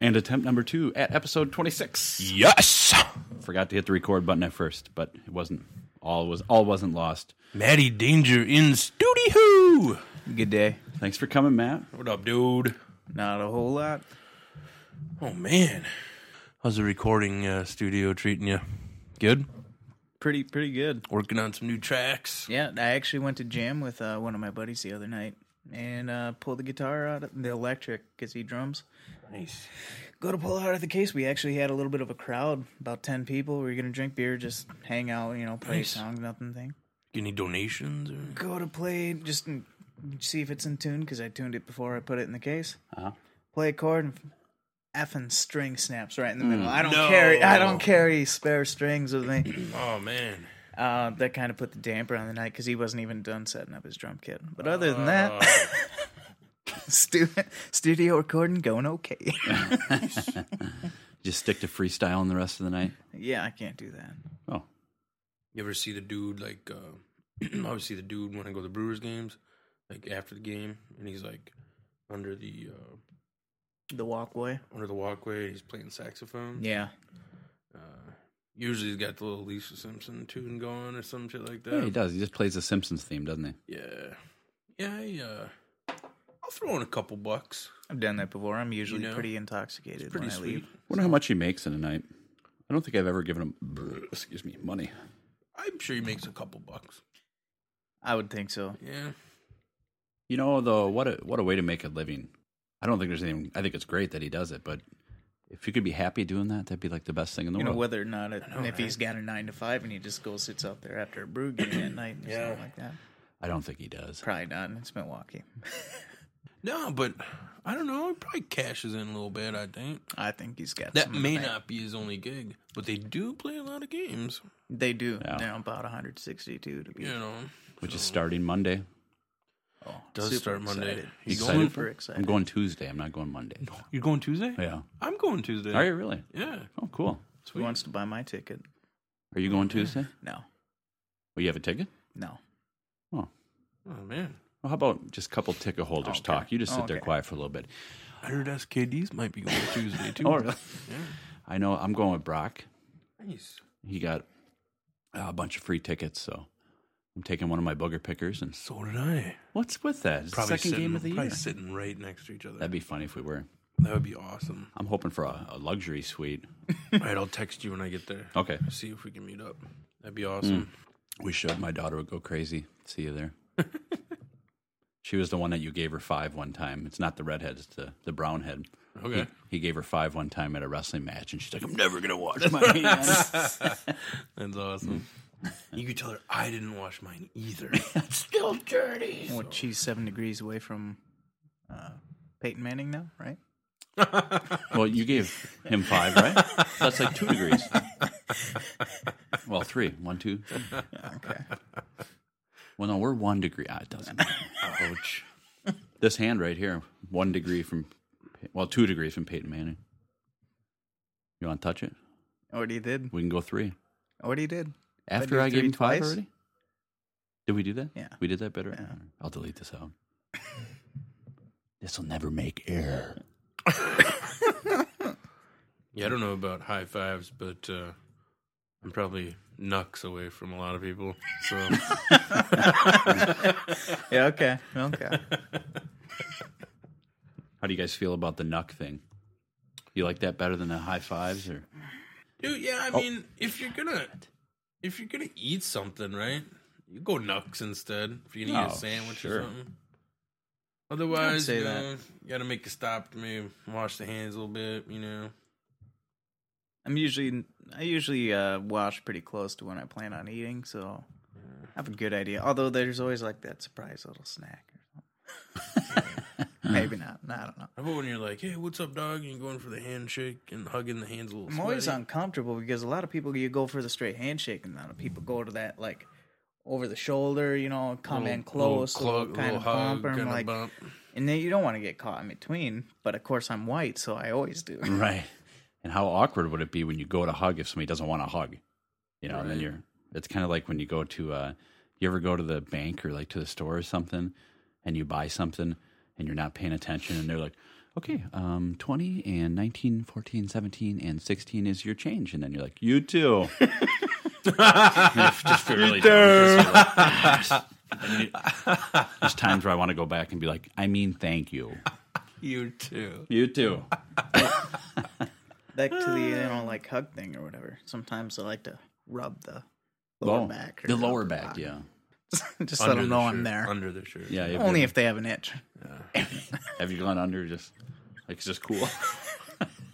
And attempt number two at episode 26. Yes! Forgot to hit the record button at first, but it wasn't all was all wasn't lost. Maddie Danger in studio. Good day. Thanks for coming, Matt. What up, dude? Not a whole lot. Oh man, how's the recording uh, studio treating you? Good. Pretty pretty good. Working on some new tracks. Yeah, I actually went to jam with uh, one of my buddies the other night and uh, pulled the guitar out, of the electric, because he drums. Nice. Go to pull it out of the case. We actually had a little bit of a crowd, about 10 people. We were going to drink beer, just hang out, you know, play Nice. songs, nothing thing. Any donations? Or... Go to play, just n- see if it's in tune, because I tuned it before I put it in the case. Uh-huh. Play a chord and effing string snaps right in the middle. I don't carry I don't Hmm. No. carry spare strings with me. Oh man, Uh, that kind of put the damper on the night because he wasn't even done setting up his drum kit. But other Oh. than that, stu- studio recording going okay. Just stick to freestyling the rest of the night. yeah, I can't do that. Oh, you ever see the dude like? Uh, I always see the dude when I go to the Brewers games, like after the game, and he's like under the uh, The walkway. under the walkway. He's playing saxophone. Yeah. Usually he's got the little Lisa Simpson tune going or some shit like that. yeah, he does. He just plays the Simpsons theme, doesn't he? Yeah. Yeah, I, uh, I'll throw in a couple bucks. I've done that before. I'm usually You know, pretty intoxicated Pretty when I sweet. leave. Wonder how much he makes in a night. I don't think I've ever given him excuse me money. I'm sure he makes a couple bucks. I would think so. Yeah. You know, though, what a what a way to make a living. I don't think there's anything. I think it's great that he does it, but if you could be happy doing that, that'd be like the best thing in the You know, world. whether or not it, if he's got a nine to five and he just goes sits out there after a brew game at night or Yeah. something like that. I don't think he does. Probably not. It's Milwaukee. No, but I don't know. He probably cashes in a little bit, I think. I think he's got That some in the may bank. not be his only gig, but they do play a lot of games, They do. Yeah. They're about 162 to be you know. Which is starting Monday. Oh, Does start Monday. Excited. You Super going? excited. I'm going Tuesday. I'm not going Monday. You're going Tuesday? Yeah. I'm going Tuesday. Are you really? Yeah. Oh, cool. Who wants to buy my ticket? Are you going Tuesday? No, Well, Oh, you have a ticket. no. Oh, man. Well, how about just a couple ticket holders Okay. talk? You just sit there Okay. quiet for a little bit. I heard SKDs might be going Tuesday, too. Oh, really? I know. I'm going with Brock. Nice. He got uh, a bunch of free tickets, so I'm taking one of my booger pickers. And So did I. what's with that? It's the Probably Second sitting, game of the probably year. sitting right next to each other. That'd be funny if we were. That would be awesome. I'm hoping for a, a luxury suite. All right, I'll text you when I get there. Okay. See if we can meet up. That'd be awesome. We should. My daughter would go crazy. See you there. she was the one that you gave her five one time. It's not the redhead, it's the, the brown head. Okay. He gave her five one time at a wrestling match, and she's like, I'm never going to wash my hands. That's awesome. Mm. you could tell her I didn't wash mine either. Still dirty. What? She's seven degrees away from uh, Peyton Manning now, right? Well, you gave him five, right? That's like two degrees. Well, three. One, two. Okay. Well, no, we're one degree. Ah, it doesn't. Ouch. this hand right here, one degree from, well, two degrees from Peyton Manning. You want to touch it? Already did. We can go three. Already did. After do I gave three him five twice? already? Did we do that? Yeah. We did that better? I'll delete this out. this will never make air. Yeah, I don't know about high fives, but uh, I'm probably knucks away from a lot of people. So Yeah. Okay. Okay. How do you guys feel about the knuck thing? You like that better than the high fives or Dude, yeah, Oh. I mean, if you're gonna if you're gonna eat something, right? You go knucks instead. If you're gonna eat Oh, a sandwich sure. or something. Otherwise, say you that. know, you gotta make a stop to maybe wash the hands a little bit, you know. I'm usually I usually uh, wash pretty close to when I plan on eating, so I have a good idea. Although there's always like that surprise little snack or something. Maybe not. I don't know. How about when you're like, Hey, what's up, dog? And you're going for the handshake and hugging the hands a little I'm always sweaty. uncomfortable because a lot of people you go for the straight handshake, and a lot of people go to that like over the shoulder, you know, come in close, Little little clo- kind little of bump, and I'm kinda like, bump. and then you don't want to get caught in between. But of course, I'm white, so I always do. right? And how awkward would it be when you go to hug if somebody doesn't want to hug? You know, and then you're it's kind of like when you go to uh you ever go to the bank or like to the store or something and you buy something and you're not paying attention and they're like, "Okay, um 20 and 19, 14, 17 and 16 is your change." And then you're like, "You too." And it's just really dumb, just you're like, "Yes." And you- There's times where I want to go back and be like, "I mean, thank you." You too. You too. back to the you know like hug thing or whatever. Sometimes I like to rub the lower Oh, back, or the lower upper back, yeah. just let them the know shirt, I'm there. Under the shirt. Yeah, Only if they have an itch. Have you gone under? Just like it's just cool.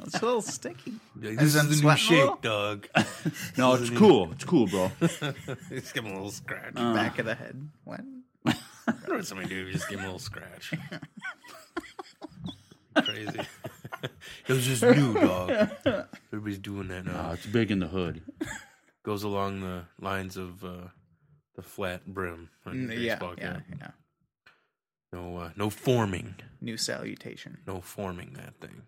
It's a little sticky. Be like, And this then is the new sweat a little? shake, dog. no, it's cool. It's cool, bro. just give him a little scratch. Back of the head. What? I know what somebody do. Just give him a little scratch. Crazy. it was just new, dog. Everybody's doing that now. Uh, it's big in the hood. Goes along the lines of uh, the flat brim on your Mm, Yeah, baseball yeah, cap. yeah. No, uh, no forming. New salutation. No forming that thing.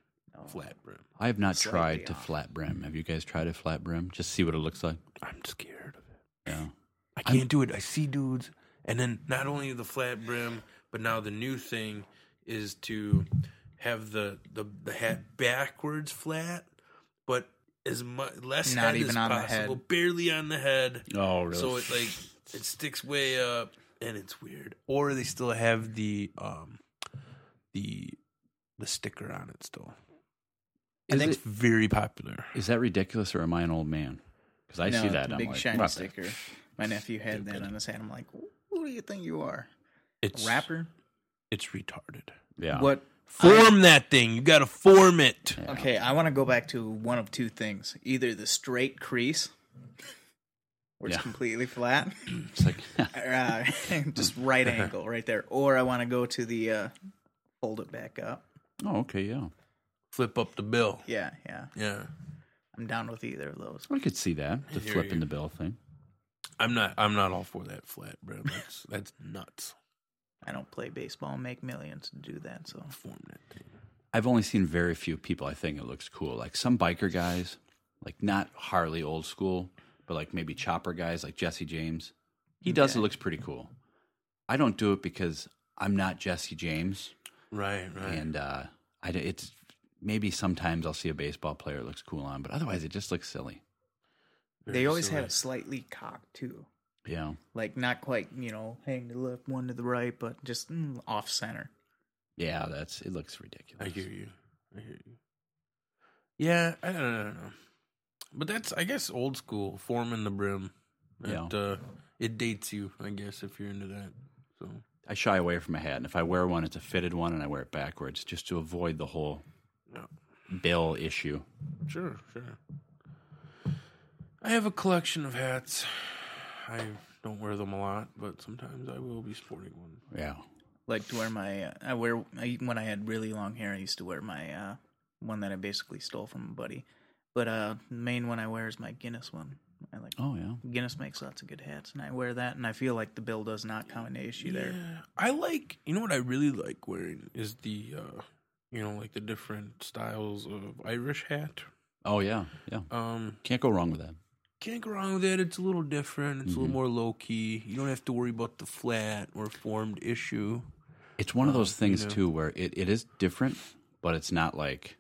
Flat brim. I have not Slightly tried to off. flat brim. Have you guys tried a flat brim? Just see what it looks like. I'm scared of it. Yeah. I can't do it. I see dudes, and then not only the flat brim, but now the new thing is to have the the, the hat backwards flat, but as much less Not head even as on the possible, head. barely on the head. Oh, really? So it like it sticks way up, and it's weird. Or they still have the um the the sticker on it still. I Is think it- it's very popular. is that ridiculous or am I an old man? Because I no, see that. it's a I'm big like, shiny what the- sticker. My nephew had that on his head. I'm like, who do you think you are? It's Rapper? It's retarded. Yeah. What? Form that thing. You gotta form it. Okay, I want to go back to one of two things: either the straight crease, where Yeah. it's completely flat, It's like or, uh, just right angle right there, or I want to go to the uh, fold it back up. oh, okay, yeah. Flip up the bill. Yeah, yeah. Yeah. I'm down with either of those. I could see that. The hear flipping you. the bill thing. I'm not I'm not all for that flat, bro. That's that's nuts. I don't play baseball and make millions to do that. So Form that thing. I've only seen very few people. I think it looks cool. Like some biker guys, like not Harley old school, but like maybe chopper guys, like Jesse James. He does. It looks pretty cool. I don't do it because I'm not Jesse James, Right, right. and uh, I d- it's maybe sometimes I'll see a baseball player it looks cool on, but otherwise it just looks silly. they always have it slightly cocked too, Yeah, like not quite, you know, hang to the left, one to the right, but just mm, off center. yeah. That's it. Looks I ridiculous. hear you. I hear you. Yeah, I don't, I don't know. But that's I guess old school, forming the brim. Yeah. It, uh, it dates you, I guess, if you're into that. So I shy away from a hat, and if I wear one, it's a fitted one, and I wear it backwards just to avoid the whole no. bill issue. Sure, sure. I have a collection of hats. I don't wear them a lot, but sometimes I will be sporting one. Yeah. Like to wear my, uh, I wear I, when I had really long hair. I used to wear my uh, one that I basically stole from a buddy, but uh, the main one I wear is my Guinness one. I like Oh yeah. Guinness makes lots of good hats, and I wear that, and I feel like the bill does not come an issue there. Yeah. I like you know what I really like wearing is the uh you know like the different styles of Irish hat. Oh yeah. Yeah. Um Can't go wrong with that. can't go wrong with it. It's a little different. It's a little more low key. You don't have to worry about the flat or formed issue. It's one of Um, those things you know. too where it, it is different, but it's not like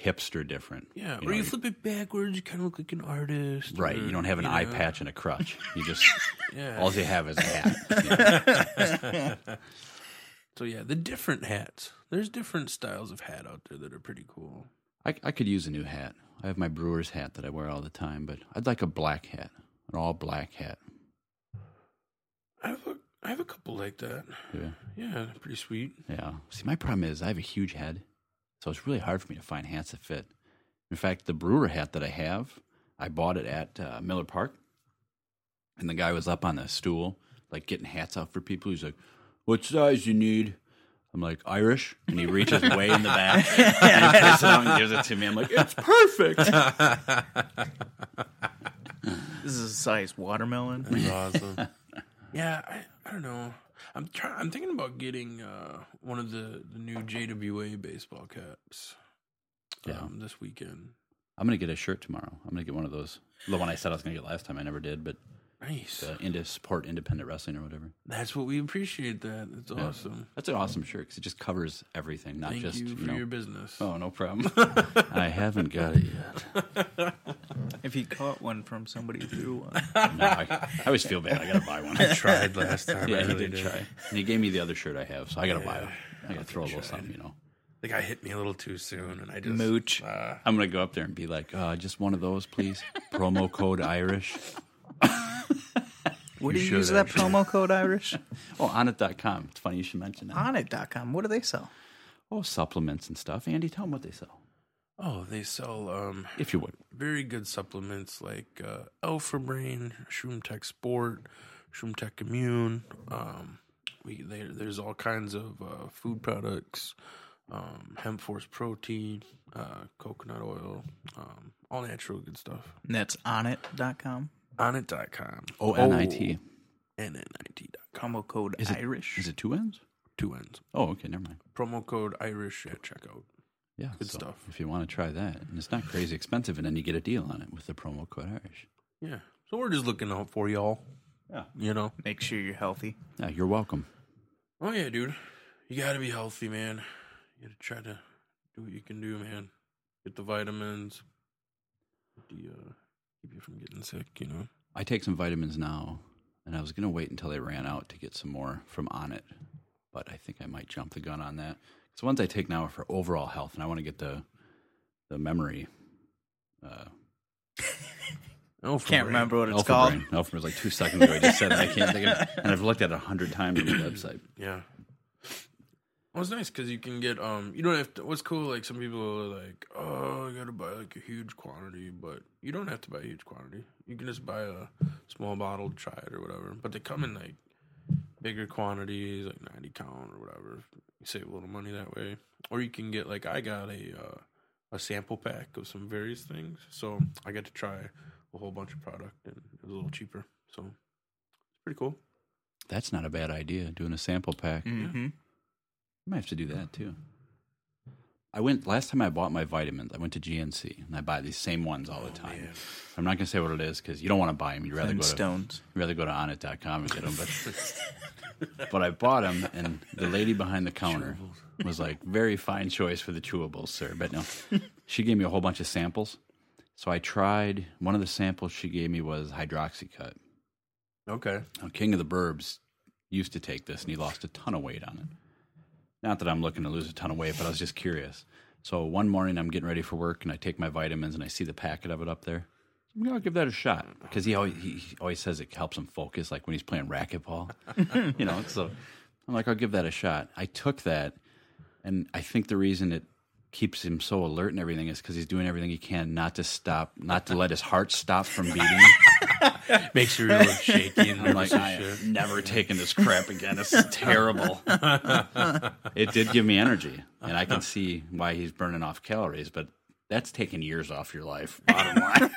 hipster different. Yeah. You know, or you you- flip it backwards, you kinda look like an artist. Right. or, You don't have an eye know, patch and a crutch. You just Yeah. all you have is a hat. you know. so yeah, the different hats. There's different styles of hat out there that are pretty cool. I, I could use a new hat. I have my brewer's hat that I wear all the time, but I'd like a black hat, an all black hat. I have a I have a couple like that. Yeah. Yeah, pretty sweet. Yeah. See, my problem is I have a huge head, so it's really hard for me to find hats that fit. In fact, the brewer hat that I have, I bought it at uh, Miller Park, and the guy was up on the stool, like getting hats out for people. He's like, "What size you need?" I'm like, "Irish," and he reaches way in the back, and he takes it out and gives it to me. I'm like, "It's perfect." This is a size watermelon. That's awesome. yeah, I, I don't know. I'm trying. I'm thinking about getting uh, one of the, the new JWA baseball caps. Yeah. Um, this weekend. I'm gonna get a shirt tomorrow. I'm gonna get one of those. The one I said I was gonna get last time, I never did, but Nice. uh, into support independent wrestling or whatever. That's what we appreciate. That that's awesome. That's an awesome shirt because it just covers everything, not Thank just you you, for know. your business. Oh, no problem. I haven't got it yet. if he caught one from somebody who threw one, No, I, I always feel bad. I gotta buy one. yeah, Tried last time. I he really did try. And he gave me the other shirt I have, so I gotta buy one. I gotta throw a little something, you know. The guy hit me a little too soon, and I just mooch. Uh, I'm gonna go up there and be like, uh, just one of those, please. Promo code Irish. Would you should use that promo code Irish? Oh, onit.com. It's funny you should mention Ah. that. On it.com. What do they sell? Oh, supplements and stuff. Andy, tell them what they sell, Oh, they sell um if you would. very good supplements like uh, Alpha Brain, Shroom Tech Sport, Shroom Tech Immune. Um, we there, there's all kinds of uh, food products, um, hemp force protein, uh, coconut oil, um, all natural good stuff. And that's on it.com. On it.com. O Oh, N I T. Oh, N-N-I-T.com. Promo code Is it- Irish. Is it two N's? Two ends. Oh, okay, never mind. Promo code Irish at checkout. Yeah, Good stuff. If you want to try that, and it's not crazy expensive, and then you get a deal on it with the promo code Irish. Yeah. So we're just looking out for y'all. Yeah. You know? Make sure you're healthy. Yeah, you're welcome. Oh, yeah, dude. You got to be healthy, man. You got to try to do what you can do, man. Get the vitamins. Get the, uh, keep you from getting sick, you know? I take some vitamins now, and I was going to wait until they ran out to get some more from On It, but I think I might jump the gun on that. Because the ones I take now are for overall health, and I want to get the the memory. Uh, Oh, Can't remember what it's Alpha called. Brain. Alpha Brain was like two seconds ago. I just said that. I can't think of it. And I've looked at it a hundred times on the website. Yeah. Well, it's nice because you can get, um, you don't have to, what's cool, like, some people are like, oh, I got to buy, like, a huge quantity, but you don't have to buy a huge quantity. You can just buy a small bottle, try it or whatever. But they come in, like, bigger quantities, like 90 count or whatever. You save a little money that way. Or you can get, like, I got a, uh, a sample pack of some various things. So I got to try a whole bunch of product and it was a little cheaper. So it's pretty cool. That's not a bad idea, doing a sample pack. Mm-hmm. I might have to do that too. I went last time I bought my vitamins. I went to GNC and I buy these same ones all the time. I'm not gonna say what it is because you don't want to buy them. You'd rather Oh, And go to stones. you'd rather go to onit.com and get them. But but I bought them, and the lady behind the counter was like, "Very fine choice for the chewables, sir." But no, she gave me a whole bunch of samples. So I tried one of the samples she gave me was hydroxycut. Okay. Now, King of the Burbs used to take this, and he lost a ton of weight on it. Not that I'm looking to lose a ton of weight, but I was just curious. So one morning, I'm getting ready for work, and I take my vitamins, and I see the packet of it up there. I'm gonna give that a shot because he always he he always says it helps him focus, like when he's playing racquetball, you know. So I'm like, I'll give that a shot. I took that, and I think the reason it keeps him so alert and everything is because he's doing everything he can not to stop, not to let his heart stop from beating. Makes you really shaky and I'm nervous like, I and have shit. never taken this crap again. This is terrible. it did give me energy, and I can see why he's burning off calories, but that's taking years off your life, bottom line.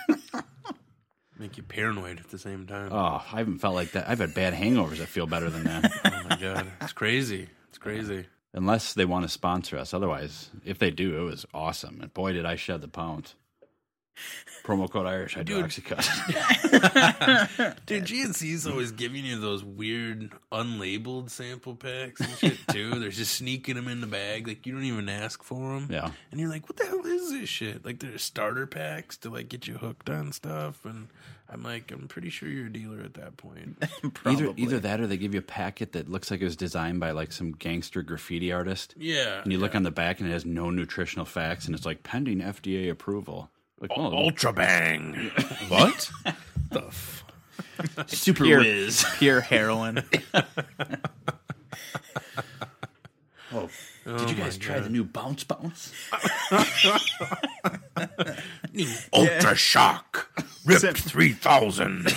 Make you paranoid at the same time. Oh, Oh, I haven't felt like that. I've had bad hangovers that feel better than that. Oh my god, it's crazy. It's crazy. Unless they want to sponsor us. Otherwise, if they do, it was awesome. And boy, did I shed the pounds. Promo code Irish hydroxycut. Dude, GNC's always giving you those weird unlabeled sample packs and shit too. They're just sneaking them in the bag, like you don't even ask for them. yeah. And you're like, what the hell is this shit? Like, there's starter packs to like get you hooked on stuff, and I'm like, I'm pretty sure you're a dealer at that point. Either either that or they give you a packet that looks like it was designed by like some gangster graffiti artist. Yeah, And you look on the back and it has no nutritional facts and it's like pending FDA approval. Like, well, Ultra Bang. what? the f- Super Pure- whiz. pure heroin. Oh, did you guys try the new bounce bounce? Ultra Shock ripped three thousand.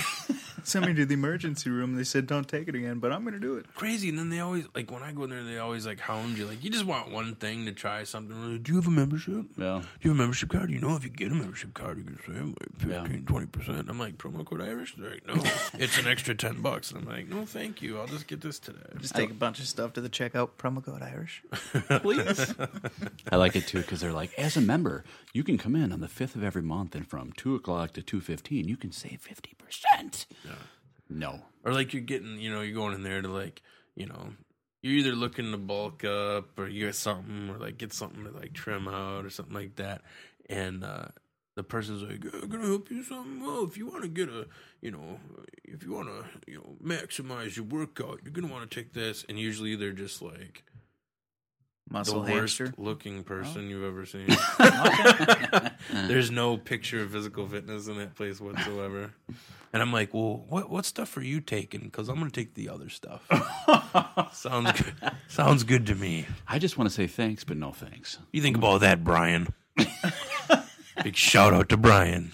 Sent me to the emergency room. They said don't take it again, but I'm gonna do it. Crazy, and then they always like when I go in there, they always like hound you. Like you just want one thing to try something. Like, Do you have a membership? Yeah. Do you have a membership card? You know, if you get a membership card, you can save Yeah. like 15, 20%. I'm like, promo code Irish? They're like, no, it's an extra 10 bucks. And I'm like, no, thank you. I'll just get this today. Just take a bunch of stuff to the checkout. Promo code Irish, please. I like it too because they're like, as a member, you can come in on the fifth of every month, and from two o'clock to two fifteen, you can save fifty percent. No, Or like you're getting, you know, you're going in there to like, you know, you're either looking to bulk up or you get something or like get something to like trim out or something like that. And uh the person's like, "Uh, "Can I help you with something?" Well, if you want to get a, you know, if you want to, you know, maximize your workout, you're gonna want to take this. And usually they're just like the Muscle worst hamster. looking person you've ever seen. There's no picture of physical fitness in that place whatsoever. And I'm like, well, what what stuff are you taking? Because I'm gonna take the other stuff. sounds good. sounds good to me. I just want to say thanks, but no thanks. You think about that, Brian. Big shout out to Brian,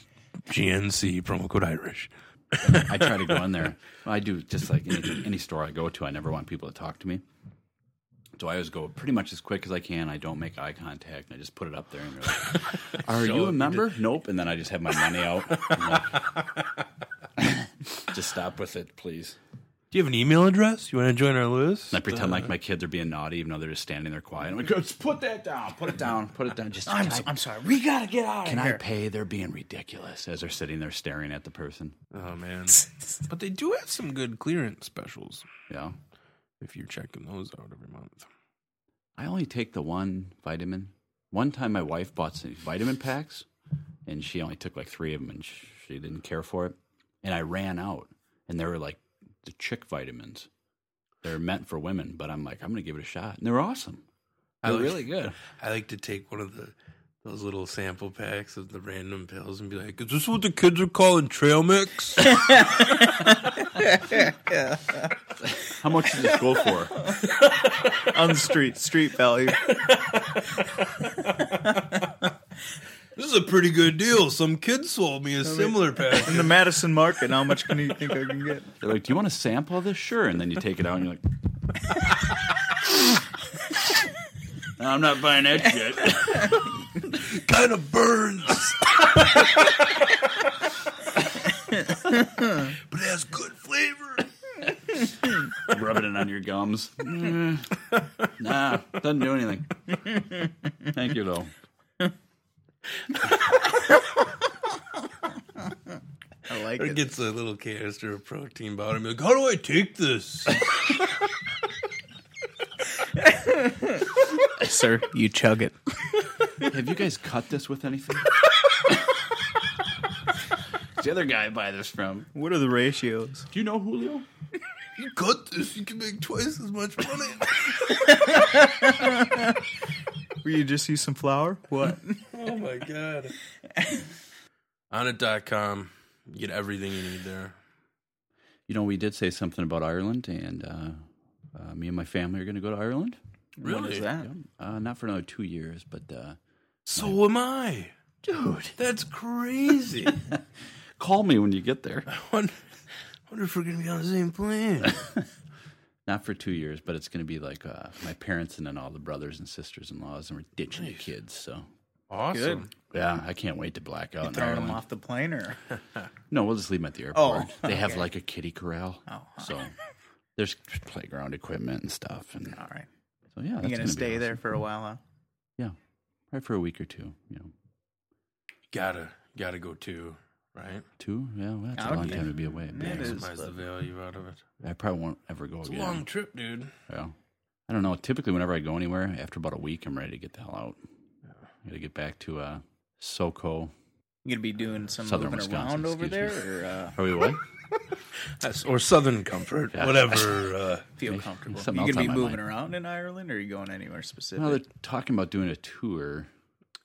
GNC promo code Irish. I try to go in there. I do just like any, any store I go to. I never want people to talk to me, so I always go pretty much as quick as I can. I don't make eye contact, and I just put it up there. And they're like, "Are you a member?" Nope. And then I just have my money out. I'm like, just stop with it, please. uh, Do you have an email address? You want to join our list? And I pretend like my kids are being naughty, even though they're just standing there quiet. I'm like, just put that down, put it down, put it down. Just I'm, can, so- I, I'm sorry. We gotta get out. can of I here. pay? They're being ridiculous as they're sitting there staring at the person. Oh man! but they do have some good clearance specials Yeah, if you're checking those out every month. I only take the one vitamin. One time, my wife bought some vitamin packs, and she only took like three of them, and sh- she didn't care for it. And I ran out, and they were like the chick vitamins. They're meant for women, but I'm like, I'm gonna give it a shot, and they're awesome. I They're like- really good. I like to take one of the those little sample packs of the random pills and be like, "Is this what the kids are calling trail mix?" How much did this go for? on the street? Street value. this is a pretty good deal. Some kid sold me a similar pack. In the Madison market, how much can you think I can get? They're like, "Do you want a sample of this?" Sure, and then you take it out, and you're like, "I'm not buying that shit." kind of burns, but it has good flavor. Rubbing it on your gums. Mm, nah, doesn't do anything. Thank you, though. I like Or it. gets a little canister of protein powder and be like, "How do I take this?" sir. You chug it. Have you guys cut this with anything? the other guy I buy this from. What are the ratios? Do you know Julio? you cut this, you can make twice as much money. Were you just use some flour? What? oh my god! On it.com, you get everything you need there. You know, we did say something about Ireland, and uh, uh, me and my family are going to go to Ireland. What is that? Uh, not for another two years, but uh, So am I. dude, That's crazy. I call me when you get there. wonder, I wonder if we're going to be on the same plane. not for two years, but it's going to be like uh, my parents and then all the brothers and sisters in laws, and we're ditching the kids. So Awesome. Yeah, I can't wait to black out. in Throwing them Ireland. off the plane or No, we'll just leave them at the airport. they have Oh, okay. like a kitty corral. Oh. So there's playground equipment and stuff. And all right. so, yeah, that's You're gonna gonna be stay awesome. there for a while, huh? Probably for a week or two. You know, Gotta gotta go too, right? two? Yeah, well, that's a Out long here. time to be away. Oh, Yeah, it Yeah. is, Maximize the but- value out of it. I probably won't ever go It's again. a long trip, dude. Yeah. I don't know. Typically, whenever I go anywhere, after about a week, I'm ready to get the hell out. I gotta get back to uh, SoCo. You gonna be doing some Southern moving Wisconsin, around over there, excuse or uh, Are we what? That's, or Southern Comfort, Yeah. whatever. Uh, feel comfortable? You something gonna else on be my moving mind. around in Ireland, or are you going anywhere specific? no, they're talking about doing a tour,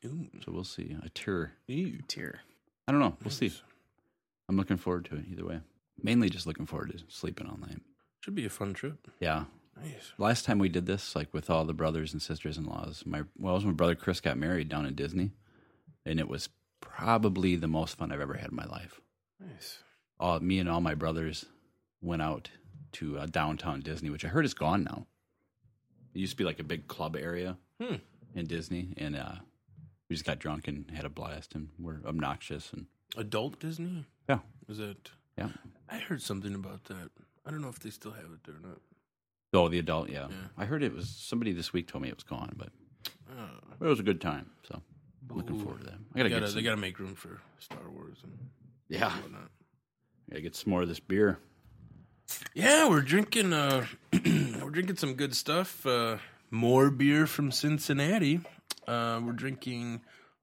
ooh, so we'll see. A tour. ew. tier. I don't know. We'll see. I'm looking forward to it either way. Mainly just looking forward to sleeping all night. should be a fun trip. Yeah. Nice. Last time we did this, like with all the brothers and sisters in laws, my well, it was my brother Chris got married down in Disney, and it was probably the most fun I've ever had in my life. Nice. All me and all my brothers went out to uh, downtown Disney, which I heard is gone now. It used to be like a big club area Hmm. in Disney, and uh, we just got drunk and had a blast, and were obnoxious and Adult Disney? Yeah. Is it? yeah. I heard something about that. I don't know if they still have it there or not. Oh, the adult, yeah. Yeah. I heard it was somebody this week told me it was gone, but Uh, it was a good time. So looking Ooh. forward to that. I gotta, gotta, get some, they gotta make room for Star Wars and yeah, whatnot. gotta get some more of this beer. Yeah, we're drinking. Uh, we're drinking some good stuff. Uh, more beer from Cincinnati. Uh, we're drinking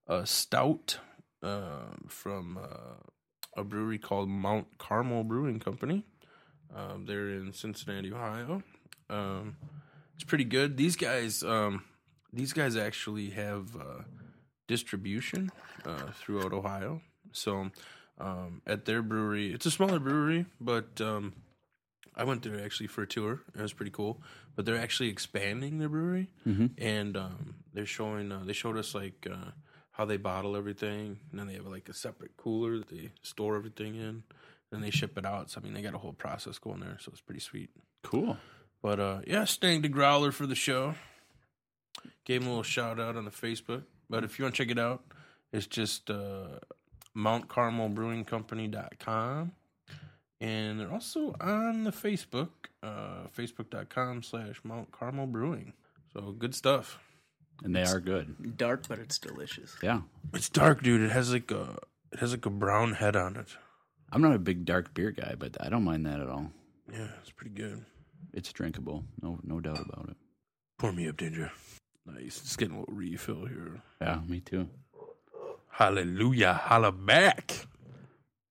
a stout uh, from uh, a brewery called Mount Carmel Brewing Company. Um, they're in Cincinnati, Ohio. Um, it's pretty good. These guys, um, these guys actually have uh, distribution uh, throughout Ohio. So um, at their brewery, it's a smaller brewery, but um, I went there actually for a tour. It was pretty cool. But they're actually expanding their brewery, and um, they're showing. Uh, they showed us like uh, how they bottle everything, and then they have like a separate cooler that they store everything in, and they ship it out. So I mean, they got a whole process going there, so it's pretty sweet. Cool. But uh, yeah, staying to Growler for the show. Gave him a little shout out on the Facebook. But if you want to check it out, it's just uh, mountcarmelbrewingcompany.com. And they're also on the Facebook, uh, facebook.com slash Mount Carmel Brewing. So good stuff. And they are good. Dark, but it's delicious. Yeah. It's dark, dude. It has like a it has like a brown head on it. I'm not a big dark beer guy, but I don't mind that at all. Yeah, it's pretty good. It's drinkable. No no doubt about it. Pour me up, Ginger. Nice. Just getting a little refill here. Yeah, me too. Hallelujah. Holla back.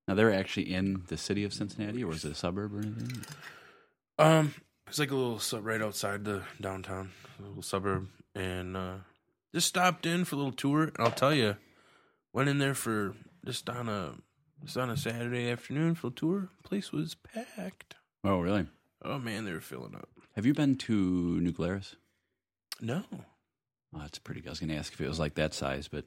Now they're actually in the city of Cincinnati or was it a suburb or anything? Um, it's like a little sub right outside the downtown, a little suburb, and uh, just stopped in for a little tour. And I'll tell you, went in there for just on a just on a Saturday afternoon for a tour. Place was packed. Oh really? Oh man, they were filling up. Have you been to New Glarus? No, Oh, that's pretty good. I was gonna ask if it was like that size, but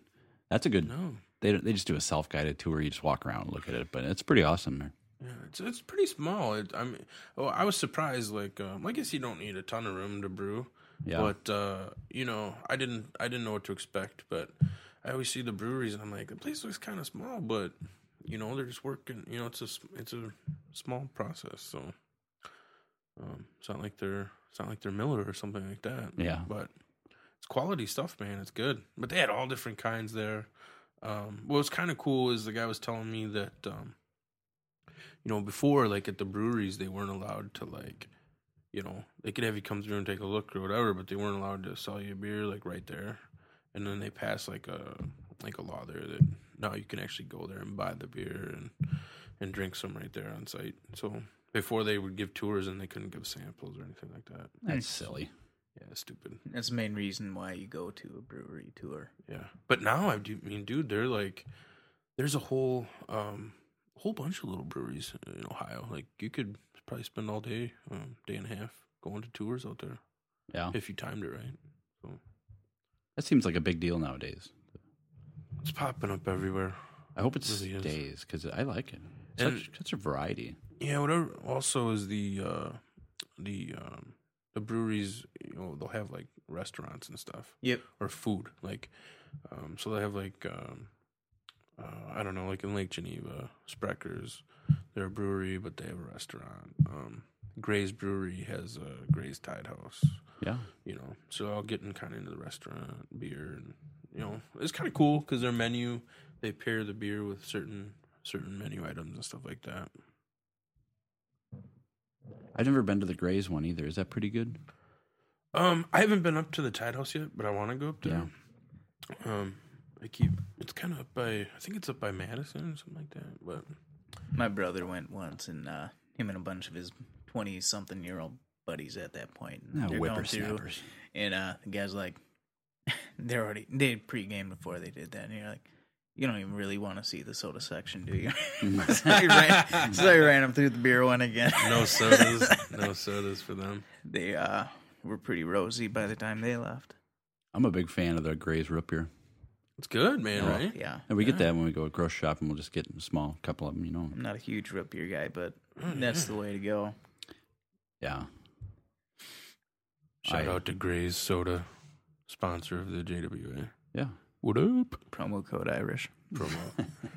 that's a good no, they they just do a self guided tour, you just walk around and look at it, but it's pretty awesome there. yeah, it's it's pretty small. It, I mean, oh, I was surprised. Like, um, I guess you don't need a ton of room to brew. Yeah. But uh, you know, I didn't I didn't know what to expect, but I always see the breweries and I'm like, the place looks kind of small, but you know, they're just working. You know, it's a s- it's a small process, so um, it's not like they're it's not like they're Miller or something like that. Yeah. But it's quality stuff, man. It's good. But they had all different kinds there. Um, what was kind of cool is the guy was telling me that um, you know before, like at the breweries, they weren't allowed to like you know, they could have you come through and take a look or whatever, but they weren't allowed to sell you a beer like right there. And then they passed like a like a law there that now you can actually go there and buy the beer and and drink some right there on site. So before they would give tours and they couldn't give samples or anything like that. That's silly. Yeah, stupid. That's the main reason why you go to a brewery tour. Yeah. But now I do I mean, dude, they're like there's a whole um whole bunch of little breweries in Ohio. Like you could probably spend all day, um, day and a half going to tours out there Yeah. if you timed it right. So That seems like a big deal nowadays. It's popping up everywhere. I hope it Really is. stays because I like it. And- Such, such a variety. Yeah, whatever. Also, is the uh, the um, the breweries you know, they'll have like restaurants and stuff Yep. or food. Like, um, so they have like, um, uh, I don't know, like in Lake Geneva, Spreckers, they're a brewery, but they have a restaurant. Um, Gray's Brewery has a Gray's Tide House, Yeah. you know. So I'll get in kind of into the restaurant beer, and you know, it's kind of cool because their menu they pair the beer with certain certain menu items and stuff like that. I've never been to the Grays one either. Is that pretty good? Um, I haven't been up to the Tide House yet, but I want to go up there. Um, I keep it's kind of up by I think it's up by Madison or something like that. But My brother went once, and uh, him and a bunch of his twenty-something-year-old buddies at that point. and Ah, they're going through, whippersnappers. And uh, the guy's like, they're already they had pre-game before they did that, and you're like, you don't even really want to see the soda section, do you? Mm-hmm. so, I ran, so I ran him through the beer one again. no sodas, no sodas for them. They uh, were pretty rosy by the time they left. I'm a big fan of the Grays root beer. It's good, man. Right? Yeah, And we get that when we go to grocery shop and we'll just get a small couple of them, you know. I'm not a huge root beer guy, but that's the way to go. Yeah. Shout I- out to Gray's Soda, sponsor of the JWA. Yeah. What up? Promo code Irish. Promo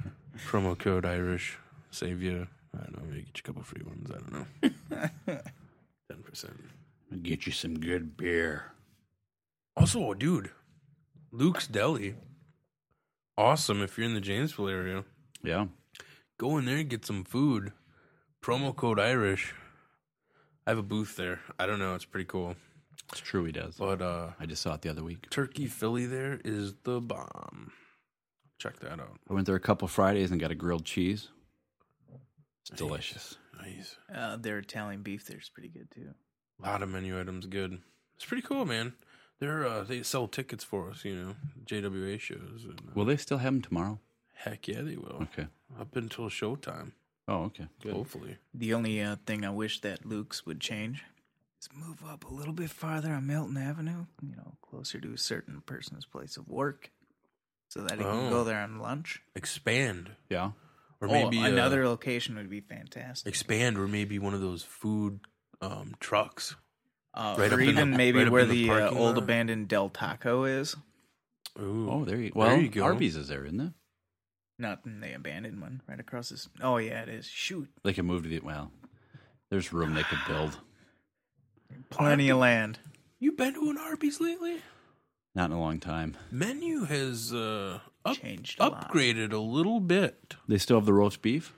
promo code Irish save you. I don't know. Maybe get you a couple free ones. I don't know. Ten percent. Get you some good beer. Also, dude, Luke's Deli. Awesome if you're in the Janesville area. Yeah. Go in there and get some food. Promo code Irish. I have a booth there. I don't know. It's pretty cool. It's true he does. But uh I just saw it the other week. turkey Philly there is the bomb. Check that out. I went there a couple Fridays and got a grilled cheese. It's delicious. Nice. Uh, their Italian beef there's pretty good too. A lot of menu items. Good. It's pretty cool, man. They're uh, they sell tickets for us. You know, JWA shows. And, uh, Will they still have them tomorrow? heck yeah, they will. Okay. Up until showtime, Oh, okay. hopefully. The only uh, thing I wish that Luke's would change is move up a little bit farther on Milton Avenue, you know, closer to a certain person's place of work, so that he Oh. can go there on lunch. Expand. Yeah. or Oh, maybe uh, another another location would be fantastic. expand, or maybe one of those food um, trucks. Uh, right up or in the- even maybe right up where in the the, uh, parking old lot. abandoned Del Taco is. Ooh. Oh, there you There well, you go. Arby's is there, isn't it? Not in the abandoned one, right across this. Oh yeah, it is. Shoot, They could move to the well. There's room they could build. plenty of land. you been to an Arby's lately? Not in a long time. Menu has uh, up, Changed a lot. upgraded a little bit. They still have the roast beef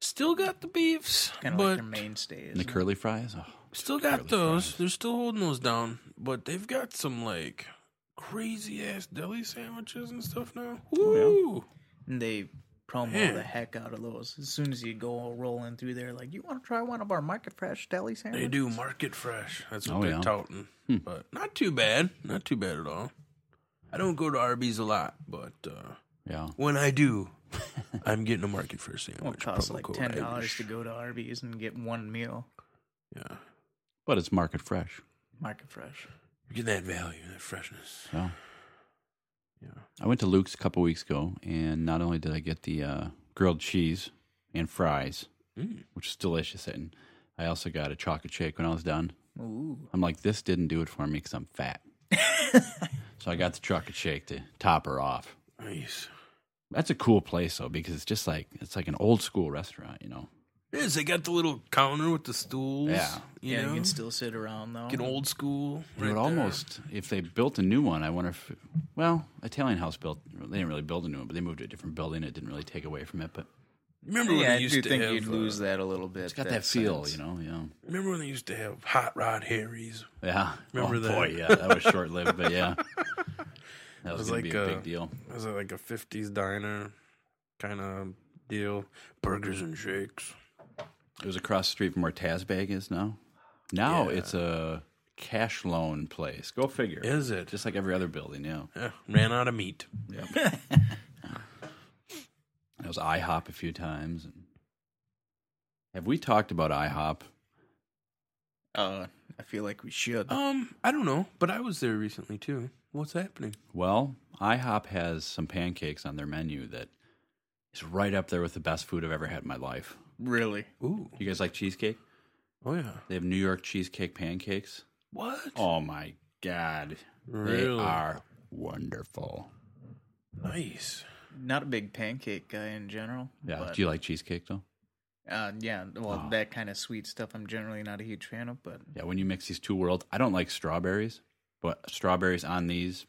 Still got the beefs, Kind of like but their mainstay is. and the curly fries. Oh, still got curly those. fries. They're still holding those down, but they've got some like crazy ass deli sandwiches and stuff now. Oh, Ooh, And they promo Man. the heck out of those. As soon as you go rolling through there, like, you want to try one of our market fresh deli sandwiches? they do market fresh. That's what Oh, they're yeah. touting, Hmm. but not too bad. Not too bad at all. I don't go to Arby's a lot, but. uh yeah. when I do, I'm getting a market for a sandwich. Well, it costs promo like code ten dollars Irish. to go to Arby's and get one meal. Yeah, But it's market fresh. Market fresh. you get that value, that freshness. Yeah. Yeah. I went to Luke's a couple weeks ago, and not only did I get the uh, grilled cheese and fries, Mm. which is delicious, and I also got a chocolate shake when I was done. Ooh. I'm like, this didn't do it for me because I'm fat. so I got the chocolate shake to top her off. Nice. That's a cool place though, because it's just like it's like an old school restaurant, you know. It is. They got the little counter with the stools. Yeah. You yeah, know, you can still sit around though. get old school. It would right there. almost, if they built a new one, I wonder if, well, Italian House built, they didn't really build a new one, but they moved to a different building. It didn't really take away from it, but Remember when Yeah, they I used do to think have, you'd lose uh, that a little bit. it's got that, feel, you know? Yeah. Remember when they used to have hot rod Harry's? Yeah. Remember oh, that? Boy, yeah, that was short lived, but yeah. That was, was going like, to be a uh, big deal. Was it like a '50s diner kind of deal? Burgers and shakes. It was across the street from where Tazbag is now. Now Yeah. it's a cash loan place. Go figure. Is it? Just like every other building, yeah. Yeah, ran out of meat. I was IHOP a few times. And have we talked about IHOP? Uh, I feel like we should. Um, I don't know, but I was there recently too. What's happening? Well, IHOP has some pancakes on their menu that is right up there with the best food I've ever had in my life. really? Ooh. You guys like cheesecake? Oh yeah. They have New York cheesecake pancakes. What? Oh my god, Really? they are wonderful. Nice. Not a big pancake guy in general. Yeah. but, Do you like cheesecake though? uh, yeah. Well, Oh. that kind of sweet stuff I'm generally not a huge fan of, but Yeah. When you mix these two worlds, I don't like strawberries, but strawberries on these,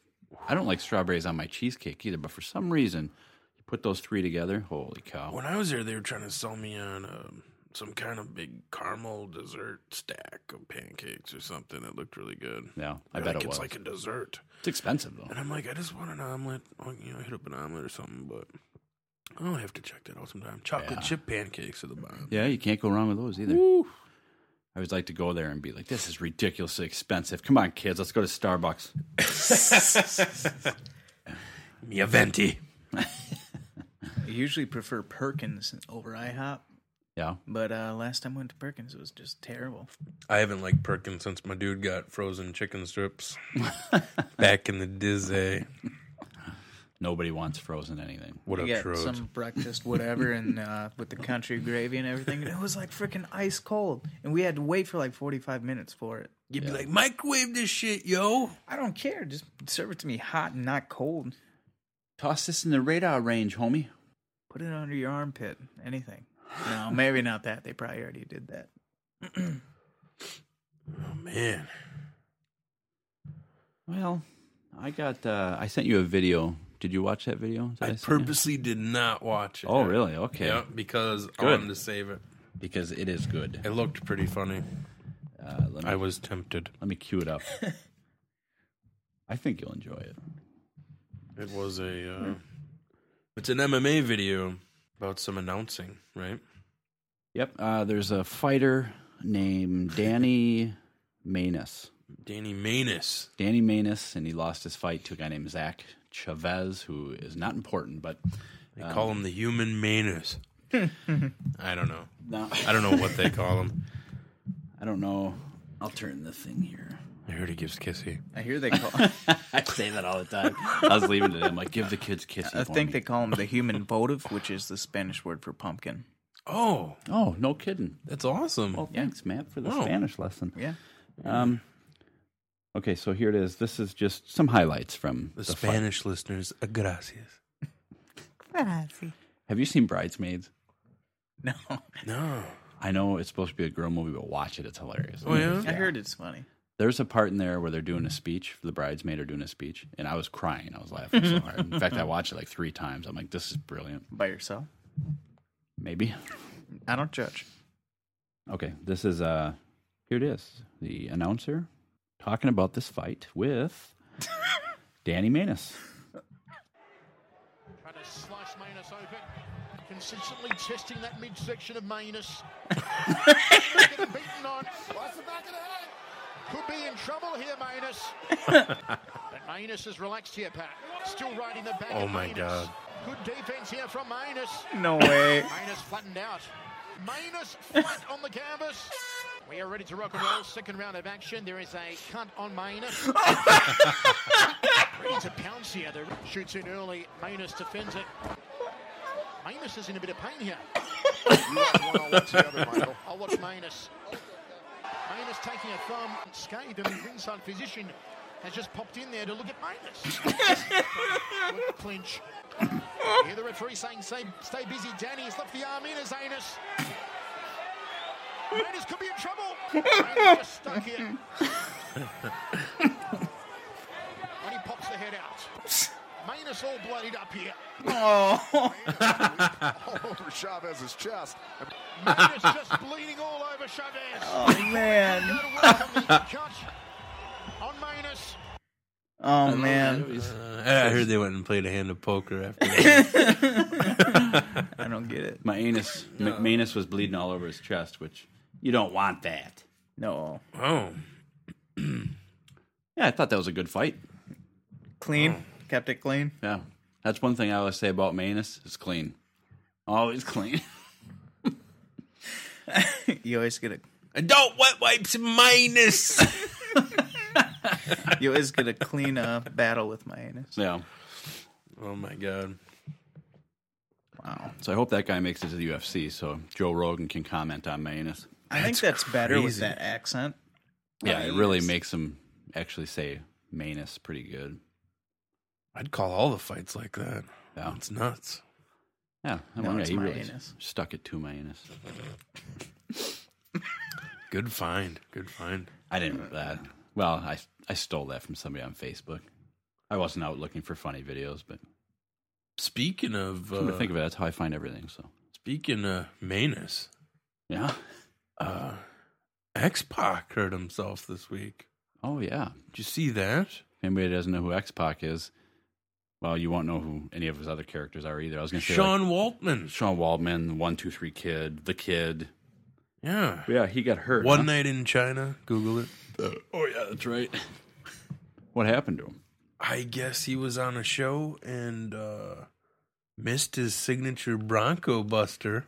I don't like strawberries on my cheesecake either. But for some reason, you put those three together. Holy cow! When I was there, they were trying to sell me on um, some kind of big caramel dessert stack of pancakes or something that looked really good. Yeah, I They're bet like, it it's was. like a dessert. it's expensive though. And I'm like, I just want an omelet. Or, you know, hit up an omelet or something, but I'll have to check that out sometime. Chocolate Yeah. chip pancakes are the bomb. Yeah, you can't go wrong with those either. I always like to go there and be like, "This is ridiculously expensive." Come on, kids, let's go to Starbucks. Me a venti. I usually prefer Perkins over IHOP. Yeah, But uh, last time I went to Perkins, it was just terrible. I haven't liked Perkins since my dude got frozen chicken strips back in the dizzy. nobody wants frozen anything. What You up, got Trodes? some breakfast, whatever, and uh, with the country gravy and everything. And it was like freaking ice cold, and we had to wait for like forty five minutes for it. You'd be like, microwave this shit, yo. I don't care. Just serve it to me hot and not cold. Toss this in the radar range, homie. Put it under your armpit. Anything. No, maybe not that. They probably already did that. Oh man, Well, I got. Uh, I sent you a video. Did you watch that video? that I sent you? purposely did not watch it. Oh, really? Okay. Yeah, because I Good. wanted to save it. Because it is good. It looked pretty funny. Uh, let me I was tempted. let me cue it up. I think you'll enjoy it. It was a. Uh, it's an MMA video about some announcing, right? Yep. Uh, there's a fighter named Danny Manus. Danny Manis. Danny Manus, and he lost his fight to a guy named Zach Chavez, who is not important, but They call him the human Manus. I don't know. no, I don't know what they call him. I don't know. I'll turn the thing here. I heard he gives kissy. I hear they call. I say that all the time. I was leaving today. I'm like, give the kids kissy. I for think me. they call them the human votive, which is the Spanish word for pumpkin. Oh, Oh, no kidding. that's awesome. Well, thanks, Matt, for the Wow. Spanish lesson. Yeah. Um, okay, so here it is. This is just some highlights from the the fight. Spanish listeners, uh, gracias. Have you seen Bridesmaids? No, No. I know it's supposed to be a girl movie, but watch it. It's hilarious. Oh, yeah? I heard it's funny. There's a part in there where they're doing a speech, the bridesmaid are doing a speech, and I was crying. I was laughing so hard. In fact, I watched it like three times. I'm like, this is brilliant. By yourself, Maybe. I don't judge. Okay, this is uh here it is. The announcer talking about this fight with Danny Manus. Trying to slice Manus open. Consistently testing that midsection of Manus. Getting beaten on. What's the back of the head? Could be in trouble here, Manus. but Manus is relaxed here, Pat. Still riding the back. Oh of my Manus. God. Good defense here from Manus. No way. Manus flattened out. Manus flat on the canvas. We are ready to rock and roll. Second round of action. There is a cunt on Manus. ready to pounce here. The shoots in early. Manus defends it. Manus is in a bit of pain here. I'll watch the other, Michael. I'll watch Manus. Manus taking a thumb scathed and the ringside physician has just popped in there to look at Manus. Look at clinch. Here the referee saying, stay, stay busy, Danny. He's left the arm in his anus. Manus could be in trouble. Manus just stuck here. when he pops the head out. Manus all bloodied up here. Oh, All over Chavez's chest. And Manus just bleeding all over Chavez. Oh. man. on minus. Oh man. Uh, I heard they went and played a hand of poker after that. I don't get it. My anus Ma- Manus was bleeding all over his chest, which you don't want that. No. oh. Yeah, I thought that was a good fight. Clean. Kept it clean. Yeah. That's one thing I always say about Manus, it's clean. Always clean. You always get a Adult wet wipes minus. you always get a clean uh, battle with my anus. yeah. oh my god. Wow. So I hope that guy makes it to the UFC so Joe Rogan can comment on Manus. I think that's better with crazy. that accent. Yeah, it really makes him actually say Manus pretty good. I'd call all the fights like that. Yeah. It's nuts. Yeah, that No, one guy, it's he my really anus. stuck it to my anus. Good find. Good find. I didn't that. Well, I I stole that from somebody on Facebook. I wasn't out looking for funny videos, but Speaking of come to uh, think of it, that's how I find everything. So speaking of Manus, yeah. uh, X Pac hurt himself this week. Oh yeah. Did you see that? If anybody doesn't know who X Pac is, well, you won't know who any of his other characters are either. I was gonna say like, Sean Waltman. Sean Waldman, one two three kid, the kid. Yeah. Yeah, he got hurt. One night in China. Google it. Oh yeah, that's right. what happened to him? I guess he was on a show and uh, missed his signature Bronco Buster,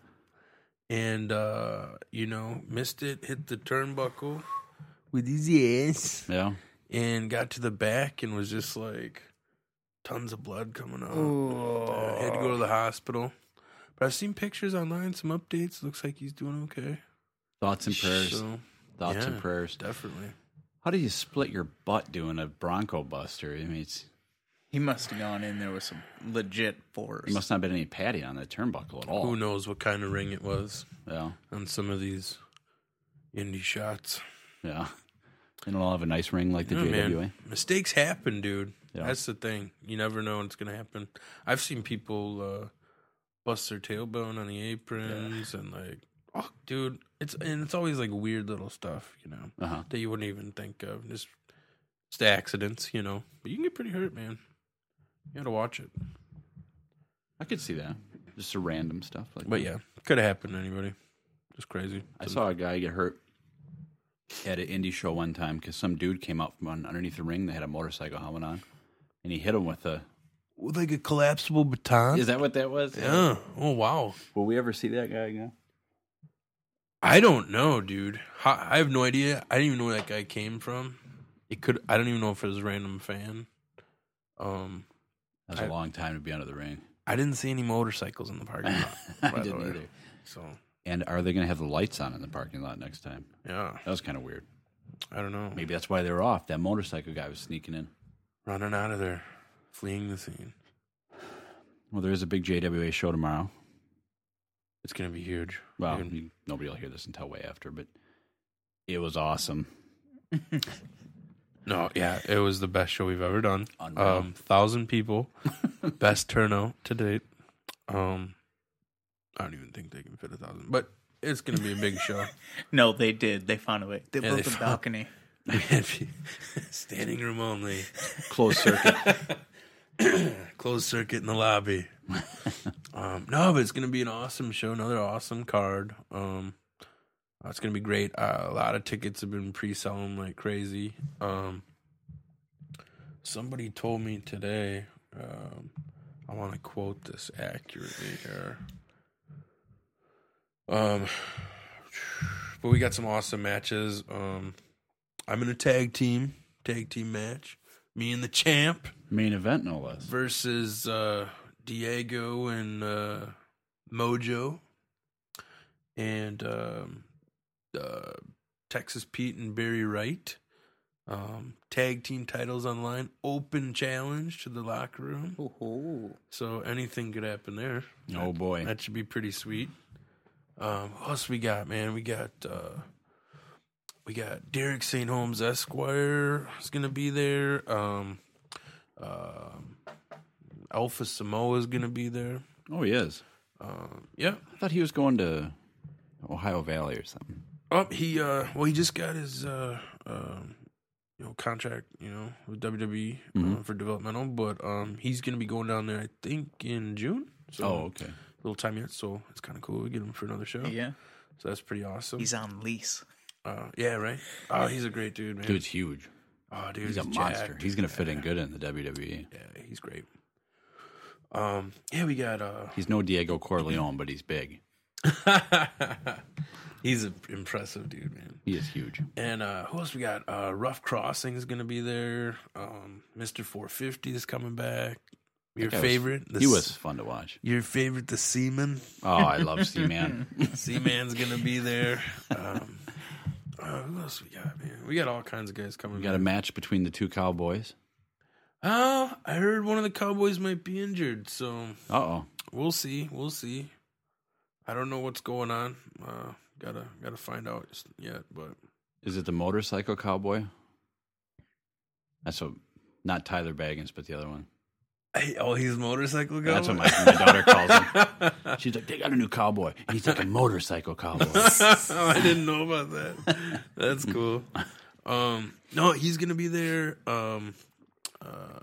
and uh, you know missed it, hit the turnbuckle with his ass, Yeah. and got to the back and was just like tons of blood coming out. Uh, had to go to the hospital, but I've seen pictures online, some updates. Looks like he's doing okay. Thoughts and prayers. So Thoughts and yeah. prayers. definitely, How do you split your butt doing a Bronco Buster? I mean, it's, He must have gone in there with some legit force. there must not have been any padding on that turnbuckle at all. who knows what kind of ring it was Yeah, on some of these indie shots. yeah. They don't all have a nice ring like the Yeah, JWA. Oh, man. Mistakes happen, dude. Yeah. That's the thing. You never know what's gonna happen. I've seen people uh, bust their tailbone on the aprons and like, oh, dude, it's and it's always like weird little stuff, you know, Uh-huh. that you wouldn't even think of. Just it's the accidents, you know. But you can get pretty hurt, man. You gotta watch it. I could see that. Just the random stuff. Like, But yeah, could have happened to anybody. Just crazy. I saw a guy get hurt at an indie show one time because some dude came out from un- underneath the ring. They had a motorcycle helmet on, and he hit him with a. with like a collapsible baton. Is that what that was? yeah. Oh wow. Will we ever see that guy again? I don't know, dude. Ho- I have no idea. I didn't even know where that guy came from. It could. I don't even know if it was a random fan. Um, That was a I- long time to be under the ring. I didn't see any motorcycles in the parking lot. by I the didn't way. either. So And are they going to have the lights on in the parking lot next time? yeah, That was kind of weird. I don't know. Maybe that's why they were off. That motorcycle guy was sneaking in. Running out of there, fleeing the scene. Well, there is a big JWA show tomorrow. It's gonna be huge. Well, Dude, you- nobody will hear this until way after, but it was awesome. no, yeah, it was the best show we've ever done. Unreal. Um, thousand people, best turnout to date. Um, I don't even think they can fit a thousand, but it's gonna be a big show. No, they did. They found a way. They Yeah, built they a found- balcony. We had pe- standing room only. Closed circuit. Closed circuit in the lobby. um, no, but it's gonna be an awesome show. Another awesome card. Um, uh, it's gonna be great. Uh, a lot of tickets have been pre-selling like crazy. Um, somebody told me today. Um, I want to quote this accurately here. Um, but we got some awesome matches. Um, I'm in a tag team tag team match. Me and the champ Main event, no less. versus uh, Diego and uh, Mojo, and um, uh, Texas Pete and Barry Wright. Um, tag team titles online. Open challenge to the locker room. Oh, So anything could happen there. Oh, boy. That should be pretty sweet. Um, what else we got, man? We got uh, we got Derek St. Holmes Esquire is gonna be there. Um, um, Alpha Samoa is gonna be there. Oh, he is. Um, yeah. I thought he was going to Ohio Valley or something. Oh, he uh, well, he just got his uh, um, you know, contract, you know, with WWE uh, for developmental, but um, he's gonna be going down there, I think, in June. So Oh, okay. little time yet, so it's kind of cool. We get him for another show. yeah. So that's pretty awesome. He's on lease. Uh, yeah, right. Oh, he's a great dude, man. Dude's huge. oh, dude, He's a monster. jacked. He's going to fit in good in the E. WWE. Yeah, he's great. Um, yeah, we got uh, He's no Diego Corleone, but he's big. he's an impressive dude, man. He is huge. And uh, who else we got? Uh, Rough Crossing is gonna be there. Um, Mister Four Fifty is coming back. Your That guy was- favorite? the he s- was fun to watch. Your favorite, the Seaman. Oh, I love C Man. Seaman's gonna be there. Um, Uh, who else we got, man? We got all kinds of guys coming. We got a match between the two Cowboys. Oh, I heard one of the Cowboys might be injured, so Uh oh. we'll see. We'll see. I don't know what's going on. Uh, gotta gotta find out just yet, but Is it the motorcycle cowboy? That's what, not Tyler Baggins, but the other one. oh, he's motorcycle guy. That's what my, my daughter calls him. She's like, they got a new cowboy. And he's like, a motorcycle cowboy. I didn't know about that. That's cool. Um, no, he's gonna be there. Um, uh,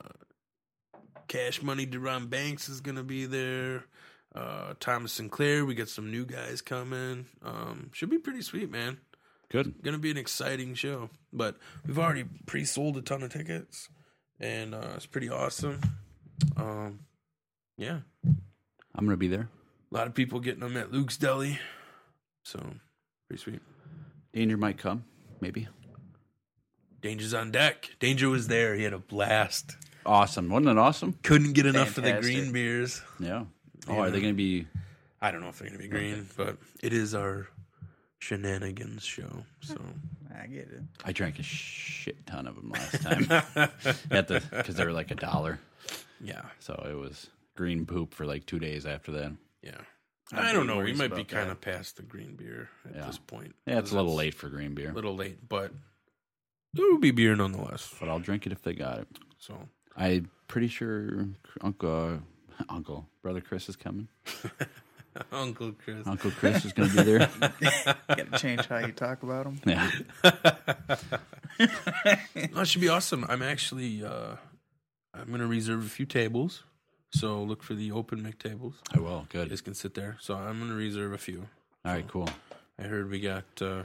Cash Money Deron Banks is gonna be there. Uh, Thomas Sinclair. We got some new guys coming. Um, should be pretty sweet, man. Good. Gonna be an exciting show. But we've already pre-sold a ton of tickets, and uh, it's pretty awesome. Um, yeah, I'm going to be there. a lot of people getting them at Luke's Deli, so pretty sweet. Danger might come, maybe. Danger's on deck. Danger was there. He had a blast. Awesome. Wasn't it awesome? Couldn't get enough of the Fantastic. green beers. Yeah. Oh, are they going to be. I don't know if they're going to be green, but it is our shenanigans show. So I get it. I drank a shit ton of them last time at the because they were like a dollar. yeah, So it was green poop for like two days after that. yeah. I don't know. We worries might be about that. kind of past the green beer at Yeah. this point. Yeah, it's a little late for green beer, A little late, but there will be beer nonetheless. but I'll drink it if they got it. So I'm pretty sure Uncle, Uncle, brother Chris is coming. Uncle Chris. Uncle Chris is going to be there. Got to change how you talk about them. Yeah. That should be awesome. I'm actually uh I'm gonna reserve a few tables. So look for the open mic tables. I will. You Good. guys can sit there. So I'm gonna reserve a few. All right. Cool. I heard we got. Uh,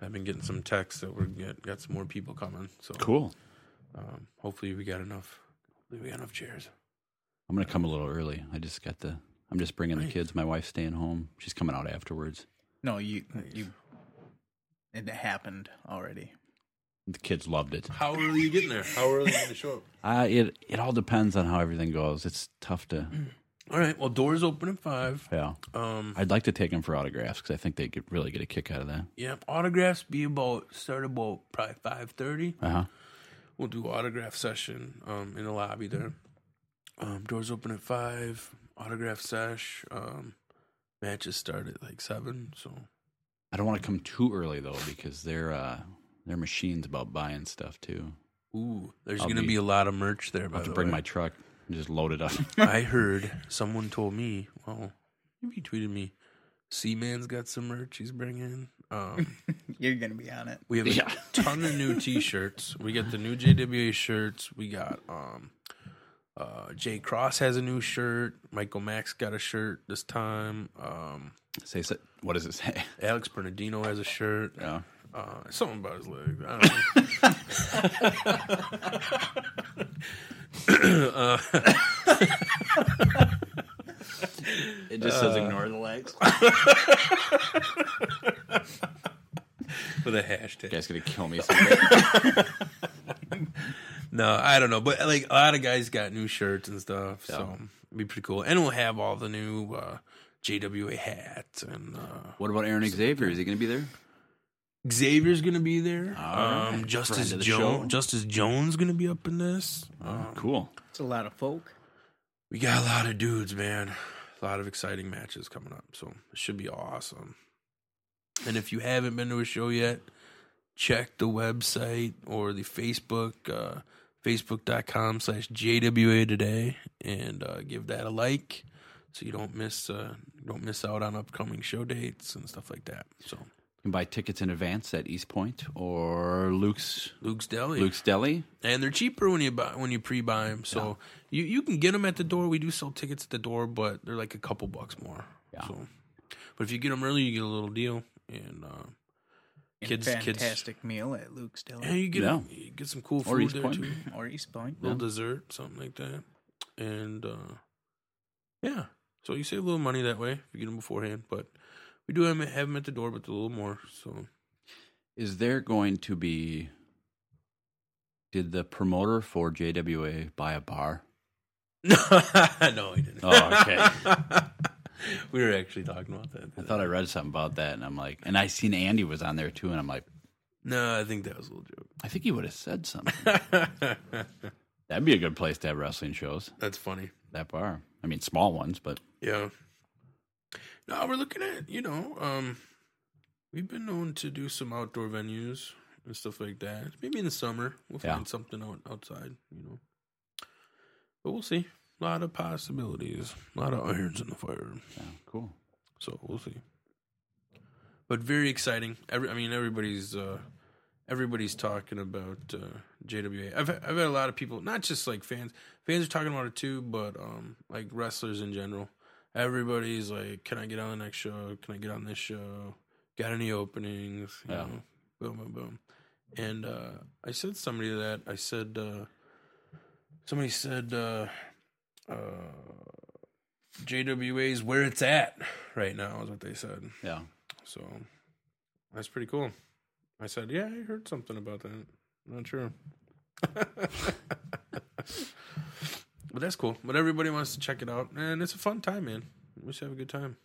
I've been getting some texts that we're get, got some more people coming. So Cool. um, hopefully we got enough. Hopefully we got enough chairs. I'm gonna come a little early. I just got the. I'm just bringing the kids. My wife's staying home. She's coming out afterwards. No, you you. It happened already. The kids loved it. How early are you getting there? How early are you going to show up? Uh, it it all depends on how everything goes. It's tough to. All right. Well, doors open at five. Yeah. Um, I'd like to take them for autographs because I think they could really get a kick out of that. yeah. Autographs be about start about probably five thirty. Uh huh. We'll do autograph session um, in the lobby there. Um, doors open at five. Autograph sesh. Um, matches start at like seven. So I don't want to come too early though because they're uh their machines about buying stuff too. ooh, there's I'll going to be- be a lot of merch there. I By have to the bring way. my truck and just load it up. I heard someone told me. Well, maybe he tweeted me. Seaman's got some merch he's bringing. Um, You're gonna be on it. we have a ton of new T-shirts. We got the new JWA shirts. We got um, uh, Jay Cross has a new shirt. Michael Max got a shirt this time. Um, say so, what does it say? Alex Bernardino has a shirt. Yeah. Uh, something about his legs. I don't know. uh, It just says ignore the legs. with a hashtag. You guys gonna kill me. someday. No, I don't know, but like a lot of guys got new shirts and stuff, so it'd be pretty cool. And we'll have all the new uh, JWA hats, and uh, what about Aaron Xavier? Is he gonna be there? Xavier's gonna be there. All um, right. Justice Friend of the show. Uh-huh. Jones, Justice Jones gonna be up in this. Cool. It's a lot of folk. We got a lot of dudes, man. A lot of exciting matches coming up, so it should be awesome. And if you haven't been to a show yet, check the website or the Facebook, uh, facebook.com slash JWA today and uh, give that a like so you don't miss uh, don't miss out on upcoming show dates and stuff like that. So You can buy tickets in advance at East Point or Luke's Luke's Deli. Luke's Deli. and they're cheaper when you buy when you pre-buy them. So you you can get them at the door. We do sell tickets at the door, but they're like a couple bucks more. Yeah. So, but if you get them early, you get a little deal, and uh, And Kids- kids- fantastic meal at Luke's and Deli you get Yeah. you get some cool Or food East there Point. too, a or East Point. little dessert, something like that, and uh, yeah. So you save a little money that way if you get them beforehand. But we do have 'em- have them at the door, but a little more. So Is there going to be? Did the promoter for JWA buy a bar? no, he didn't. Oh, okay. we were actually talking about that. I thought I read something about that, and I'm like, and I seen Andy was on there too, and I'm like, No, I think that was a little joke. I think he would have said something. That'd be a good place to have wrestling shows. That's funny. That bar. I mean, small ones, but Yeah. No, we're looking at you know, um, we've been known to do some outdoor venues and stuff like that. Maybe in the summer we'll Yeah. find something out outside, you know. But we'll see. A lot of possibilities. A lot of irons in the fire. yeah, cool. So we'll see. But very exciting. Every, I mean, everybody's uh, everybody's talking about uh, JWA. I've I've had a lot of people, not just like fans. Fans are talking about it too, but um, like wrestlers in general. Everybody's like, "Can I get on the next show? Can I get on this show? Got any openings?" You Yeah. know, boom, boom, boom. And uh, I said somebody that I said uh, somebody said uh, uh, JWA is where it's at right now is what they said. Yeah. So that's pretty cool. I said, yeah, I heard something about that. Not sure. but that's cool. But everybody wants to check it out, and it's a fun time, man. We should have a good time.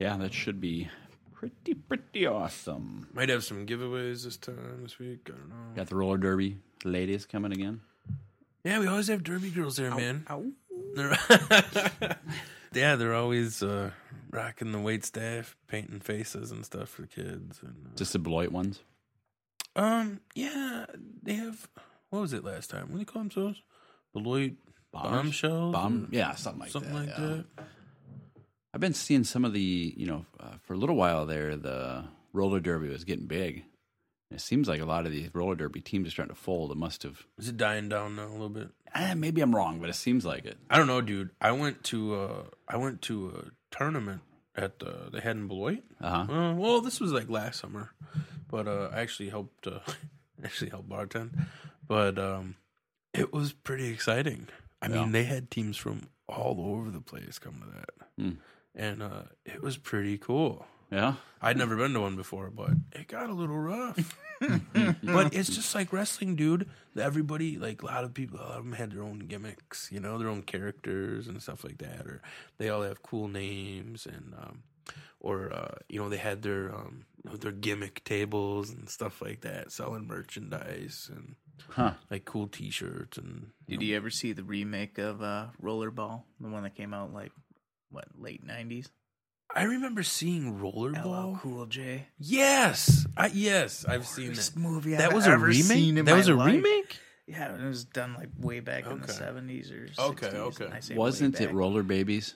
Yeah, that should be pretty, pretty awesome. Might have some giveaways this time this week. I don't know. Got the roller derby ladies coming again. Yeah, we always have derby girls there, man. They're yeah, they're always uh, rocking the wait staff, painting faces and stuff for kids. And, Just the Beloit ones. uh, um, yeah, they have. What was it last time? What do they call themselves? Beloit Bombs? bombshells, Bomb. Yeah, something like Mm-hmm. something that. like yeah. that. I've been seeing some of the, you know, uh, for a little while there, the roller derby was getting big. It seems like a lot of these roller derby teams are starting to fold. It must have. Is it dying down now a little bit? Eh, maybe I'm wrong, but it seems like it. I don't know, dude. I went to uh, I went to a tournament at the they had in Beloit. Uh huh. Uh, well, this was like last summer, but uh, I actually helped uh, actually helped bartend. But um, it was pretty exciting. I mean, Yeah. they had teams from all over the place come to that, Mm. and uh, it was pretty cool. Yeah. I'd never been to one before, but it got a little rough. but it's just like wrestling, dude. Everybody, like a lot of people, a lot of them had their own gimmicks, you know, their own characters and stuff like that, or they all have cool names and, um, or uh, you know, they had their um, their gimmick tables and stuff like that, selling merchandise and Huh. like cool T-shirts and Did you ever see the remake of uh, Rollerball, the one that came out like what late nineties? I remember seeing LL Rollerball. Cool J. Yes, I, yes, I've seen that. Worst movie I've That was a ever remake. seen in That my was a life. remake. Yeah, it was done like way back in the Okay. seventies or 60s. Okay, okay. and I say way Wasn't it back. Roller Babies?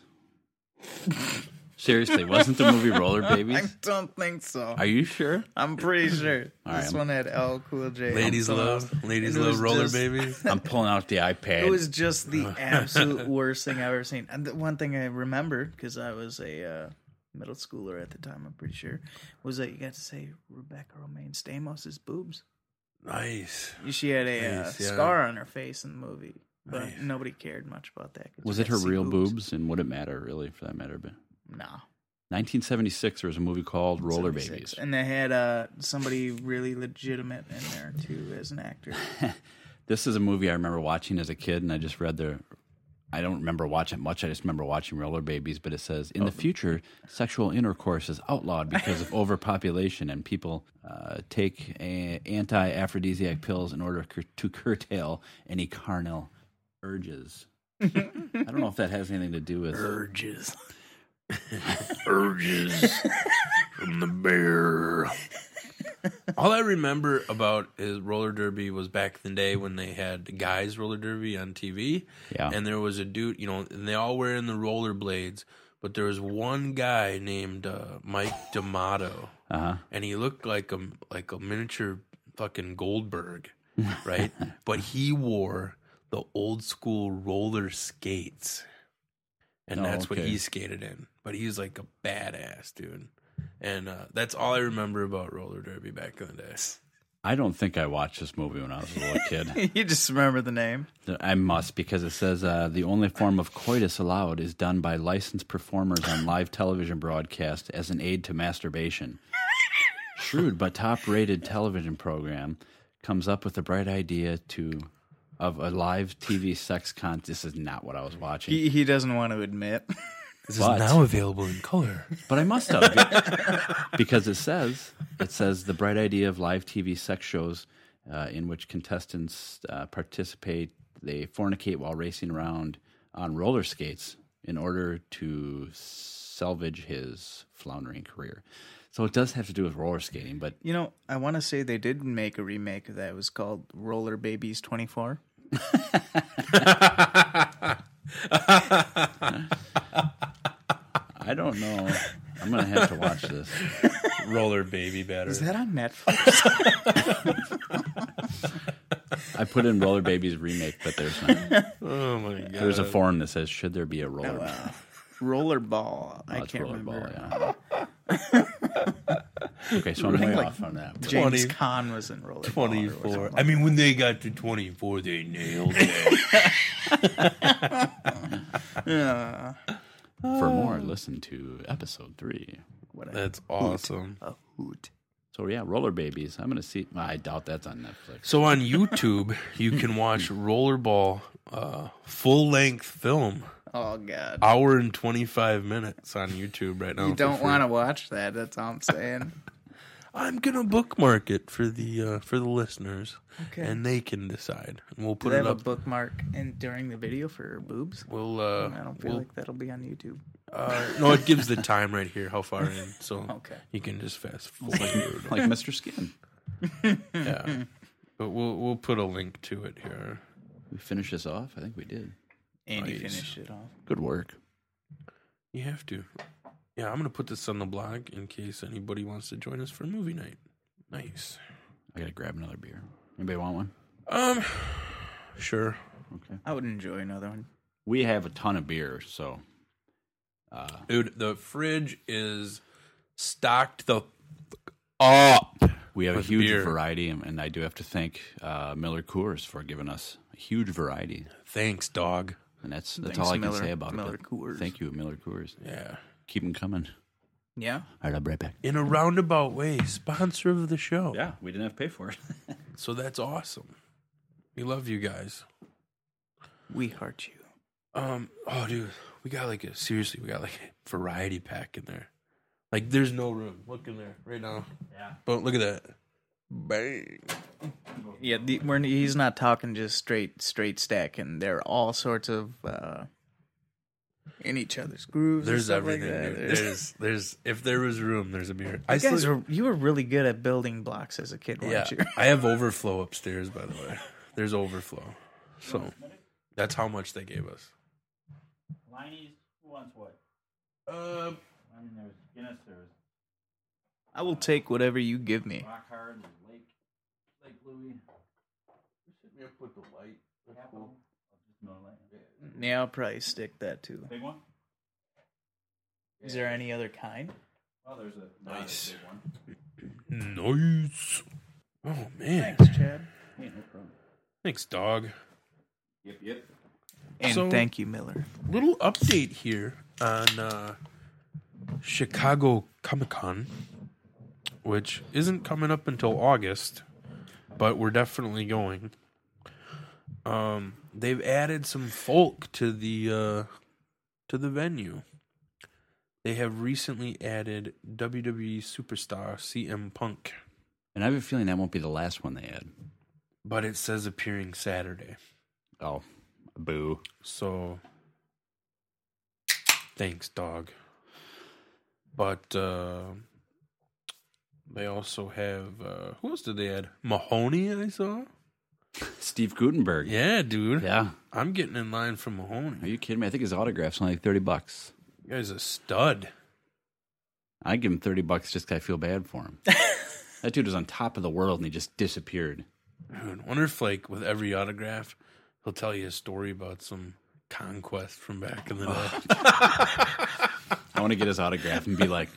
Seriously, wasn't the movie Roller I Babies? don't think so. Are you sure? I'm pretty sure All this right. one had L Cool J. Ladies and someone else. love, ladies And it love was roller just- babies. I'm pulling out the iPad. It was just the absolute worst thing I've ever seen. And the one thing I remember because I was a uh, middle schooler at the time, I'm pretty sure, was that you got to say Rebecca Romaine Stamos's boobs. Nice. She had a Nice, uh, yeah. scar on her face in the movie, but Nice. nobody cared much about that. 'cause Was you it got her to see real boobs? and would it matter really for that matter? But Nah. 1976, there was a movie called Roller 76. Babies. And they had uh, somebody really legitimate in there too as an actor. This is a movie I remember watching as a kid, and I just read the. I don't remember watching it much. I just remember watching Roller Babies, but it says in the future, sexual intercourse is outlawed because of overpopulation, and people uh, take a- anti-aphrodisiac pills in order cur- to curtail any carnal urges. I don't know if that has anything to do with Urges. urges from the bear. All I remember about is roller derby was back in the day when they had guys roller derby on TV. Yeah. And there was a dude, you know, and they all were in the roller blades, but there was one guy named uh, Mike D'Amato, uh-huh. and he looked like a like a miniature fucking Goldberg, right? but he wore the old school roller skates. and Oh, that's what okay. he skated in. But he was like a badass dude, and uh, that's all I remember about roller derby back in the day. I don't think I watched this movie when I was a little kid. you just remember the name. I must because it says uh, the only form of coitus allowed is done by licensed performers on live television broadcast as an aid to masturbation. Shrewd but top-rated television program comes up with a bright idea to of a live TV sex contest. This is not what I was watching. He, he doesn't want to admit. This But- is now available in color. But I must have because it says it says the bright idea of live TV sex shows uh, in which contestants uh, participate. They fornicate while racing around on roller skates in order to salvage his floundering career. So it does have to do with roller skating, but You know, I want to say they did make a remake of that. It was called Roller Babies 24. I don't know. I'm gonna have to watch this. Roller baby batter. Is that on Netflix? I put in Roller Babies remake, but there's not. oh my god. There's a forum that says, "Should there be a roller?" Rollerball. I That's can't remember. rollerball, yeah. okay, so I'm way off on that. but- James 20. Caan was in Rollerball. or Twenty-four. something I like mean, when they got to twenty-four, they nailed it. For more, listen to episode three. uh, what a That's awesome. Oh, hoot. So yeah, Roller Babies. I'm gonna see. I doubt that's on Netflix. So on YouTube, you can watch Rollerball uh, full-length film, Oh, God. hour and twenty-five minutes on YouTube right now. You don't want to watch that. That's all I'm saying. I'm gonna bookmark it for the uh, for the listeners, Okay. and they can decide, and we'll Do put they it have a up. bookmark and during the video for boobs? We'll. Uh, I don't feel we'll like that'll be on YouTube. uh, no, it gives the time right here, how far in, so Okay. you can just fast forward. Like Mr. Skin. yeah, but we'll we'll put a link to it here. We finish this off. I think we did. And you Nice. finish it off. Good work. You have to. Yeah, I'm gonna put this on the blog in case anybody wants to join us for movie night. Nice. I gotta grab another beer. Anybody want one? Um, sure. I would enjoy another one. We have a ton of beer, so Dude, the fridge is stocked the fuck up. we have With a huge beer. variety, and, and I do have to thank uh, Miller Coors for giving us a huge variety. Thanks, dog. And that's that's Thanks, all I can Miller- say about Miller it. but Coors. Thank you, Miller Coors. Yeah. Keep them coming. Yeah. All right, I'll be right back. In a roundabout way, sponsor of the show. Yeah, we didn't have to pay for it. So that's awesome. We love you guys. We heart you. Um, oh dude, we got like a seriously, we got like a variety pack in there. Like there's no room. Look in there right now. Yeah. But look at that. Bang. Yeah, the, we're, he's not talking just straight straight stack, and there are all sorts of uh, in each other's grooves. and There's stuff like everything. that. dude. There's- There's there's if there was room, there's a beer. I you guys sleep- were you were really good at building blocks as a kid, yeah. weren't you? I have overflow upstairs, by the way. There's overflow, so that's how much they gave us. Liney's who wants what? Um, I mean, there's Guinness, there's I will take whatever you give me. Rock Hard, there's Lake, Lake Louie. hit me up with the light. Apple. Oh, just Miller Lite. Yeah, I'll probably stick that too. Big one? Is there any other kind? Oh, there's a Nice, big one. nice. Oh man, Thanks, Chad. thanks, dog. Yep, yep. And So- thank you, Miller. little update here on uh, Chicago Comic Con, which isn't coming up until August, but we're definitely going. Um, they've added some folk to the uh, to the venue. They have recently added WWE superstar CM Punk, And I have a feeling that won't be the last one they add. but it says appearing Saturday. Oh, boo. So thanks, dog. But uh, they also have uh, who else did they add? Mahoney, I saw. Steve Gutenberg. Yeah, dude. Yeah. I'm getting in line for Are Mahoney. you kidding me? I think his autograph's only like 30 bucks. You guys a stud. I give him 30 bucks just 'cause I feel bad for him. that dude was on top of the world and he just disappeared. Dude, wonder if like with every autograph, he'll tell you a story about some conquest from back in the day. I want to get his autograph and be like,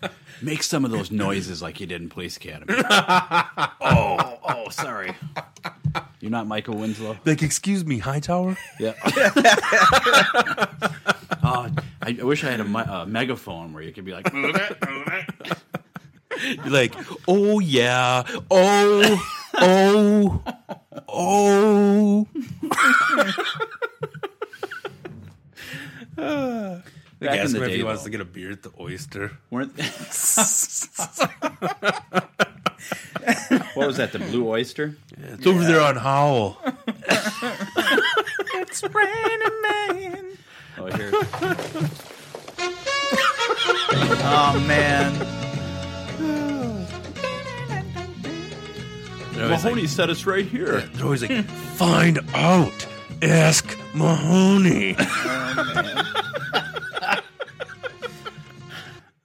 make some of those noises like you did in Police Academy. oh, oh, sorry. You're not Michael Winslow? like, excuse me, Hightower? Yeah. oh, I, I wish I had a, mi- a megaphone where you could be like, move it, move it. You're like, oh yeah, oh, oh, oh. Back in ask the him if day, he wants though, to get a beer at the oyster. weren't- what was that? The Blue Oyster? It's over there on Howell. it's raining man. Oh, here. Oh man. They're always, like, set us right here. they're always like, find out. Ask Mahoney.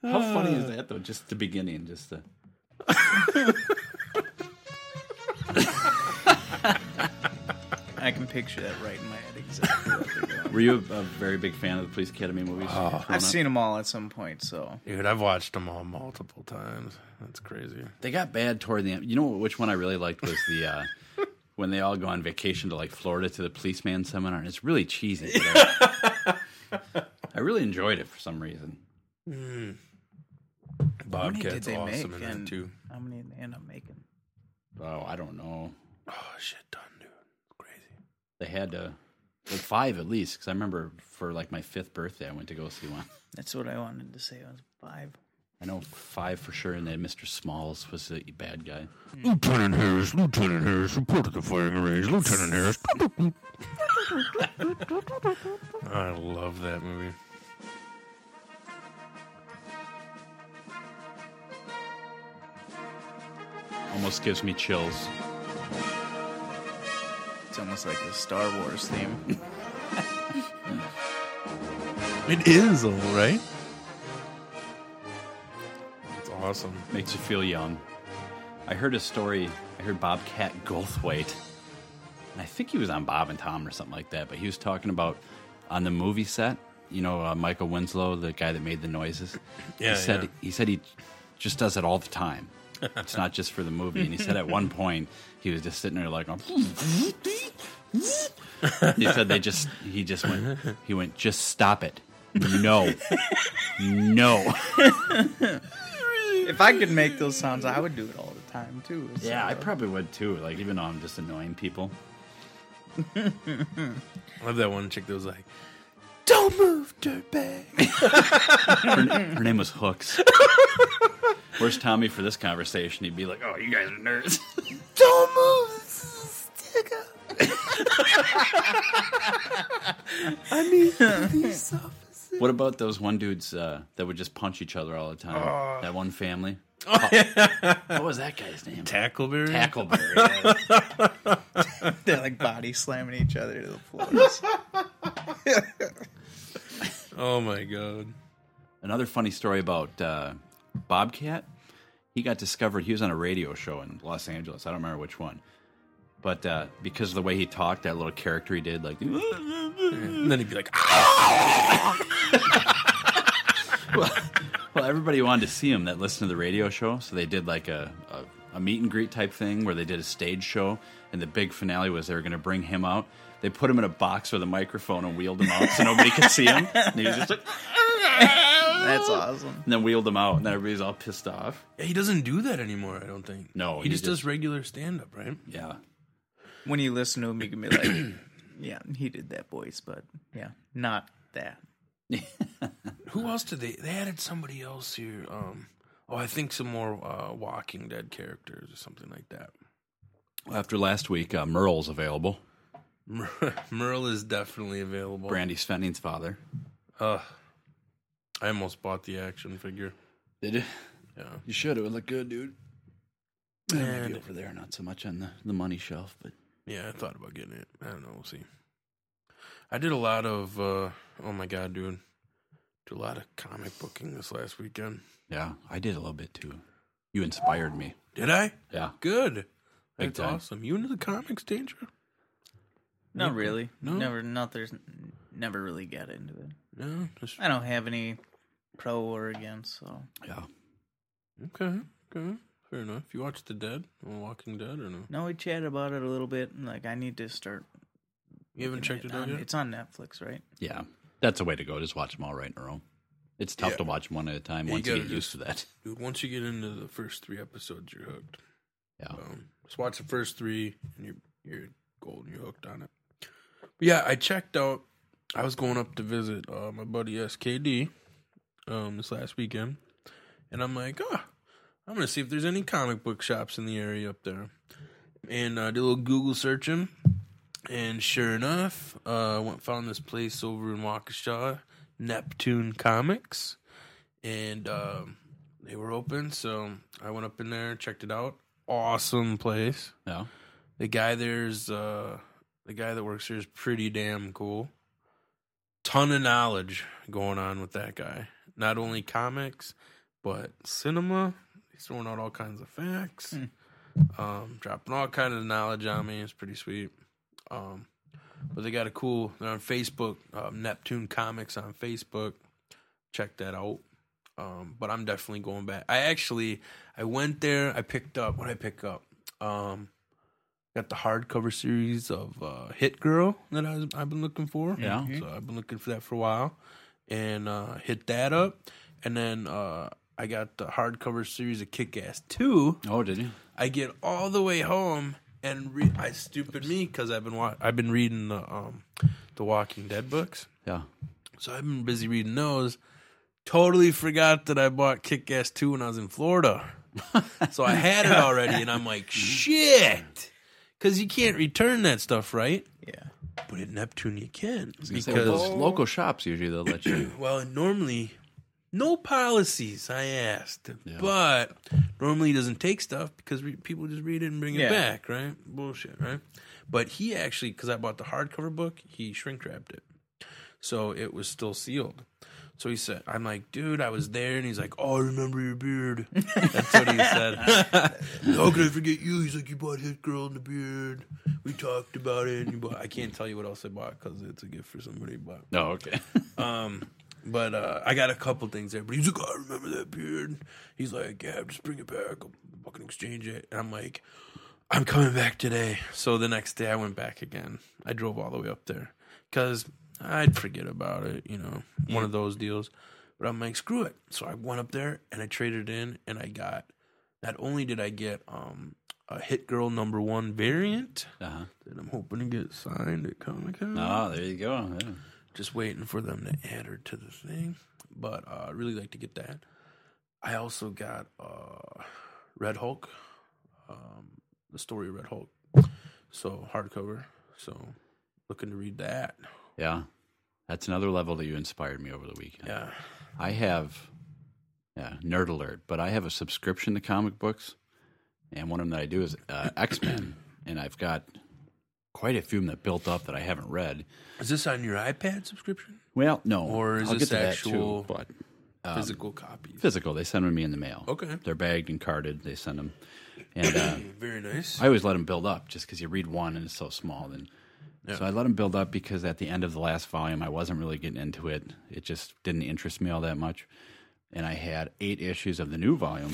How funny is that though? Just the beginning, just the. I can picture that right in my head exactly. what they're doing. Were you a, a very big fan of the Police Academy movies? I've seen them all at some point, so Dude, I've watched them all multiple times. That's crazy. They got bad toward the end. You know which one I really liked was the uh, when they all go on vacation to like Florida to the policeman seminar, and it's really cheesy. but I- I really enjoyed it for some reason. many did Bobcat's they awesome make? in that And- too. how many did they end up making? Oh, I don't know. Oh shit, done, dude. Crazy. They had to like five at least because I remember for like my fifth birthday, I went to go see one. That's what I wanted to say. I was five. I know five for sure, and then Mr. Smalls was the bad guy. Hmm. Lieutenant Harris, Lieutenant Harris, report to the firing range, Lieutenant Harris. I love that movie. Almost gives me chills. It's almost like the Star Wars theme. It is, all right. It's awesome. Makes you feel young. I heard a story. I heard Bobcat Goldthwait, and I think he was on Bob and Tom or something like that. But he was talking about on the movie set. You know, uh, Michael Winslow, the guy that made the noises. Yeah, he said yeah. he said he just does it all the time. It's not just for the movie. And he said at one point he was just sitting there like. he said they just he just went he went just stop it no no if I could make those sounds, I would do it all the time too. so- Yeah, I probably would too. Like even though I'm just annoying people. I love that one chick that was like, "Don't move, dirtbag." Her name was Hooks. Where's Tommy for this conversation? He'd be like, "Oh, you guys are nerds." Don't move. This is a stick I mean, police officer. what about those one dudes uh, that would just punch each other all the time? Oh. that one family. what was that guy's name? Tackleberry. Tackleberry. yeah. They're like body slamming each other to the floors. oh my god. Another funny story about uh, Bobcat. He got discovered. He was on a radio show in Los Angeles. I don't remember which one, but uh, because of the way he talked, that little character he did, like. And then he'd be like, "Ah!" Well, everybody wanted to see him that listened to the radio show, so they did like a, a, a meet and greet type thing where they did a stage show, and the big finale was they were going to bring him out. They put him in a box with a microphone and wheeled him out so nobody could see him. And he was just like, That's awesome. and then wheeled him out, and then everybody's all pissed off. Yeah, he doesn't do that anymore. I don't think. No, he, he just, does just- regular stand up, right? Yeah. When you listen to him, you can be like, "Yeah, he did that voice, but yeah, not that." Who else did they? They added somebody else here. Um, oh, I think some more uh, Walking Dead characters or something like that. Well, after last week, uh, Merle's available. Mer- Merle is definitely available. Brandy Svenning's father. Ugh. I almost bought the action figure. Did you? Yeah. You should. It would look good, dude. Maybe over there, not so much on the, the money shelf, but Yeah, I thought about getting it. I don't know. We'll see. I did a lot of. uh Oh my god, dude! Did a lot of comic booking this last weekend. yeah, I did a little bit too. You inspired me. Did I? Yeah. Good. Big That's time. awesome. You into the comics, Danger? Not really. No? Never. Not there's. Never really got into it. No, just I don't have any pro or against, so Yeah. Okay, okay, fair enough. You watch The Dead, or Walking Dead, or no? no. We chatted about it a little bit. and, Like, I need to start. You haven't checked it out on, yet. It's on Netflix, right? Yeah, that's a way to go. Just watch them all right in a row. It's tough Yeah. to watch them one at a time Yeah, you once you, gotta get used to that. Dude, once you get into the first three episodes, you're hooked. Yeah. Um, just watch the first three, and you're you're golden. You're hooked on it. But yeah, I checked out. I was going up to visit uh, my buddy SKD, um, this last weekend, and I'm like, ah, I'm gonna see if there's any comic book shops in the area up there, and uh, did a little Google searching, and sure enough, uh, went found this place over in Waukesha, Neptune Comics, and um, they were open, so I went up in there, checked it out. Awesome place. Yeah. The guy there's uh the guy that works here is pretty damn cool. Ton of knowledge going on with that guy. Not only comics, but cinema. He's throwing out all kinds of facts. Um, dropping all kinds of knowledge on me. It's pretty sweet. Um, but they got a cool they're on Facebook, um, Neptune Comics on Facebook. Check that out. Um, but I'm definitely going back. I actually I went there, I picked up what did I pick up? Um Got the hardcover series of uh, Hit Girl that I was, I've been looking for. Yeah. So I've been looking for that for a while and uh, hit that up. And then uh, I got the hardcover series of Kick Ass 2. Oh, did you? I get all the way home and re- I stupid me because I've been wa- I've been reading the um, the Walking Dead books. Yeah. So I've been busy reading those. Totally forgot that I bought Kick Ass 2 when I was in Florida. so I had it already, and I'm like, shit. Because you can't return that stuff, right? Yeah. But at Neptune, you can. Because Because, local shops usually they'll let you. well, and normally, no policies, I asked. But normally, he doesn't take stuff because re- people just read it and bring Yeah. it back, right? Bullshit, right? But he actually, because I bought the hardcover book, he shrink wrapped it. So it was still sealed. So he said, I'm like, dude, I was there. And he's like, oh, I remember your beard. That's what he said. How could I forget you? He's like, you bought Hit Girl and the beard. We talked about it. And you bought, I can't tell you what else I bought because it's a gift for somebody. But No, Oh, okay. Um, but uh, I got a couple things there. But he's like, "Oh, I remember that beard. He's like, yeah, just bring it back. I'll fucking exchange it. And I'm like, I'm coming back today. So the next day I went back again. I drove all the way up there because I'd forget about it, you know, one of those deals. But I'm like, screw it. So I went up there and I traded in and I got, not only did I get um, a Hit Girl number one variant Uh-huh. that I'm hoping to get signed at Comic Con Oh, there you go. Yeah. just waiting for them to add her to the thing. But uh, I really like to get that. I also got uh, Red Hulk, um, the story of Red Hulk, so hardcover. So looking to read that. Yeah. That's another level that you inspired me over the weekend. Yeah, I have, yeah, nerd alert, but I have a subscription to comic books. And one of them that I do is uh, X Men. And I've got quite a few of them that built up that I haven't read. is this on your iPad subscription? Well, no. Or is I'll this get to that actual- too, but Um, Physical copies. physical. They send them to me in the mail. Okay. They're bagged and carded. They send them. And uh, Very nice. I always let them build up just because you read one and it's so small. Then, so I let them build up because at the end of the last volume, I wasn't really getting into it. It just didn't interest me all that much, and I had eight issues of the new volume.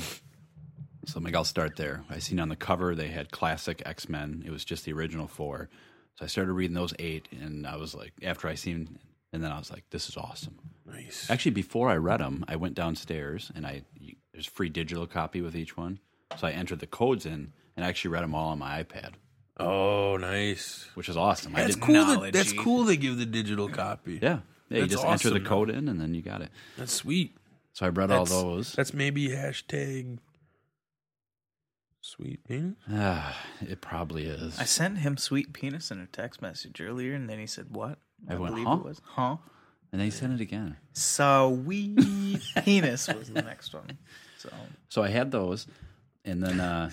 So I'm like, I'll start there. I seen on the cover they had classic X Men. It was just the original four. So I started reading those eight, and I was like, after I seen, and then I was like, this is awesome. Nice. Actually, before I read them, I went downstairs and I you- there's free digital copy with each one, so I entered the codes in and I actually read them all on my iPad, Oh, nice. which is awesome. I That's didn't- cool. That, that's Technology. cool. They give the digital copy. Yeah, yeah. You That's just awesome, enter the code in and then you got it. That's sweet. So I read That's, all those. That's maybe hashtag sweet Hmm? penis. Ah, it probably is. I sent him sweet penis in a text message earlier, and then he said, "What?" I went, "Huh?" was huh. and they sent it again. Sweet penis was the next one. So So I had those, and then uh,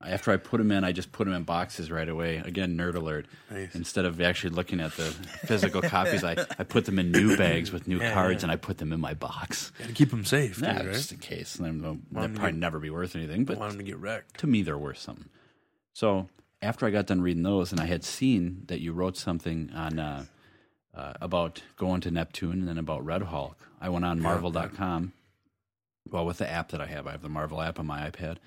after I put them in, I just put them in boxes right away. Again, nerd alert. Instead of actually looking at the physical copies, I, I put them in new bags with new cards, and I put them in my box. Gotta keep them safe, dude, Yeah, right? just in case. And then them they'd to probably get- never be worth anything, Don't want but them to get wrecked. to me, they're worth something. So after I got done reading those, and I had seen that you wrote something on uh, uh, about going to Neptune and then about Red Hulk, I went on Marvel.com. Well, with the app that I have, I have the Marvel app on my iPad,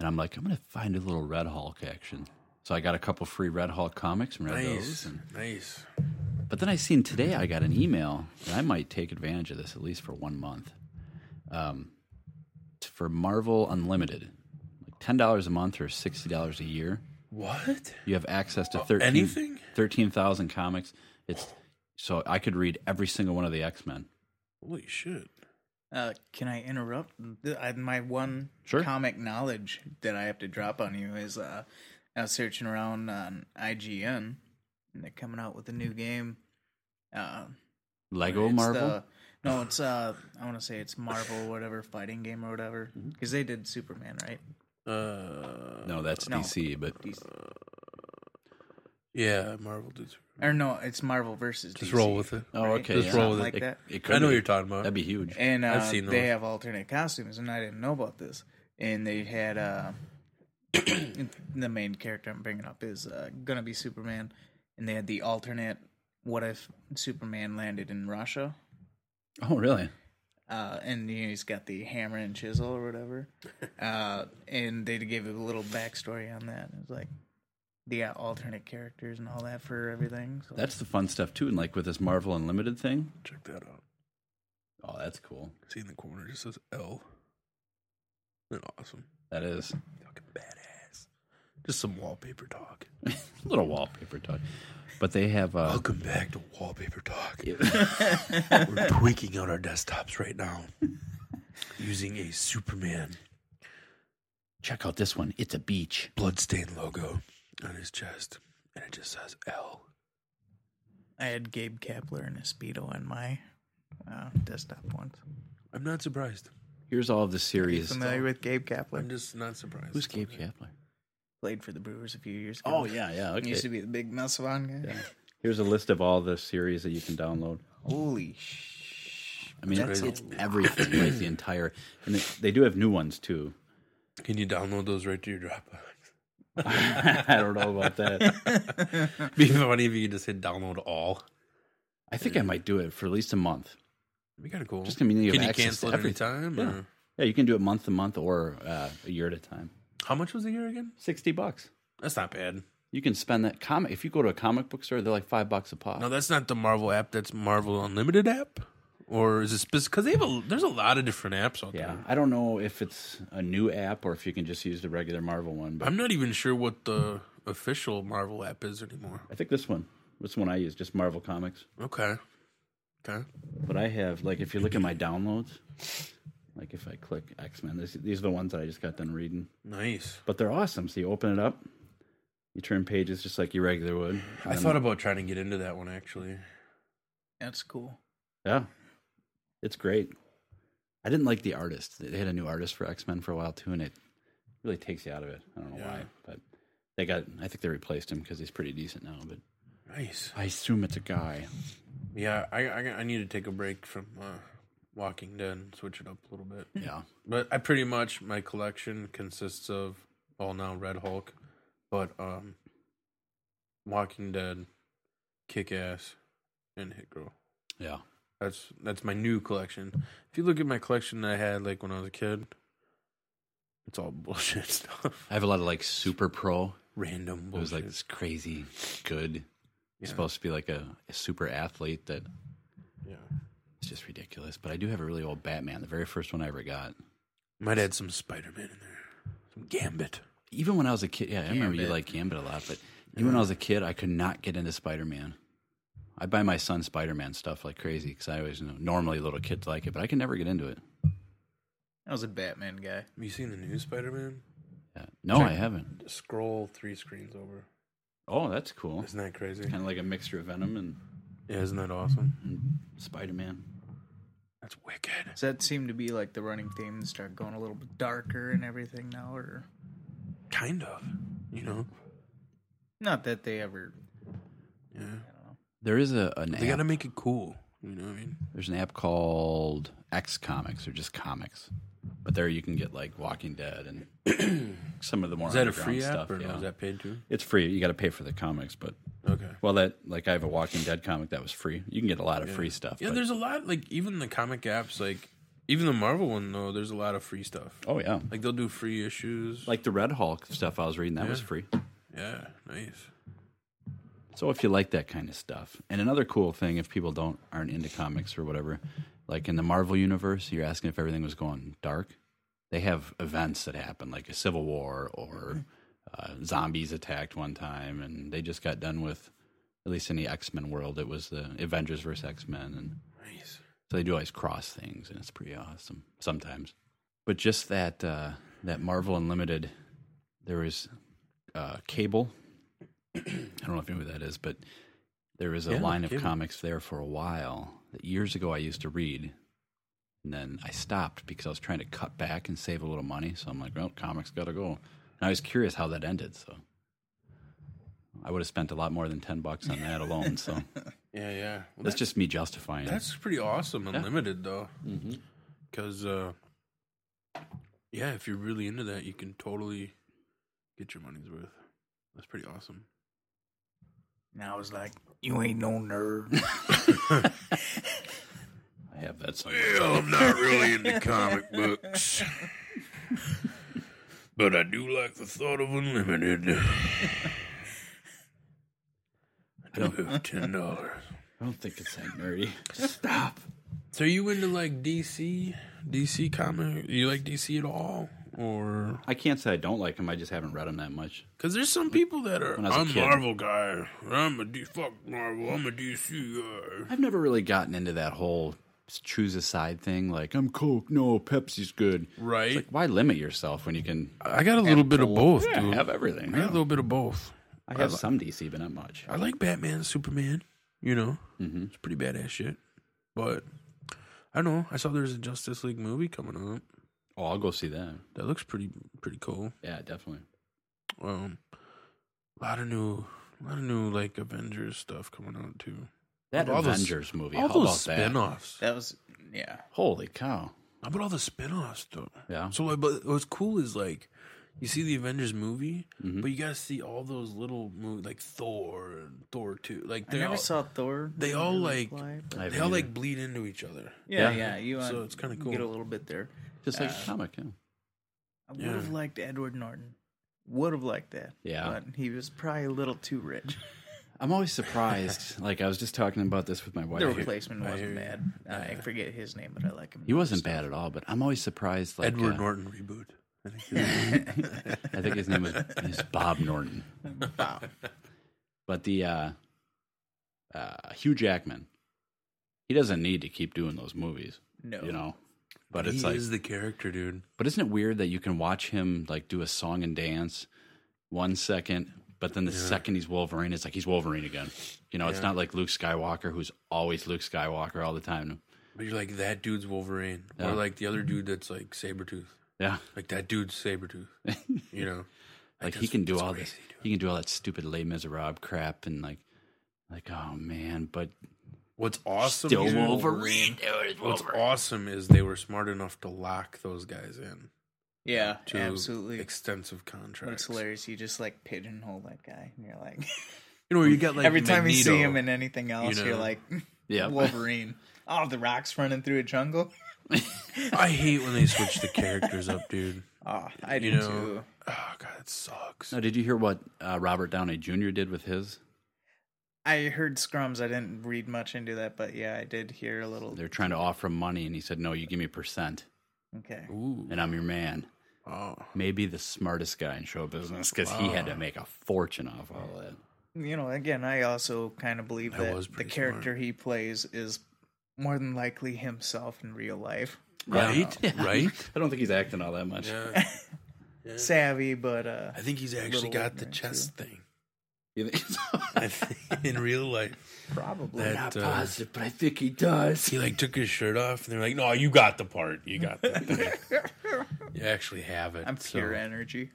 and I'm like, I'm going to find a little Red Hulk action. So I got a couple free Red Hulk comics and read those. Nice, And, nice. but then I seen today I got an email that I might take advantage of this at least for one month. Um, it's for Marvel Unlimited, like ten dollars a month or sixty dollars a year. What? You have access to 13, Oh, anything? 13,000 comics. It's so I could read every single one of the X Men. Holy shit! Uh, can I interrupt? Th- I, my one Sure. comic knowledge that I have to drop on you is uh, I was searching around on IGN, and they're coming out with a new game. Uh, Lego it's Marvel. the- no, it's uh, I want to say it's Marvel, whatever fighting game or whatever, because they did Superman, right? Uh, no, that's no. DC, but DC. yeah, Marvel did. Or no, it's Marvel versus. Just DC, roll with it. oh, right? okay, Let's yeah. roll with Something it. Like that. It could I be. know what you're talking about. That'd be huge. and uh, I've seen they those. have alternate costumes, and I didn't know about this. And they had uh, the main character I'm bringing up is uh, gonna be Superman, and they had the alternate what if Superman landed in Russia, oh, really? uh, and you know, he's got the hammer and chisel or whatever, uh, and they gave a little backstory on that. It was like they got alternate characters and all that for everything. So That's the fun stuff too. And like with this Marvel Unlimited thing. Check that out. Oh, that's cool. See in the corner, it just says L. Isn't that awesome? That is Fucking badass. Just some wallpaper talk. a little wallpaper talk. But they have uh, Welcome back to Wallpaper Talk. it- We're tweaking out our desktops right now using a Superman check out this one. It's a beach. bloodstain logo on his chest, and it just says L. I had Gabe Kapler and a speedo on my uh, desktop once. I'm not surprised. Here's all of the series. Familiar with Gabe Kapler? I'm just not surprised. Who's Gabe Kapler? played for the Brewers a few years ago. Oh yeah, yeah. He used to Okay. be the big Massavon guy. Here's a list of all the series that you can download. Holy sh! I mean, That's it's, a it's everything, right? The entire, and they, they do have new ones too. Can you download those right to your Dropbox? I don't know about that. Be funny if you could just hit download all. I think I might do it for at least a month. It'd be kind of cool. Just gonna mean you Can have you access cancel to it every everything. time? Yeah. or- Yeah, you can do it month to month or uh, a year at a time. How much was the year again? Sixty bucks. That's not bad. You can spend that comic. If you go to a comic book store, they're like five bucks a pop. No, that's not the Marvel app. That's Marvel Unlimited app, or is it specific? Because they have a, there's a lot of different apps out yeah, there. I don't know if it's a new app or if you can just use the regular Marvel one. But I'm not even sure what the official Marvel app is anymore. I think this one, this one I use, just Marvel comics. Okay, okay. But I have like if you look at my downloads, like if I click X Men, these, these are the ones that I just got done reading. Nice. But they're awesome. So you open it up, you turn pages just like you regular would. and I then- thought about trying to get into that one actually. That's cool. yeah, it's great. I didn't like the artist. They had a new artist for X Men for a while too, and it really takes you out of it. I don't know Yeah. why, but they got. I think they replaced him because he's pretty decent now. But Nice. I assume it's a guy. Yeah, I I, I need to take a break from uh, Walking Dead, switch it up a little bit. Yeah, But I pretty much my collection consists of all now Red Hulk, but um, Walking Dead, Kick Ass, and Hit Girl. yeah. That's that's my new collection. If you look at my collection that I had like when I was a kid, it's all bullshit stuff. I have a lot of like super pro Random It was bullshit. like this crazy good. Supposed to be like a, a super athlete that yeah. it's just ridiculous. But I do have a really old Batman, the very first one I ever got. Might add some Spider Man in there. Some Gambit. Even when I was a kid, yeah, I remember you Gambit. like Gambit a lot. But even when I was a kid, I could not get into Spider Man. I buy my son Spider Man stuff like crazy because I always know normally little kids like it, but I can never get into it. I was a Batman guy. Have you seen the Mm-hmm. new Spider Man? Yeah. No, Check- I haven't. Scroll three screens over. Oh, that's cool. Isn't that crazy? Kind of like a mixture of Venom and, Yeah, isn't that awesome? and Spider Man. That's wicked. Does that seem to be like the running theme? and Start going a little bit darker and everything now, or Kind of. You know? not that they ever. Yeah. There is a an They app. gotta make it cool. You know what I mean? There's an app called X Comics or just Comics, but there you can get like Walking Dead and some of the more Is that a underground free app stuff. or yeah. no? Is that paid too? It's free. You got to pay for the comics, but Okay. well, that like I have a Walking Dead comic that was free. You can get a lot of free stuff. Yeah, but- there's a lot like even the comic apps, like even the Marvel one though, there's a lot of free stuff. oh yeah, Like they'll do free issues. like the Red Hulk stuff I was reading that was Yeah. free. yeah, nice. So if you like that kind of stuff, and another cool thing, if people don't aren't into comics or whatever, like in the Marvel universe, you're asking if everything was going dark. They have events that happen, like a civil war or uh, zombies attacked one time, and they just got done with, at least in the X Men world, it was the Avengers versus X Men, and Nice. So they do always cross things, and it's pretty awesome sometimes. But just that uh, that Marvel Unlimited, there was uh, Cable. I don't know if you know who that is, but there was a Yeah, line of Cable. comics there for a while that years ago I used to read, and then I stopped because I was trying to cut back and save a little money. So I'm like, well, comics gotta go. And I was curious how that ended, so I would have spent a lot more than ten bucks on that alone. So Yeah, yeah. Well, that's just me justifying. it. That's pretty awesome. Unlimited though, because uh, yeah, if you're really into that, you can totally get your money's worth. That's pretty awesome. And I was like, you ain't no nerd. I have that Well, I'm not really into comic books, but I do like the thought of unlimited. I do have ten dollars. I don't think it's that nerdy. So are you into like DC, DC comic? You like DC at all, or I can't say I don't like him. I just haven't read him that much. Because there's some people that are, When I was a I'm a kid. Marvel guy. I'm a D, fuck Marvel. I'm a DC guy. I've never really gotten into that whole s- choose a side thing. Like I'm Coke, no Pepsi's good. Right. Like why limit yourself when you can I got a little bit of both, dude. have everything? I got a little bit of both. I have some DC, but not much. I like Batman, Superman. You know, Mm-hmm. it's pretty badass shit. But I don't know. I saw there's a Justice League movie coming up. Oh, I'll go see that. That looks pretty pretty cool. Yeah, definitely. Um, a lot of new, a lot of new like Avengers stuff coming out too. That All those- Avengers movie. all how those about that? spin-offs. that was, yeah. Holy cow! How about all the spin-offs though? Yeah. So, like, but what's cool is like, you see the Avengers movie, Mm-hmm. but you gotta see all those little movies like Thor and Thor two. Like I they never all, saw Thor. they all, really like- fly, but- I they haven't all either. like bleed into each other. yeah, Yeah. yeah. You So uh, it's kinda Get a cool. little bit there. just like uh, a comic. Yeah. I would have Yeah. liked Edward Norton. Would have liked that. Yeah. But he was probably a little too rich. I'm always surprised. like I was just talking about this with my wife. The replacement I wasn't hear bad. I forget his name, but I like him. He wasn't bad at all, but I'm always surprised. Like Edward uh, Norton reboot. I think it is. I think his name was is Bob Norton. Wow. But the uh, uh, Hugh Jackman, he doesn't need to keep doing those movies, No. you know. But he it's like, is the character, dude. but isn't it weird that you can watch him like do a song and dance one second, but then the second he's Wolverine, it's like he's Wolverine again. You know, it's not like Luke Skywalker, who's always Luke Skywalker all the time. But you're like that dude's Wolverine, Yeah. or like the other dude that's like Sabretooth. Yeah, Like that dude's Sabretooth. You know, like he that's- can do that's all crazy, this. He can do all that stupid Les Miserables crap and like, like oh man, but What's awesome? still dude, Wolverine. What's awesome is they were smart enough to lock those guys in. Yeah, to absolutely. extensive But it's contracts. hilarious. You just like pigeonhole that guy, and you're like, You know, you got like every time you see Magneto. him in anything else, you know? are like, Yeah. Wolverine. Oh, the rock's running through a jungle. I hate when they switch the characters up, dude. Oh, I do You know, too. oh god, it sucks. Now, did you hear what uh, Robert Downey Jr. did with his? I heard scrums. I didn't read much into that, but yeah, I did hear a little. They're trying to offer him money, and he said, "No, you give me a percent, Okay. Ooh, and I'm your man." oh, Maybe the smartest guy in show business because he had to make a fortune off all that. you know, again, I also kind of believe I that was the pretty character he plays is more than likely himself in real life. right, right. I don't think he's acting all that much. Yeah, Savvy, but uh, I think he's actually Little got the ignorant, chest thing. You think so? I think in real life, probably. that uh, but I think he does. he like took his shirt off, and they're like, "No, you got the part. You got the thing. you actually have it." I'm so, pure energy.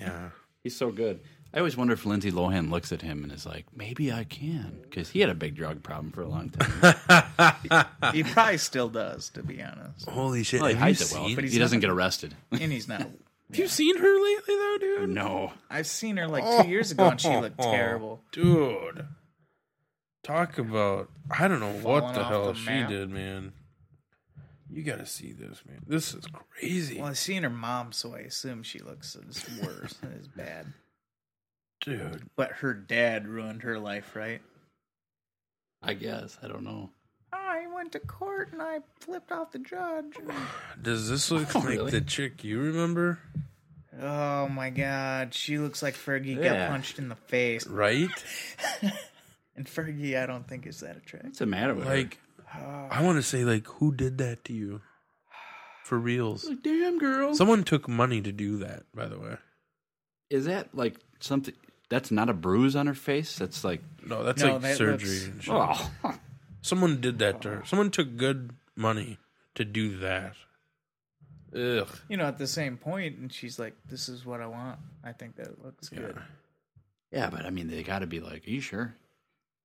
Yeah. He's so good. I always wonder if Lindsay Lohan looks at him and is like, "Maybe I can," because he had a big drug problem for a long time. He probably still does, to be honest. Holy shit! Well, he have you hides it well, seen? but he's he doesn't not- get arrested. And he's not. Have you seen her lately, though, dude? no, I've seen her like two years ago, and she looked terrible. dude. Talk about I don't know what Falling the off hell the she map. did, man. You gotta see this, man. This is crazy, Well, I've seen her mom, so I assume she looks as worse and as bad. dude. But her dad ruined her life, right? I guess I don't know. I went to court and I flipped off the judge. Does this look like really? the chick you remember? Oh my god, she looks like Fergie got Yeah. punched in the face. Right? And Fergie, I don't think is that attractive. What's the matter with her? like, Uh, I want to say like, who did that to you? For reals, Damn girl. someone took money to do that. By the way, is that like something that's not a bruise on her face? That's like no, that's No, like that- Oh. surgery. that's- and shit. oh Someone did that to her. Someone took good money to do that. Ugh. You know, at the same point, and she's like, "This is what I want. I think that looks good." yeah, but I mean they got to be like, are you sure?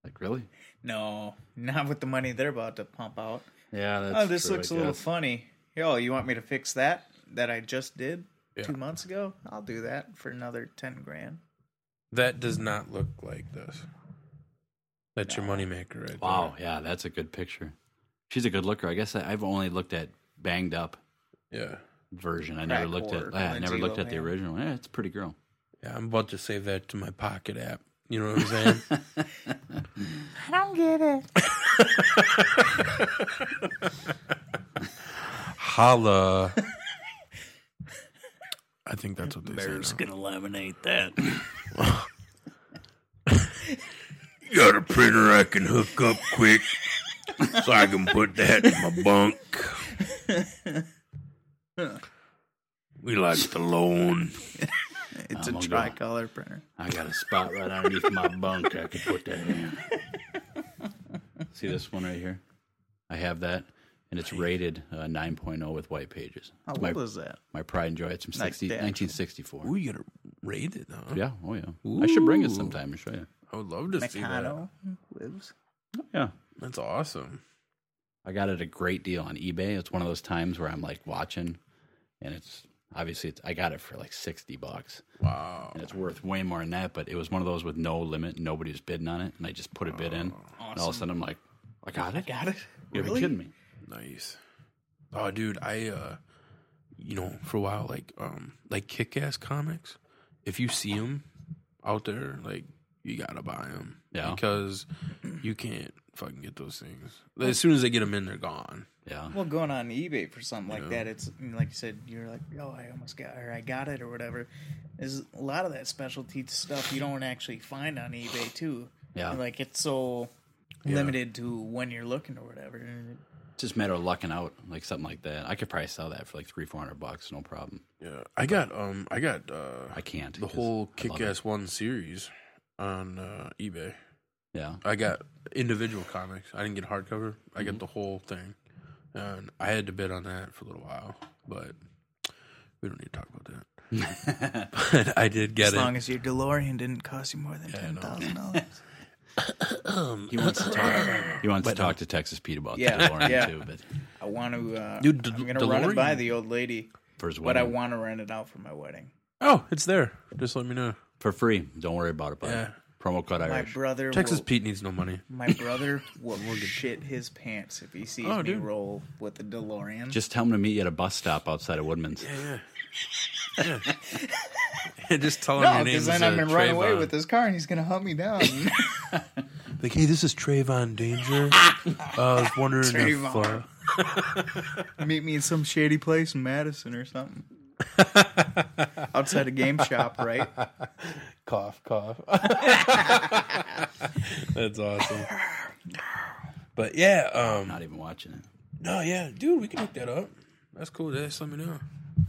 Like really? No, not with the money they're about to pump out. Yeah. That's oh, this looks a little funny. Yo, you want me to fix that that I just did Yeah. two months ago? I'll do that for another ten grand. That does not look like this. That's your moneymaker right Wow. Yeah, that's a good picture. She's a good looker. I guess I, I've only looked at banged up there. version. I never Crack looked at. whore, I never Lindsay looked at the Lohan. original. Yeah, it's a pretty girl. Yeah. Yeah, I'm about to save that to my pocket app. You know what I'm saying? Holla. I think that's what they say. gonna laminate that. You got a printer I can hook up quick so I can put that in my bunk. We like the loan. It's I'm a gonna go- tricolor printer. I got a spot right underneath my bunk. I could put that in. See this one right here? I have that, and it's rated uh, 9.0 with white pages. How It's my, old is that? my pride and joy. It's from 60, that. 1964. Ooh, you gotta rate it, huh? Yeah. Oh yeah. I should bring it sometime and show you. I would love to see that. Meccano lives. yeah. That's awesome. I got it a great deal on eBay. It's one of those times where I'm like watching, and it's obviously it's, I got it for like 60 bucks. Wow. and it's worth way more than that. But it was one of those with no limit. Nobody was bidding on it, and I just put a bid in. And all of a sudden, I'm like, I got it. Got it. You're kidding me? Nice. Oh, dude, I uh, you know, for a while, like um, like kick ass comics. If you see them out there, like you gotta buy them. Yeah. Because you can't fucking get those things. As soon as they get them in, they're gone. Yeah. Well, going on eBay for something like that, it's I mean, like you said, you're like, oh, I almost got or I got it or whatever. Is a lot of that specialty stuff you don't actually find on eBay too. Yeah. And, like it's so limited to when you're looking or whatever. And It's just a matter of lucking out, like something like that. I could probably sell that for like three, four hundred bucks, no problem. Yeah. I got um, I got uh, I can't. the 'cause whole I love kick ass one series on uh, eBay. it. Yeah. I got individual comics. I didn't get hardcover. I Mm-hmm. got the whole thing, and I had to bid on that for a little while, but we don't need to talk about that. but I did get As it. long as your DeLorean didn't cost you more than ten thousand dollars. He wants to talk. He wants to talk to Texas Pete about Yeah, the DeLorean yeah. too, but I want to. Uh, Dude, De- I'm gonna run it by DeLorean. the old lady, for his but I wedding, want to rent it out for my wedding. oh, it's there. Just let me know. for free. Don't worry about it. Buddy. Yeah. Promo code My Irish. brother, Texas will, Pete needs no money. my brother will shit his pants if he sees Oh, me dude. roll with the DeLorean. just tell him to meet you at a bus stop outside of Woodman's. Just tell him No, your name because is then uh, I'm gonna run away Trayvon. with his car and he's gonna hunt me down. Like, hey, this is Trayvon Danger. uh, I was wondering if. Trayvon. Uh, Meet me in some shady place in Madison or something. Outside a game shop, right? cough, cough. That's awesome. But yeah, um, Not even watching it. No, yeah, dude, we can hook that up. That's cool. Just let me know.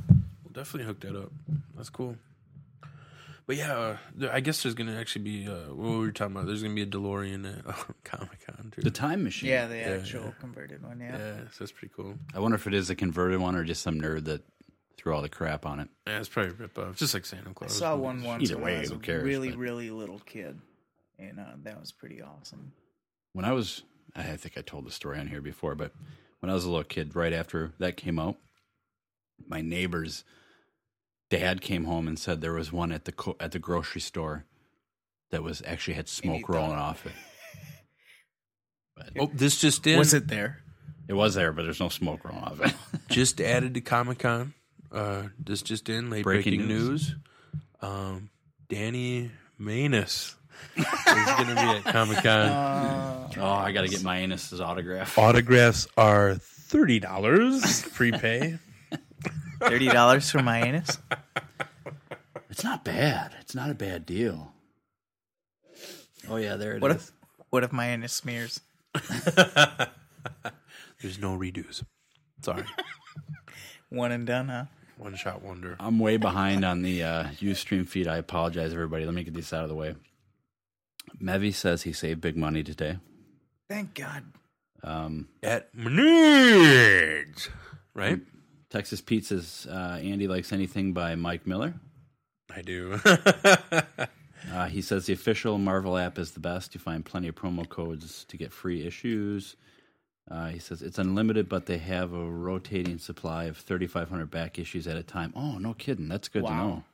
We'll definitely hook that up. That's cool. But yeah, uh, there- I guess there's gonna actually be uh, what we were talking about. There's gonna be a DeLorean at oh, Comic Con too. The time machine. Yeah, the actual converted one. Yeah. yeah, so that's pretty cool. I wonder if it is a converted one or just some nerd that threw all the crap on it. Yeah, it's probably a rip off, just like Santa I Claus. saw one once Either when way, I was who a cares, really, but- really little kid, and uh, that was pretty awesome. when I was, I think I told the story on here before, but when I was a little kid, right after that came out, my neighbor's dad came home and said there was one at the co- at the grocery store that was actually had smoke rolling off it. Oh, this just in. it there? It was there, but there's no smoke rolling off it. just added to Comic Con. Uh, this just in. Late breaking, Breaking news. news. Um, Danny Manus is gonna be at Comic Con. oh, I got to get my anus's autograph. Autographs are thirty dollars prepay. Thirty dollars for my anus? It's not bad. It's not a bad deal. Oh yeah, there it is. What if, what if my anus smears? There's no redos. Sorry. One and done, huh? One shot wonder. I'm way behind on the uh, Ustream feed. I apologize, everybody. Let me get these out of the way. Mevy says he saved big money today. Thank God. Um, At Menards. Right? Texas Pizza's uh, Andy Likes Anything by Mike Miller. I do. Uh, he says the official Marvel app is the best. You find plenty of promo codes to get free issues. Uh, he says it's unlimited, but they have a rotating supply of 3,500 back issues at a time. Oh, no kidding. That's good to Wow. know.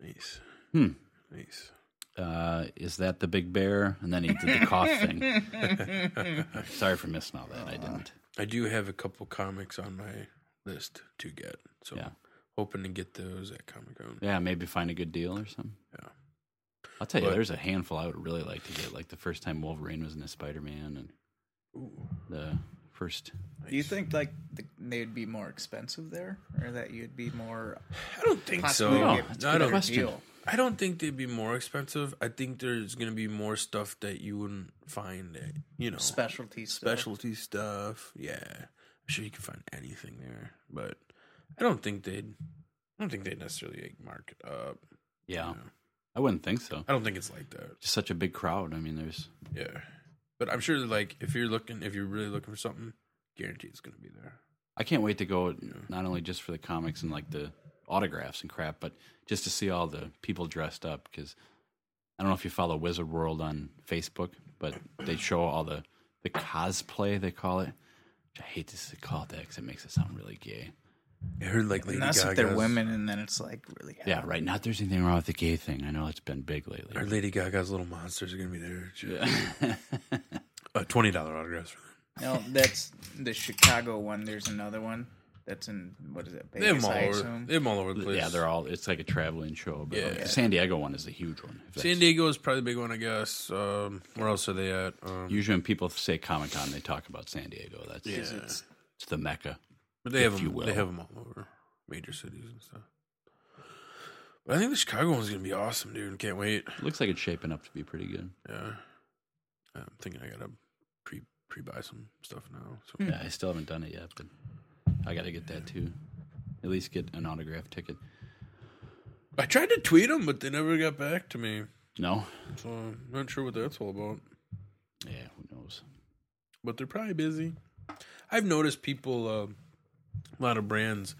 nice. Hmm. Nice. uh, is that the big bear? And then he did the cough thing. Sorry for missing all that. I didn't. I do have a couple comics on my list to get. So Yeah. hoping to get those at Comic Con. Yeah, maybe find a good deal or something. Yeah. I'll tell you, But- there's a handful I would really like to get. Like the first time Wolverine was in a Spider Man and the first. Do you think like the, they'd be more expensive there, or that you'd be more I don't think possibly No, so. get that's a a good I better don't question. deal? I don't think they'd be more expensive. I think there's gonna be more stuff that you wouldn't find at you know Specialty stuff. specialty stuff. Yeah, I'm sure you can find anything there, but I don't think they'd. I don't think they'd necessarily like, mark it up. Yeah, Yeah. I wouldn't think so. I don't think it's like that. Just such a big crowd. I mean, there's. Yeah, but I'm sure like if you're looking, if you're really looking for something, guarantee it's gonna be there. I can't wait to go not only just for the comics and like the autographs and crap, but just to see all the people dressed up. Because I don't know if you follow Wizard World on Facebook, but they show all the the cosplay they call it. Which I hate to call it that because it makes it sound really gay. I heard like Lady And that's if they're Gaga's- women, and then it's like really. Yeah, right. Not there's anything wrong with the gay thing. I know it's been big I heard lately. Lady Gaga's little monsters are gonna be there. Yeah. Uh, Twenty dollar autographs for them. No, that's the Chicago one. There's another one that's in what is it? They have Vegas, them I all over. assume. They have them all over the place. yeah, they're all. It's like a traveling show. But Yeah. the San Diego one is a huge one. If San that's- Diego is probably the big one, I guess. Um, where else are they at? Um, Usually, when people say Comic Con, they talk about San Diego. That's Yeah. it's, it's the mecca. But they have if them, you will. they have 'em all over major cities and stuff. But I think the Chicago one's gonna be awesome, dude. Can't wait. Looks like it's shaping up to be pretty good. Yeah, I'm thinking I gotta pre pre buy some stuff now. So Yeah, I still haven't done it yet, but I got to get that too. At least get an autograph ticket. I tried to tweet them, but they never got back to me. No? So I'm not sure what that's all about. Yeah, who knows? But they're probably busy. I've noticed people, uh, a lot of brands,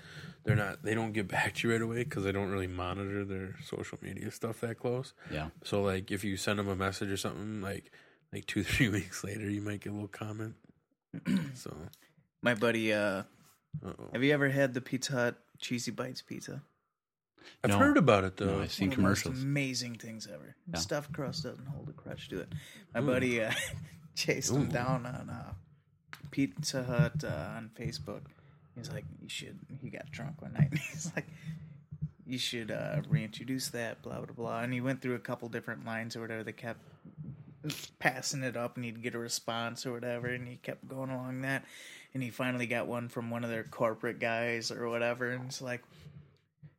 they're not they don't get back to you right away because they don't really monitor their social media stuff that close. Yeah. So like if you send them a message or something, like like two three weeks later, you might get a little comment. so My buddy. Uh, uh-oh. have you ever had the Pizza Hut cheesy bites pizza? I've No. heard about it though. No, I've seen One of the most commercials. amazing things ever. Yeah. Stuffed crust doesn't hold a crutch to it. My buddy uh, chased him down on uh, Pizza Hut uh, on Facebook. He's like, you should. He got drunk one night. And he's like, you should uh, reintroduce that. Blah blah blah. And he went through a couple different lines or whatever. They kept passing it up, and he'd get a response or whatever. And he kept going along that. And he finally got one from one of their corporate guys or whatever. And it's like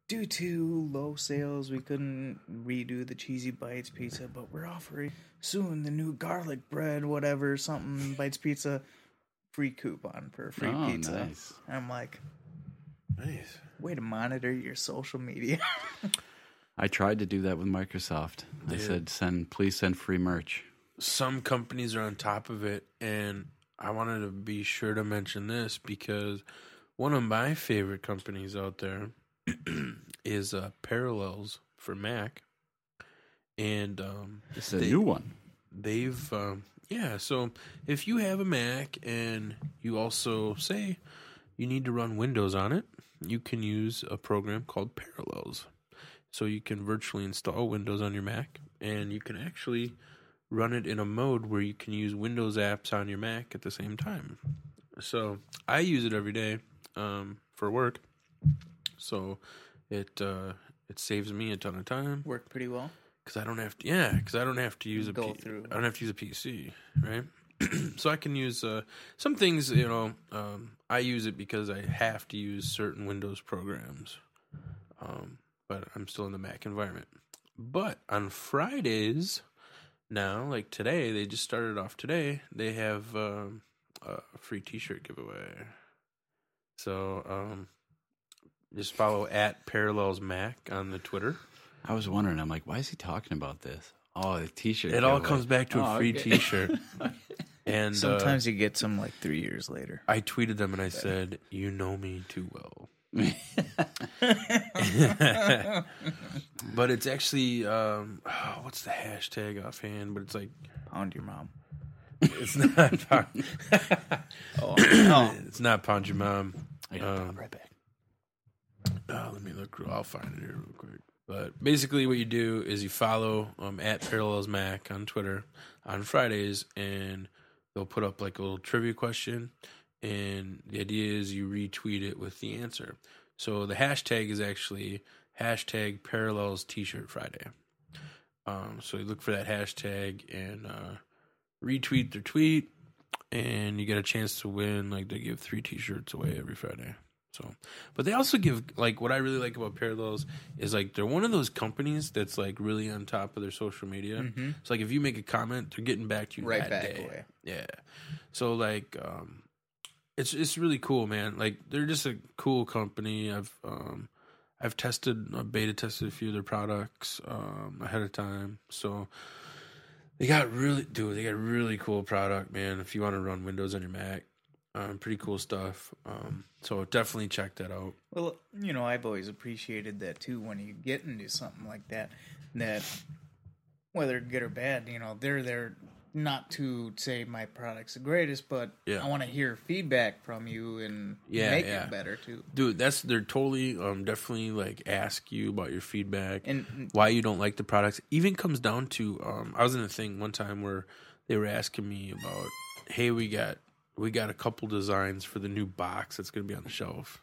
due to low sales, we couldn't redo the cheesy bites pizza, but we're offering soon the new garlic bread, whatever, something bites pizza, free coupon for a free Oh, pizza. nice. I'm like, Nice. way to monitor your social media. I tried to do that with Microsoft. I said, "Send, please send free merch." Some companies are on top of it, and I wanted to be sure to mention this because one of my favorite companies out there is uh, Parallels for Mac, and um, This is a new one. they've um, yeah so if you have a mac and you also say you need to run windows on it you can use a program called parallels so you can virtually install windows on your mac and you can actually run it in a mode where you can use windows apps on your mac at the same time so i use it every day um, for work so it uh, it saves me a ton of time Worked pretty well. because I don't have to. Yeah, because I don't have to use a. Go P- through. I don't have to use a PC, right? so I can use uh, some things. You know, um, I use it because I have to use certain Windows programs, um, but I'm still in the Mac environment. But on Fridays now, like today, they just started off today. They have um, a free T-shirt giveaway. So um, just follow at Parallels Mac on the Twitter. I was wondering. I'm like, why is he talking about this? Oh, the T-shirt. It all giveaway. comes back to a Oh, free okay. T-shirt. And uh, Sometimes you get some like three years later. I tweeted them and I said, "You know me too well." but it's actually um, oh, what's the hashtag offhand? But it's like Pound your mom. it's not pound, Oh, oh. it's not pound your mom. I gotta Um, pop right back. Uh, let me look. real- I'll find it here real quick. But basically, what you do is you follow um, at Parallels Mac on Twitter on Fridays, and they'll put up like a little trivia question, and the idea is you retweet it with the answer. So the hashtag is actually hashtag Parallels T-shirt Friday. Um, so you look for that hashtag and uh, retweet their tweet, and you get a chance to win. Like they give three T-shirts away every Friday. So, but they also give like what I really like about Parallels is like they're one of those companies that's like really on top of their social media. It's like if you make a comment, they're getting back to you Mm-hmm. that Right back day. away. Yeah. So like, um, it's it's really cool, man. Like they're just a cool company. I've um, I've tested, uh, beta tested a few of their products um, ahead of time. So they got really, dude, they got a really cool product, man. If you want to run Windows on your Mac, um, pretty cool stuff. Um, so definitely check that out. Well, you know, I've always appreciated that too when you get into something like that, that whether good or bad, you know, they're there not to say my product's the greatest, but Yeah. I want to hear feedback from you and Yeah, make yeah. it better too. Dude, that's they're totally um definitely like ask you about your feedback And- why you don't like the products. Even comes down to um I was in a thing one time where they were asking me about hey we got we got a couple designs for the new box that's gonna be on the shelf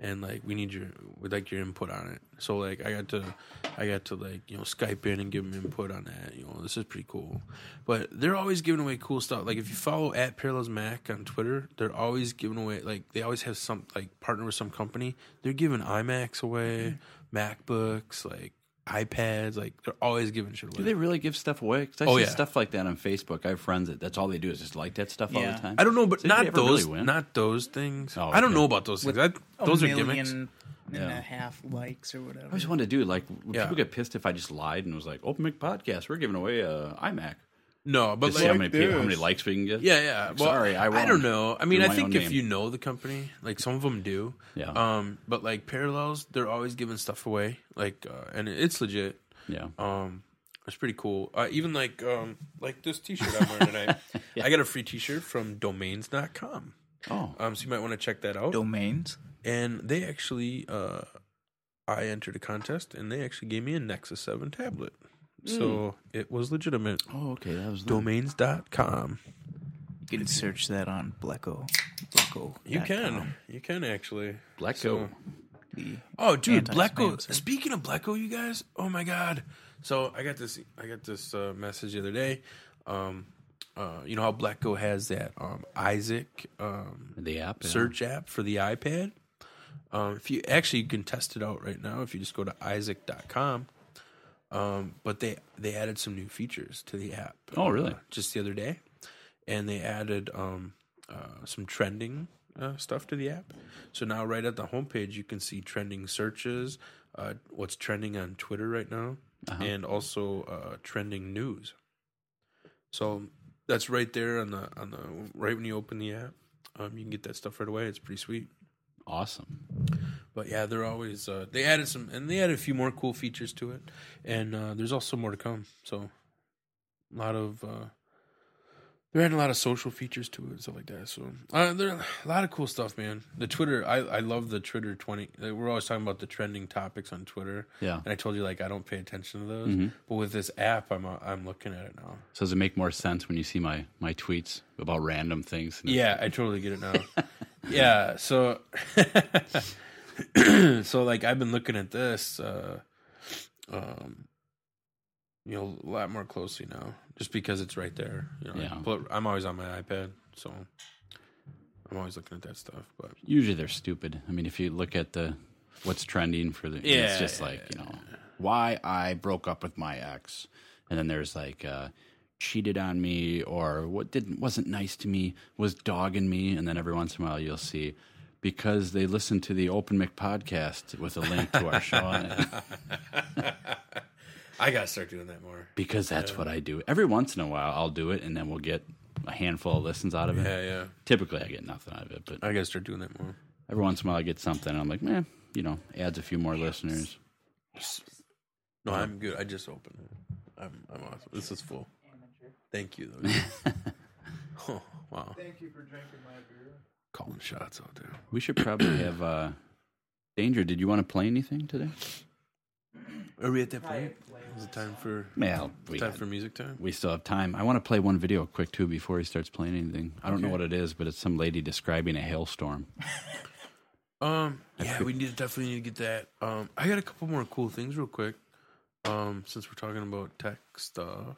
and like we need your we'd like your input on it. So like I got to I got to like, you know, Skype in and give them input on that. You know, this is pretty cool. But they're always giving away cool stuff. Like if you follow at Parallels Mac on Twitter, they're always giving away like they always have some like partner with some company. They're giving iMacs away, MacBooks, like iPads, like they're always giving shit Do away. they really give stuff away? 'Cause I Oh, see yeah. stuff like that on Facebook. I have friends that that's all they do is just like that stuff all Yeah. the time. I don't know, but Does anybody not ever those, really win? not those things. Oh, I don't okay. know about those things. With I, those a are million gimmicks. and Yeah. a half likes or whatever. I always wanted to do like when Yeah. people get pissed if I just lied and was like, "Open mic podcast, we're giving away a iMac." No, but Just see how like many people, how this. many likes we can get. Yeah, yeah. Well, Sorry, I won't don't know. I mean, do I my think own if name. you know the company, like some of them do. Yeah. Um, but like parallels, they're always giving stuff away. Like, uh, and it's legit. yeah. Um, it's pretty cool. Uh, even like um, like this T-shirt I'm wearing tonight. I got a free T-shirt from Domains.com. Oh, Um, so you might want to check that out. domains. and they actually, uh, I entered a contest, and they actually gave me a Nexus Seven tablet. So it was legitimate. oh, okay, that was nice. Domains.com. You can search that on Bleco. Bleco. You can. You can actually. Blacko. So- Oh, dude, Anti-spam Blacko. site. Speaking of Blacko, you guys. Oh my god. So I got this. I got this uh, message the other day. Um, uh, you know how Blacko has that um, Isaac um, the app yeah. search app for the iPad. Um, if you actually you can test it out right now if you just go to isaac.com. Um, but they they added some new features to the app. Oh, really? uh, just the other day, and they added um, uh, some trending uh, stuff to the app. So now, right at the homepage, you can see trending searches, uh, what's trending on Twitter right now, Uh-huh. and also uh, trending news. So that's right there on the on the right when you open the app. Um, you can get that stuff right away. It's pretty sweet. Awesome. But yeah, they're always uh, they added some and they added a few more cool features to it, and uh, there's also more to come. So a lot of uh, they're adding a lot of social features to it and stuff like that. So uh, there are a lot of cool stuff, man. The Twitter, I I love the Twitter twenty. like, We're always talking about the trending topics on Twitter. Yeah. and I told you like I don't pay attention to those, but with this app, I'm uh, I'm looking at it now. So does it make more sense when you see my my tweets about random things? And it's- Yeah, I totally get it now. yeah, so so like I've been looking at this uh um you know a lot more closely now just because it's right there, you know. I Yeah. pull it- I'm always on my iPad, so I'm always looking at that stuff, but Usually they're stupid. I mean, if you look at the what's trending for the, Yeah, it's just yeah, like you know why I broke up with my ex, and then there's like uh, cheated on me or what didn't wasn't nice to me was dogging me and then every once in a while you'll see because they listened to the open mic podcast with a link to our show on it I gotta start doing that more. because that's what I do every once in a while I'll do it and then we'll get a handful of listens out of it Yeah, yeah. typically I get nothing out of it but I gotta start doing that more. every once in a while I get something and I'm like man you know adds a few more listeners No, I'm good. I just opened it. I'm I'm awesome. This is full. Thank you. Though. oh wow. Thank you for drinking my beer. Calling shots out there. we should probably have uh danger did you want to play anything today Are we at that point? Is it time for well we time for music time? we still have time. I want to play one video quick too before he starts playing anything. I don't know what it is, but it's some lady describing a hailstorm. Um, yeah, we need definitely need to get that. Um, I got a couple more cool things real quick. Um, since we're talking about tech stuff.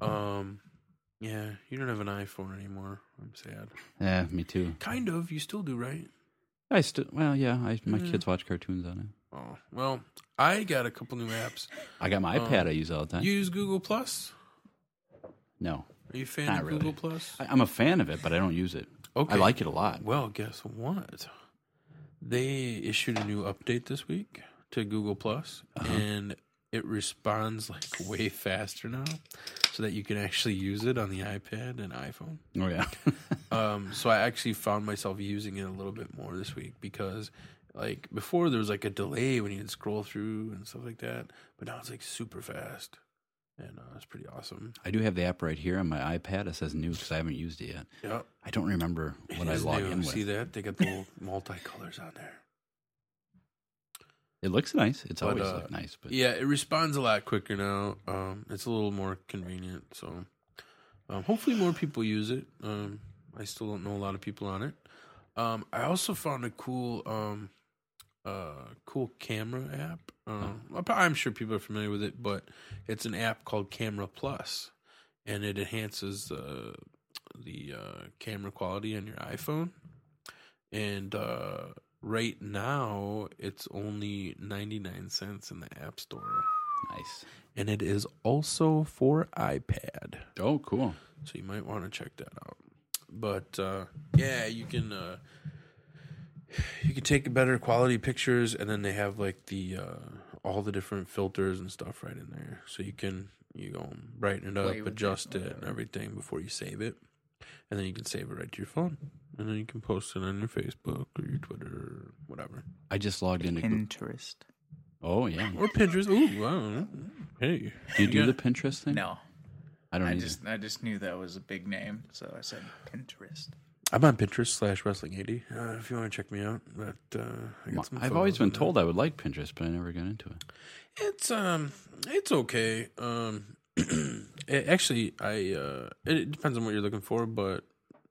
Um, yeah, you don't have an iPhone anymore. I'm sad. Yeah, Eh, me too. Kind of. You still do, right? I still well, yeah. I, my Hmm. kids watch cartoons on it. Oh well, I got a couple new apps. I got my iPad. I use all the time. Oh. You use Google Plus? no, Are you a fan Not of really. Google Plus? I, I'm a fan of it, but I don't use it. Okay. I like it a lot. Well, guess what? They issued a new update this week to Google Plus, Uh-huh. and it responds like way faster now, so that you can actually use it on the iPad and iPhone. Oh yeah, Um, so I actually found myself using it a little bit more this week because, like before, there was like a delay when you'd scroll through and stuff like that, but now it's like super fast, and uh, it's pretty awesome. I do have the app right here on my iPad. It says new because I haven't used it yet. Yeah, I don't remember what I log in with. See that they got the little multicolors on there. It looks nice. It's But, always uh, looked nice, but Yeah, it responds a lot quicker now. Um, it's a little more convenient. So um, hopefully more people use it. Um, I still don't know a lot of people on it. Um, I also found a cool, um, uh, cool camera app. Um, I'm pro- I'm sure people are familiar with it, but it's an app called Camera Plus, and it enhances uh, the uh, camera quality on your iPhone. And uh, right now, it's only 99 cents in the App Store. nice. And it is also for iPad. Oh, cool. So you might want to check that out. But uh, yeah, you can uh, you can take better quality pictures, and then they have like the uh, all the different filters and stuff right in there, so you can you go and brighten it Play up, with it, adjust it, and everything before you save it, and then you can save it right to your phone, and then you can post it on your Facebook or your Twitter or whatever I just logged into. Goo- Pinterest. oh yeah, or Pinterest. Ooh, wow. hey, do you do the Pinterest thing? No, I don't. I either. just I just knew that was a big name, so I said Pinterest. I'm on Pinterest slash Wrestling eighty uh, if you want to check me out. But uh, I got some I've always photos been on there. told I would like Pinterest, but I never got into it. It's um, it's okay. Um, it, actually, I uh, it, it depends on what you're looking for, but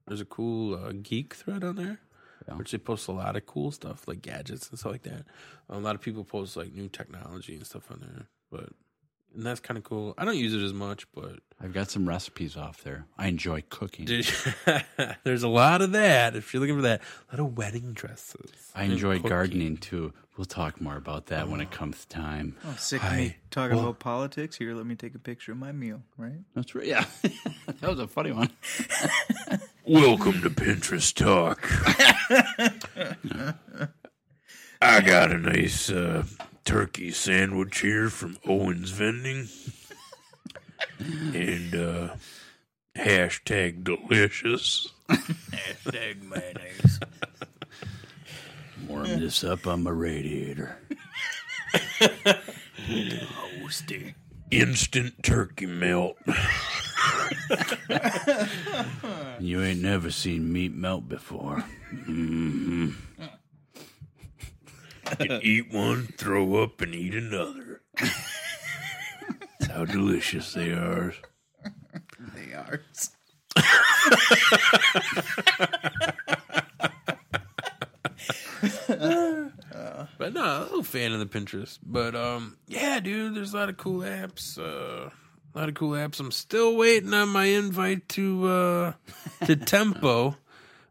there's a cool uh, geek thread on there, Yeah. which they post a lot of cool stuff like gadgets and stuff like that. A lot of people post like new technology and stuff on there, but and that's kind of cool. I don't use it as much, but I've got some recipes off there. I enjoy cooking. Dude, there's a lot of that. If you're looking for that, a lot of wedding dresses. I enjoy cooking. gardening too. We'll talk more about that when it comes time. Oh, sick Hi. of me talking Well- about politics. Here, let me take a picture of my meal. Right? That's right. Yeah, that was a funny one. Welcome to Pinterest Talk. I got a nice uh, turkey sandwich here from Owen's Vending. And uh, hashtag delicious. Egg mayonnaise. Warm this up on my radiator. Instant turkey melt. You ain't never seen meat melt before. Mm-hmm. eat one, throw up, and eat another. That's how delicious they are. They are. But no, I'm a little fan of the Pinterest. But um, yeah, dude, there's a lot of cool apps. Uh, a lot of cool apps. I'm still waiting on my invite to uh to Tempo.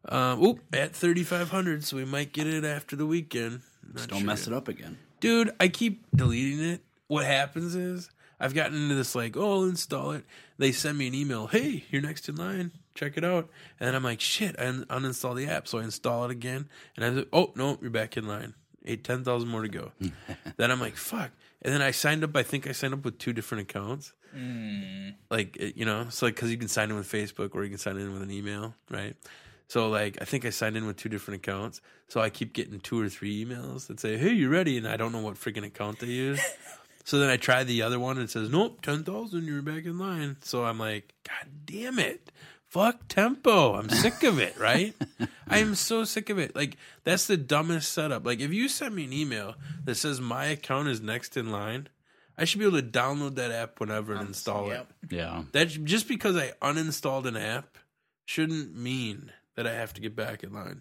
Um, oop, at 3,500, so we might get it after the weekend. Not Don't sure mess yet. it up again. dude. I keep deleting it. What happens is I've gotten into this like, oh, I'll install it. They send me an email, hey, you're next in line. Check it out. And then I'm like, shit, I un- uninstall the app. So I install it again. And I was like, oh, no, you're back in line. Eight, 10,000 more to go. then I'm like, fuck. And then I signed up, I think I signed up with two different accounts. Hmm. Like, it- you know, so like, cause you can sign in with Facebook or you can sign in with an email, right? So like, I think I signed in with two different accounts. So I keep getting two or three emails that say, hey, you ready? And I don't know what freaking account they use. So then I try the other one and it says, nope, 10,000, you're back in line. So I'm like, God damn it. Fuck tempo. I'm sick of it, right? I am so sick of it. Like, that's the dumbest setup. Like, if you send me an email that says my account is next in line, I should be able to download that app whenever and install it. Yep. Yeah. That just because I uninstalled an app shouldn't mean that I have to get back in line.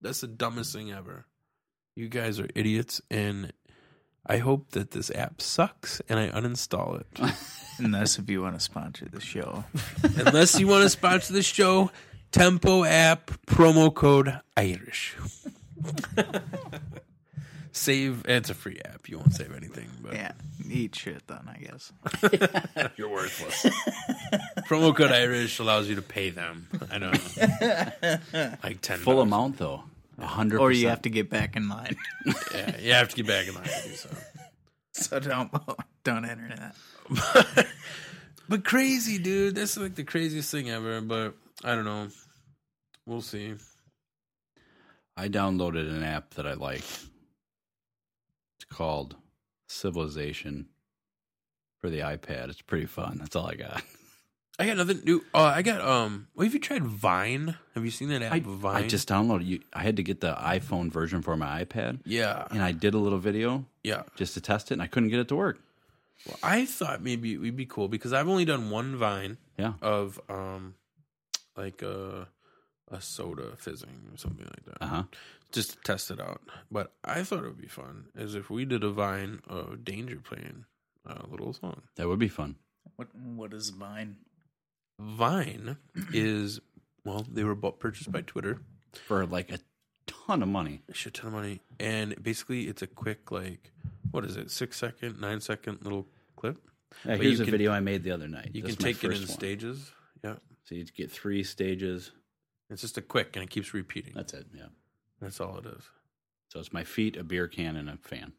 That's the dumbest thing ever. You guys are idiots, and I hope that this app sucks and I uninstall it. Unless if you want to sponsor the show. Unless you want to sponsor the show, Tempo app promo code Irish. save. It's a free app. You won't save anything, but Yeah. Eat shit then, I guess. you're worthless. promo code Irish allows you to pay them. I don't know, like ten Full bucks. amount though. A hundred Or you percent. have to get back in line. Yeah, you have to get back in line to do so. so don't don't enter that. But crazy, dude. That's like the craziest thing ever. But I don't know. We'll see. I downloaded an app that I like. It's called Civilization for the iPad. It's pretty fun. That's all I got. I got nothing new. Oh, I got um. Well, have you tried Vine? Have you seen that app? I, Vine. I just downloaded you I had to get the iPhone version for my iPad yeah and I did a little video yeah. just to test it and I couldn't get it to work. Well, I thought maybe it would be cool because I've only done one Vine Yeah. of um, like a a soda fizzing or something like that, Uh-huh. just to test it out. But I thought it would be fun is if we did a Vine of Danger playing a little song. That would be fun. What what is mine? Vine is well, they were bought purchased by Twitter. For like a ton of money. A shit ton of money, and basically it's a quick like, what is it, six second, nine second little clip. But here's you a can- video I made the other night. You This can is my take it in first one. stages. Yeah, So you get three stages. it's just a quick, and it keeps repeating. That's it. Yeah. That's all it is. So it's my feet, a beer can, and a fan.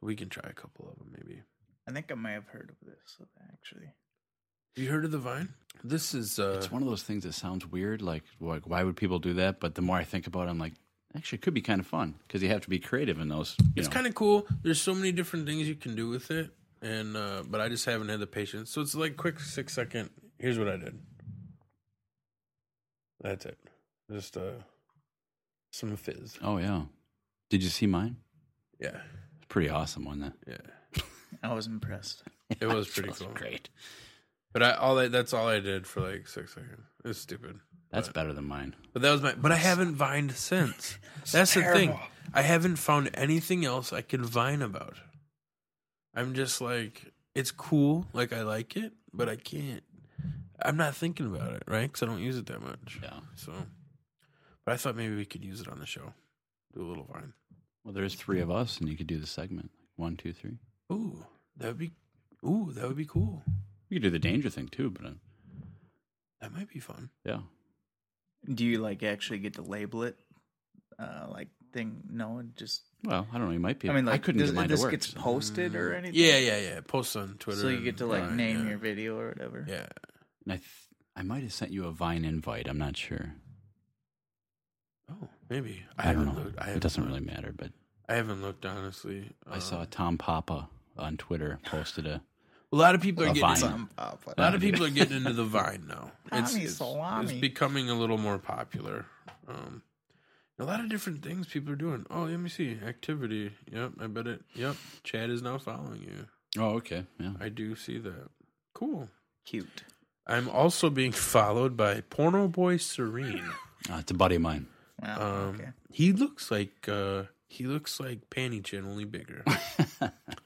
We can try a couple of them maybe. I think I may have heard of this actually. Have you heard of the Vine? This is uh, It's one of those things that sounds weird. Like, like, why would people do that? But the more I think about it, I'm like, actually, it could be kind of fun because you have to be creative in those. You it's know. kind of cool. There's so many different things you can do with it, and uh, but I just haven't had the patience. So it's like quick six second. Here's what I did. That's it. Just uh, some fizz. Oh yeah. Did you see mine? Yeah, It's pretty awesome one. That yeah. I was impressed. It was pretty That's cool. Great. But I all I, that's all I did for like six seconds. It's stupid. That's better than mine. But that was my. But I haven't vined since. That's the thing. I haven't found anything else I can vine about. I'm just like it's cool. Like I like it, but I can't. I'm not thinking about it, right? Because I don't use it that much. Yeah. So, but I thought maybe we could use it on the show. Do a little vine. Well, there's three of us, and you could do the segment. One, two, three. Ooh, that would be. Ooh, that would be cool. We could do Hmm. the danger thing too, but uh, That might be fun. yeah. Do you like actually get to label it? Uh like thing no, it just Well, I don't know. You might be. I mean like I couldn't this, get mine this to work. gets so- posted or anything. Yeah, yeah, yeah. Post on Twitter. So you get to like and- name yeah. your video or whatever. Yeah. And I, th- I might have sent you a Vine invite. I'm not sure. Oh, maybe. I, don't haven't know. looked- I it haven't doesn't looked. really matter, but I haven't looked honestly. I Uh, saw Tom Papa on Twitter posted a. a lot of people are A getting. vine. A Some pop up. lot of people are getting into the vine now. It's, Tommy it's, Salami. it's becoming a little more popular. Um, a lot of different things people are doing. Oh, let me see activity. Yep, I bet it. Yep, Chad is now following you. Oh, okay. Yeah. I do see that. Cool. cute. I'm also being followed by Porno Boy Serene. Uh, it's a buddy of mine. Wow, Um, okay. He looks like uh, he looks like Panty Chin, only bigger.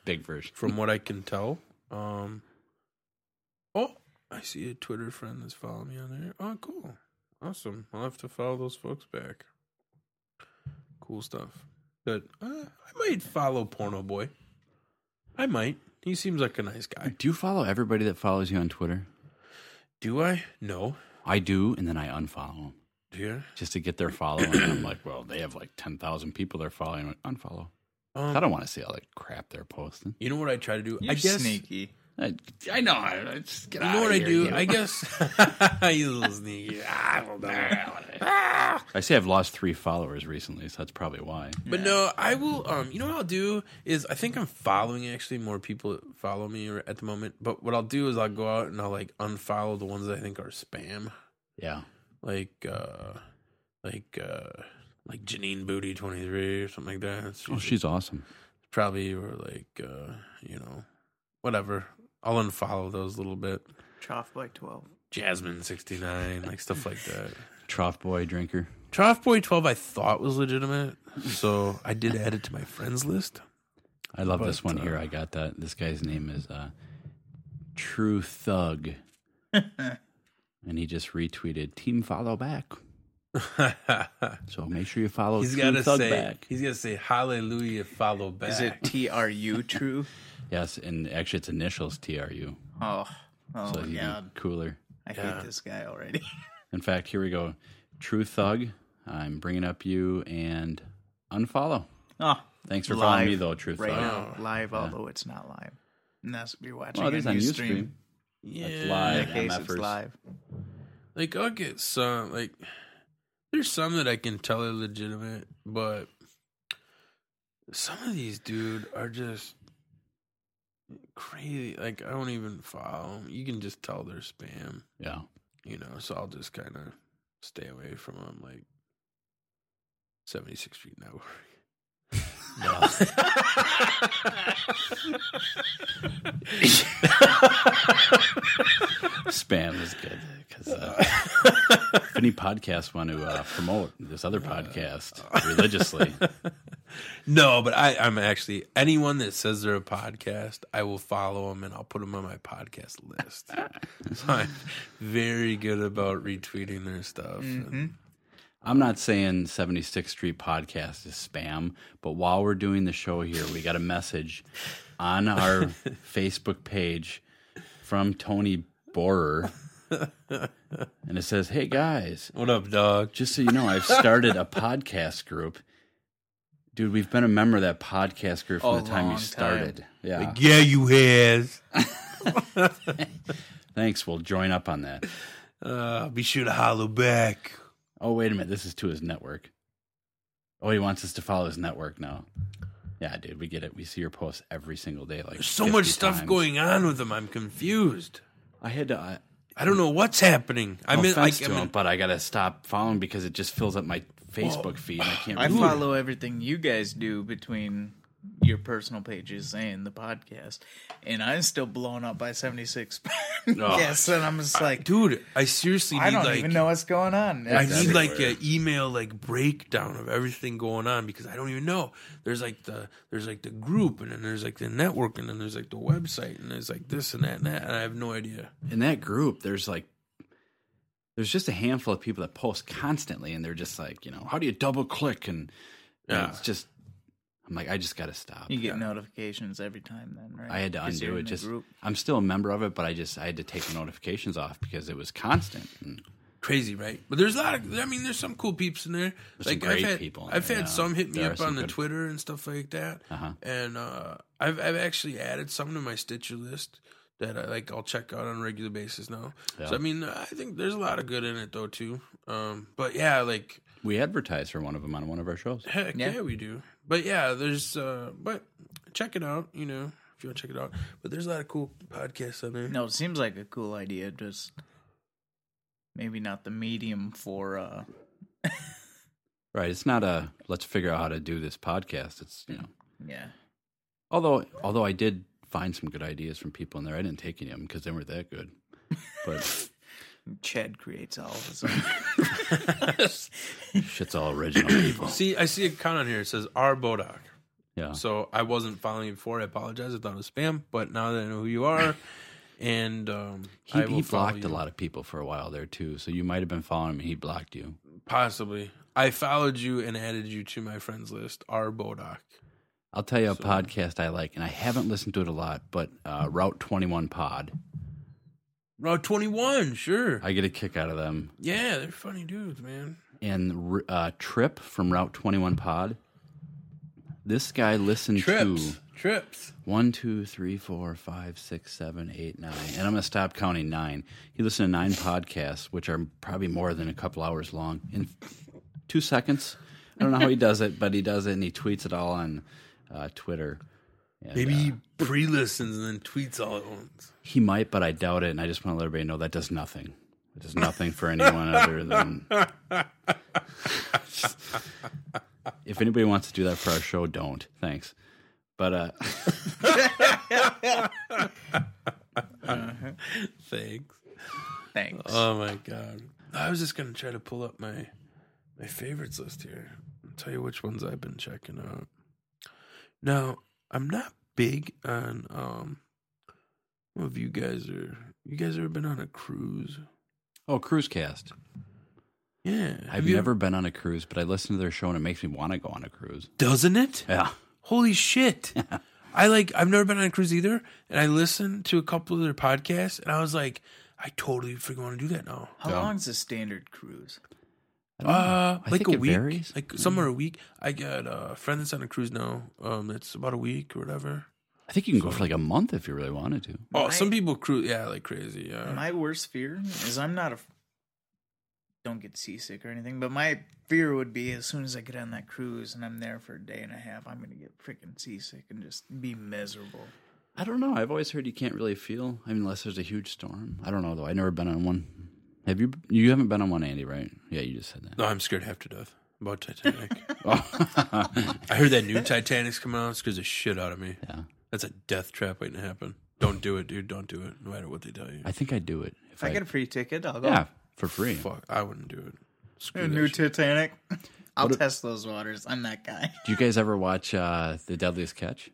Big version. from what I can tell. Um, oh, I see a Twitter friend that's following me on there. Oh, cool, awesome. I'll have to follow those folks back. Cool stuff. But uh, I might follow Porno Boy. I might. He seems like a nice guy. Do you follow everybody that follows you on Twitter? Do I? No. I do, and then I unfollow them Do you? just to get their follow. and I'm like, well, they have like ten thousand people they're following. Unfollow. Um, I don't want to see all that crap they're posting. You know what I try to do? You're I guess. sneaky. I, I know. I, I just get You out know of what I here, do? you. I guess. He's a little sneaky. I don't know. I say I've lost three followers recently, so that's probably why. But no, I will. Um, you know what I'll do is I think I'm following actually more people that follow me r- at the moment. But what I'll do is I'll go out and I'll like unfollow the ones that I think are spam, Yeah. like uh, like uh, like Janine Booty twenty three or something like that. She's Oh, she's awesome. probably or like uh, you know, whatever. I'll unfollow those a little bit. Choff by 12. Jasmine sixty nine, like stuff like that. Trough boy drinker. Trough Boy twelve, I thought was legitimate, so I did add it to my friends list. I love But, this one here. uh, I got that. This guy's name is uh, True Thug. and he just retweeted Team Follow Back. So make sure you follow He's True gotta Thug say back. he's gotta say hallelujah follow back. Is it T R U true? Yes, and actually it's initials TRU. Oh, oh So even yeah. cooler. I Yeah. hate this guy already. In fact, here we go. True Thug, I'm bringing up you and unfollow. Oh, Thanks for Live following me though, True right Thug. now, Oh, live, although it's not live. And that's what you're watching Well, it is on on Ustream. Ustream. yeah. That's In live. that case, it's MFers. live. Like I'll get some like there's some that I can tell are legitimate, but some of these dude are just crazy. Like I don't even follow 'em. You can just tell they're spam, Yeah. you know. So I'll just kind of stay away from them. Like seventy six feet network. Spam is good because uh, if any podcasts want to uh, promote this other Uh, podcast religiously, No, but I, I'm actually anyone that says they're a podcast, I will follow them and I'll put them on my podcast list. so I'm very good about retweeting their stuff. Mm-hmm. And I'm not saying 76th Street podcast is spam, but while we're doing the show here, we got a message on our Facebook page from Tony Borer, and it says, "Hey guys, What up, dog? just so you know, I've started a podcast group." Dude, we've been a member of that podcast group from A the time long you time. started. Yeah. Yeah, you has. Thanks. We'll join up on that. Uh, be sure to holler back. Oh, wait a minute. This is to his network. Oh, he wants us to follow his network now. Yeah, dude, we get it. We see your posts every single day. Like There's so much 50 stuff times. going on with them. I'm confused. I had to. I, I don't know what's happening. I I mean, I, offense I to him, mean, but I gotta stop following because it just fills up my Facebook feed. And I can't. I read it. follow everything you guys do between your personal pages and the podcast, and I'm still blown up by 76 podcasts, and I'm just like, dude, I seriously need I don't like even know what's going on. I It's- need like e, an email like breakdown of everything going on because I don't even know. There's like the there's like the group and then there's like the network and then there's like the website and there's like this and that and that and I have no idea. in that group, there's like, there's just a handful of people that post constantly, and they're just like, you know, how do you double click? And, and Yeah. it's just, I'm like, I just gotta stop. You get notifications every time, then, right? I had to 'Cause you're undo it. in the Just group. I'm still a member of it, but I just I had to take the notifications off because it was constant. And Crazy, right? But there's a lot of I mean there's some cool peeps in there. some I've great had, people in I've there, had yeah. some hit me There are up some on the good- Twitter and stuff like that. Uh-huh. And uh I've I've actually added some to my Stitcher list that I like I'll check out on a regular basis now. So Yeah. I mean I think there's a lot of good in it though too. Um but yeah, like we advertised for one of them on one of our shows. Heck yeah. Yeah. we do. But yeah, there's uh but check it out, you know, if you want to check it out. But there's a lot of cool podcasts on there. No, it seems like a cool idea. Just maybe not the medium for. uh Right? It's not a let's figure out how to do this podcast. It's you know, Yeah, although although I did find some good ideas from people in there, I didn't take any of them because they weren't that good. But Chad creates all of his. shit's all original people. See, I see a count on here. It says R Bodoc. Yeah. So I wasn't following you before. I apologize. I thought it was spam. But now that I know who you are, and um, He, I will he follow blocked a you. lot of people for a while there too, so you might have been following him. and He blocked you. Possibly, I followed you and added you to my friends list. R Bodoc. I'll tell you a podcast I like, and I haven't listened to it a lot, but uh, Route 21 Pod. Route 21, Oh, sure. I get a kick out of them. yeah, they're funny dudes, man. And R- uh, Trip from Route 21 Pod. This guy listened Trips. to Trips. one, two, three, four, five, six, seven, eight, nine. And I'm going to stop counting nine. He listened to nine podcasts, which are probably more than a couple hours long, in two seconds. I don't know how he does it, but he does it and he tweets it all on uh, Twitter. And, Maybe uh, he pre listens and then tweets all at once. He might, but I doubt it. And I just want to let everybody know that does nothing. It does nothing for anyone other than. if anybody wants to do that for our show, don't. Thanks. But uh, Thanks. Thanks. Oh my god. I was just gonna try to pull up my my favorites list here. I'll tell you which ones I've been checking out. Now, I'm not big on um I don't know if you guys are you guys ever been on a cruise? oh, Cruisecast. Yeah. I've Have you- never been on a cruise, but I listen to their show and it makes me want to go on a cruise. doesn't it? Yeah. Holy shit. I like I've never been on a cruise either, and I listened to a couple of their podcasts and I was like, I totally freaking want to do that now. How long's a standard cruise? I don't know. Uh, I like think a it week, varies. Mm-hmm. Mm. like somewhere a week. I got a friend that's on a cruise now. Um, that's about a week or whatever. I think you can go for like a month if you really wanted to. Oh, My- some people cruise, yeah, like crazy. Uh. Yeah, My worst fear is I'm not a don't get seasick or anything, but my fear would be as soon as I get on that cruise and I'm there for a day and a half, I'm gonna get freaking seasick and just be miserable. I don't know. I've always heard you can't really feel I mean, unless there's a huge storm. I don't know though. I've never been on one. Have you? You haven't been on one, Andy, right? Yeah, you just said that. no, I'm scared half to death about Titanic. Oh. I heard that new Titanic's coming out. It scares the shit out of me. Yeah. That's a death trap waiting to happen. Don't do it, dude. Don't do it. No matter what they tell you. I think I'd do it if If I get a free ticket, I'll go. yeah for free. Fuck, I wouldn't do it. Screw New that shit. Titanic. I'll test those waters. I'm that guy. Do you guys ever watch uh, the Deadliest Catch?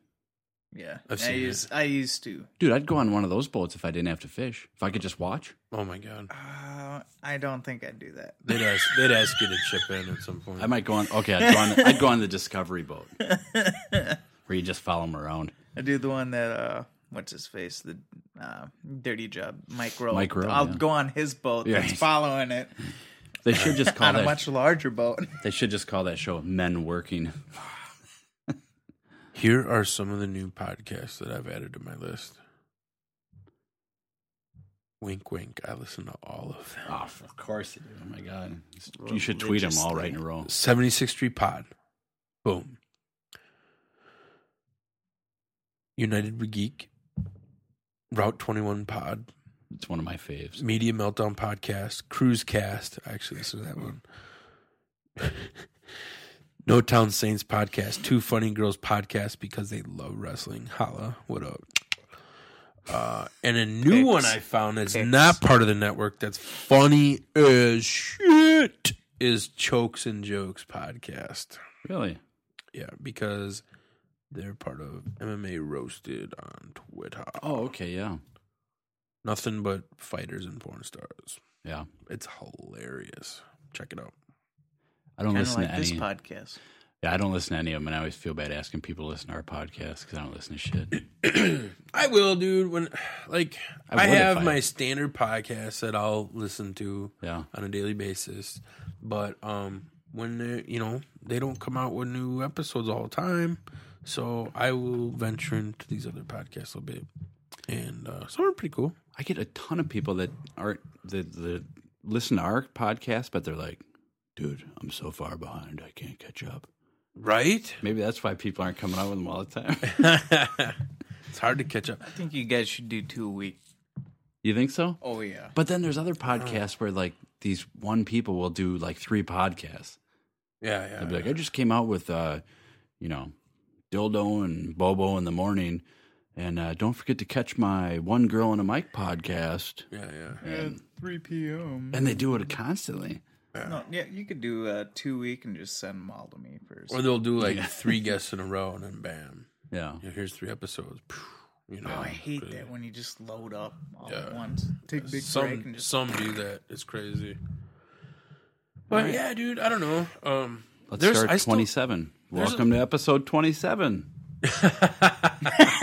Yeah, I've I seen used I used to. Dude, I'd go on one of those boats if I didn't have to fish. If I could just watch. oh my god, Uh, I don't think I'd do that. they'd ask, they'd ask you to chip in at some point. I might go on. Okay, I'd go on. I'd go on the Discovery boat where you just follow them around. I do the one that uh, what's his face, the uh, dirty job, Mike Rowe. Mike Rowe, I'll yeah. go on his boat Yeah. that's following it They should just call on a that. much larger boat. They should just call that show "Men Working." Here are some of the new podcasts that I've added to my list. Wink, wink. I listen to all of them. Oh, of course. they do. Oh my god, you should tweet them all right in a row. 76 Street Pod. Boom. United We Geek. Route 21 Pod. It's one of my faves. Media Meltdown Podcast. Cruise Cast. I actually listened to that one. no Town Saints Podcast. Two Funny Girls Podcast because they love wrestling. Holla. What up? Uh, and a new Picks. one I found that's Picks. not part of the network that's funny as shit is Chokes and Jokes Podcast. Really? Yeah, because they're part of MMA Roasted on Twitter. Oh, okay. Yeah. Nothing but fighters and porn stars. Yeah. It's hilarious. Check it out. I don't Kind of listen like to this any. podcast. yeah, I don't listen to any of them, and I always feel bad asking people to listen to our podcast because I don't listen to shit. I will, dude. When like I I, would have if I- my standard podcast that I'll listen to Yeah. on a daily basis, but um, when they you know they don't come out with new episodes all the time, so I will venture into these other podcasts a bit, and uh, some are pretty cool. I get a ton of people that aren't that, that listen to our podcast, but they're like, "Dude, I'm so far behind, I can't catch up." Right? Maybe that's why people aren't coming out with them all the time. it's hard to catch up. I think you guys should do two a week. you think so? Oh yeah, But then there's other podcasts where like these one people will do like three podcasts. Yeah, yeah. They'll be like, "I just came out with, uh, you know, dildo and Bobo in the morning." And uh, don't forget to catch my one girl in a mic podcast. yeah, yeah. three p.m. And they do it constantly. No, yeah, you could do uh, two week and just send them all to me first. Or they'll do like three guests in a row and then bam. Yeah. You know, here's three episodes. Phew, You know, Oh, I hate crazy. that when you just load up all Yeah. at once. Take a big break Some and just. some do that. It's crazy. But yeah, dude, I don't know. Um Let's there's- start I still- 27. there's a- Welcome to episode 27.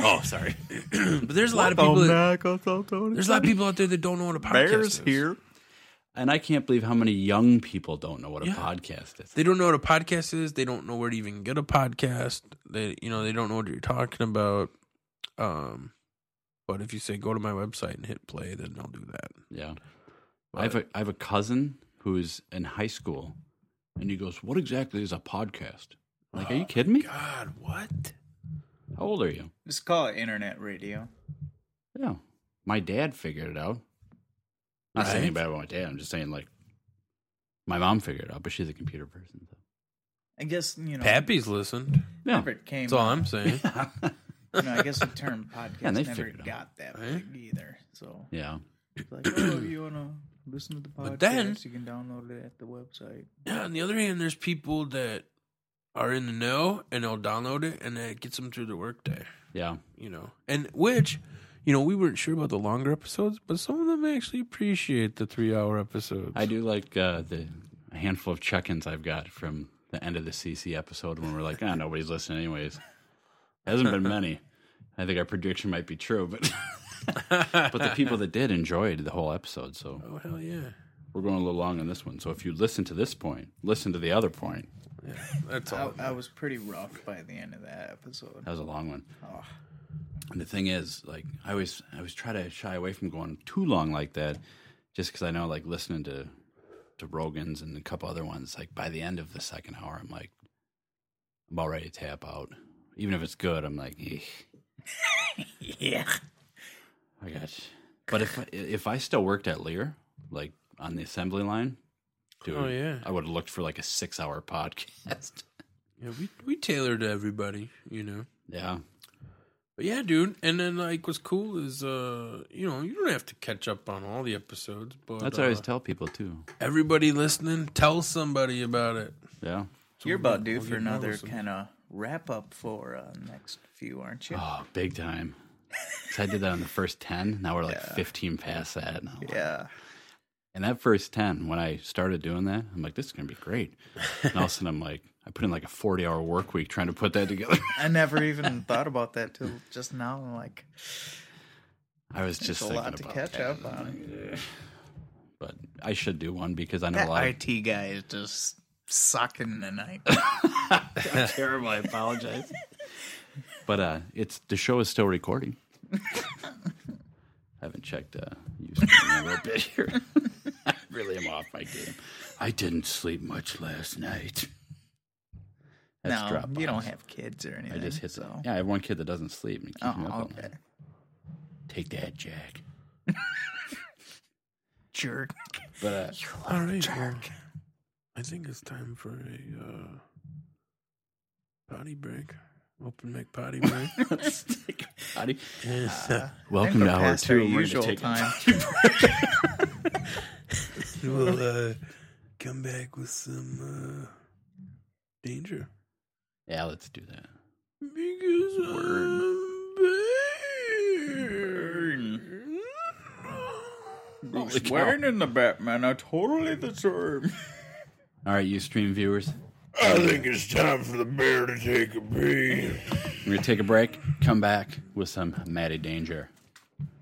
Oh, sorry. but there's a lot of people. That, there's a lot of people out there that don't know what a podcast is. And I can't believe how many young people don't know what a Yeah. podcast is. They don't know what a podcast is. They don't know where to even get a podcast. They, you know, they don't know what you're talking about. Um, but if you say go to my website and hit play, then they'll do that. Yeah. I have a I have a cousin who's in high school and he goes, What exactly is a podcast? I'm Like, are you kidding me? Oh, God, what? How old are you? Just call it internet radio. Yeah. My dad figured it out. Not saying Right. anything bad about my dad, I'm just saying like my mom figured it out, but she's a computer person. So. I guess you know. Pappy's listened. Yeah. Never came. That's all I'm saying. You know, I guess the term podcast Yeah, and they never figured it out. got that Right? big either. So Yeah. it's like, oh, you wanna listen to the podcast? But then- you can download it at the website. Yeah, on the other hand, there's people that are in the know and they'll download it and it gets them through the workday, Yeah. you know. And which, you know, we weren't sure about the longer episodes, but some of them actually appreciate the three hour episodes. I do like uh, the handful of check ins I've got from the end of the CC episode when we're like, ah, nobody's listening, anyways. Hasn't been many. I think our prediction might be true, but but the people that did enjoyed the whole episode. So Oh, hell yeah. we're going a little long on this one. So if you listen to this point, listen to the other point. That's all. I, I was pretty rough by the end of that episode. That was a long one. Oh. And the thing is, like, I always, I always try to shy away from going too long like that, just because I know, like, listening to to Rogan's and a couple other ones, like, by the end of the second hour, I'm like, I'm about ready to tap out. Even if it's good, I'm like, eh, Yeah. I got. You. But if if I still worked at Lear, like on the assembly line, dude, Oh, yeah. I would have looked for like a six hour podcast. Yeah, we, we tailor to everybody, you know. yeah, But yeah, dude. And then, like, what's cool is, uh, you know, you don't have to catch up on all the episodes, but that's uh, what I always tell people too. everybody listening, tell somebody about it. Yeah. You're about due we'll for get more another listeners. kind of wrap up for uh, next few, aren't you? Oh, big time. 'Cause I did that on the first 10. Now we're like 15 past that. And, I'm like- Yeah. and that first 10, when I started doing that, I'm like, this is going to be great. And all of a sudden, I'm like, I put in like a 40 hour work week trying to put that together. I never even thought about that till just now. I'm like, I was it's just a thinking lot to about catch that. up on. But I should do one because I know That a lot of IT guy is just sucking the night. terrible. I apologize. but uh, it's the show is still recording. I haven't checked uh, YouTube in a little bit here. I really am off my game. I didn't sleep much last night. That's no, Dropbox. you don't have kids or anything. I just hit so. the. Yeah, I have one kid that doesn't sleep. And he keeps me up Oh, all okay. night. Take that, Jack. Jerk. But uh, All right, well, I think it's time for a uh, potty break. Open mic potty break. let's uh, take a potty. Uh, Welcome we're to hour past our two. We're gonna usual take a time. potty break. we'll uh, come back with some uh, danger. yeah, let's do that. Because uh, Holy cow. in the Batman are totally the term. All right, you stream viewers. I think it's time for the bear to take a pee. We're gonna take a break, come back with some Matty Danger.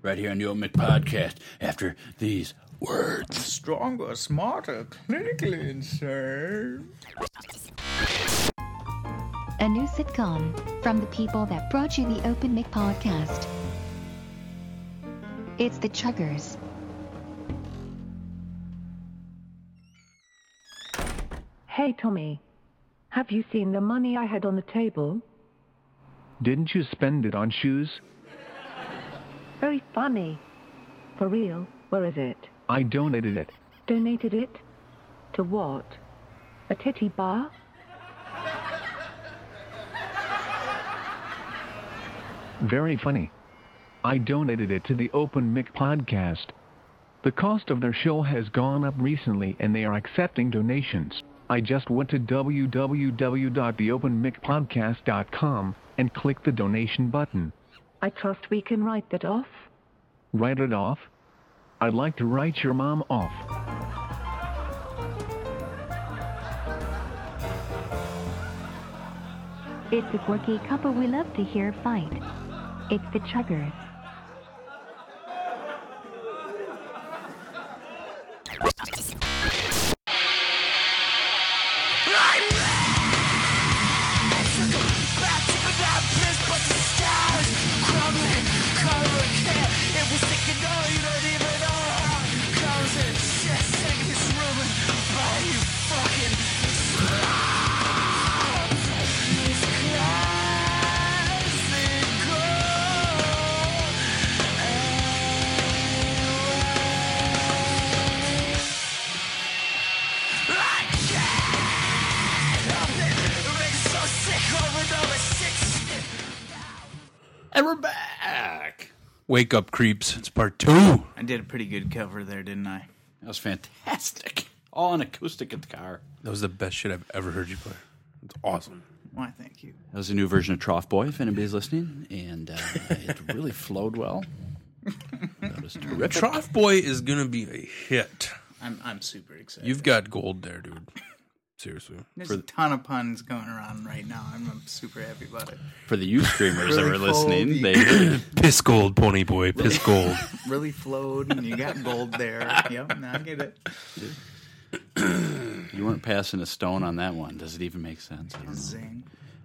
Right here on the Old Mick Podcast after these words. Stronger, smarter, clinically insane. a new sitcom from the people that brought you the Open Mic podcast. It's the Chuggers. Hey, Tommy. Have you seen the money I had on the table? Didn't you spend it on shoes? Very funny. For real, where is it? I donated it. Donated it? To what? A titty bar? Very funny. I donated it to the Open Mic podcast. The cost of their show has gone up recently and they are accepting donations. I just went to www.theopenmicpodcast.com and clicked the donation button. I trust we can write that off. Write it off? I'd like to write your mom off. It's a quirky couple we love to hear fight. It's the Chuggers. And we're back. Wake up, creeps. It's part two. I did a pretty good cover there, didn't I? That was fantastic. All on acoustic guitar. That was the best shit I've ever heard you play. It's awesome. Why, thank you. That was a new version of Trough Boy, if anybody's listening. And uh, it really flowed well. That was terrific. Trough Boy is going to be a hit. I'm I'm super excited. You've got gold there, dude. Seriously. There's a ton of puns going around right now. I'm, I'm super happy about it. For the you streamers that Really were cold. listening, they heard it. Piss gold, pony boy. Piss gold. Really flowed, and you got gold there. Yep, now I get it. you weren't passing a stone on that one. Does it even make sense? I don't know. Zing.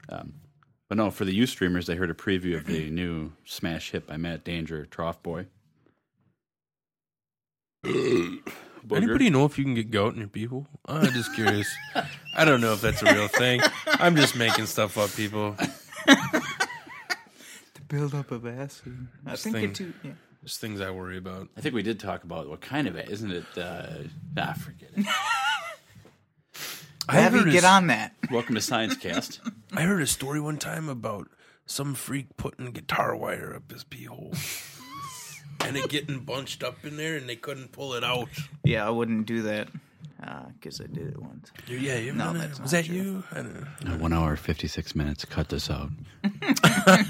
But no, for the you streamers, they heard a preview of the new smash hit by Matt Danger, Trough Boy. Booger. Anybody know if you can get goat in your people? I'm just curious. I don't know if that's a real thing. I'm just making stuff up, people. The buildup of acid. I This think thing- it too. Yeah. There's things I worry about. I think we did talk about what kind of it, isn't it? Uh, nah, forget it. I Abby, heard, get a, on that. Welcome to Science Cast. I heard a story one time about some freak putting guitar wire up his pee hole. and it getting bunched up in there and they couldn't pull it out. Yeah, I wouldn't do that because I did it once. Yeah, you No, remember that? that's Was not that true. you? I don't know. One hour, 56 minutes. Cut this out.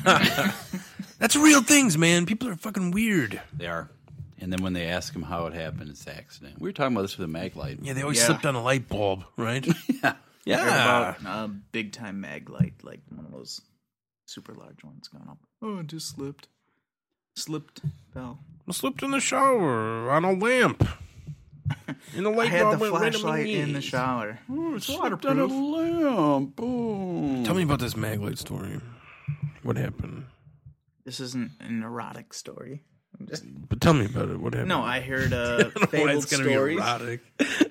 That's real things, man. People are fucking weird. They are. And then when they ask him how it happened, it's the accident. We were talking about this with a mag light. Yeah, they always Yeah. slipped on a light bulb, right? Yeah, Yeah. about a big time mag light, like one of those super large ones going up. Oh, it just slipped. Slipped, fell. slipped in the shower on a lamp. And the I light had the bulb went right on my flashlight in the knees. shower. Done a lamp. Boom. Tell me about this maglite story. What happened? This isn't an erotic story. I'm just- But tell me about it. What happened? No, I heard uh, I don't know why fabled it's gonna stories. be erotic. but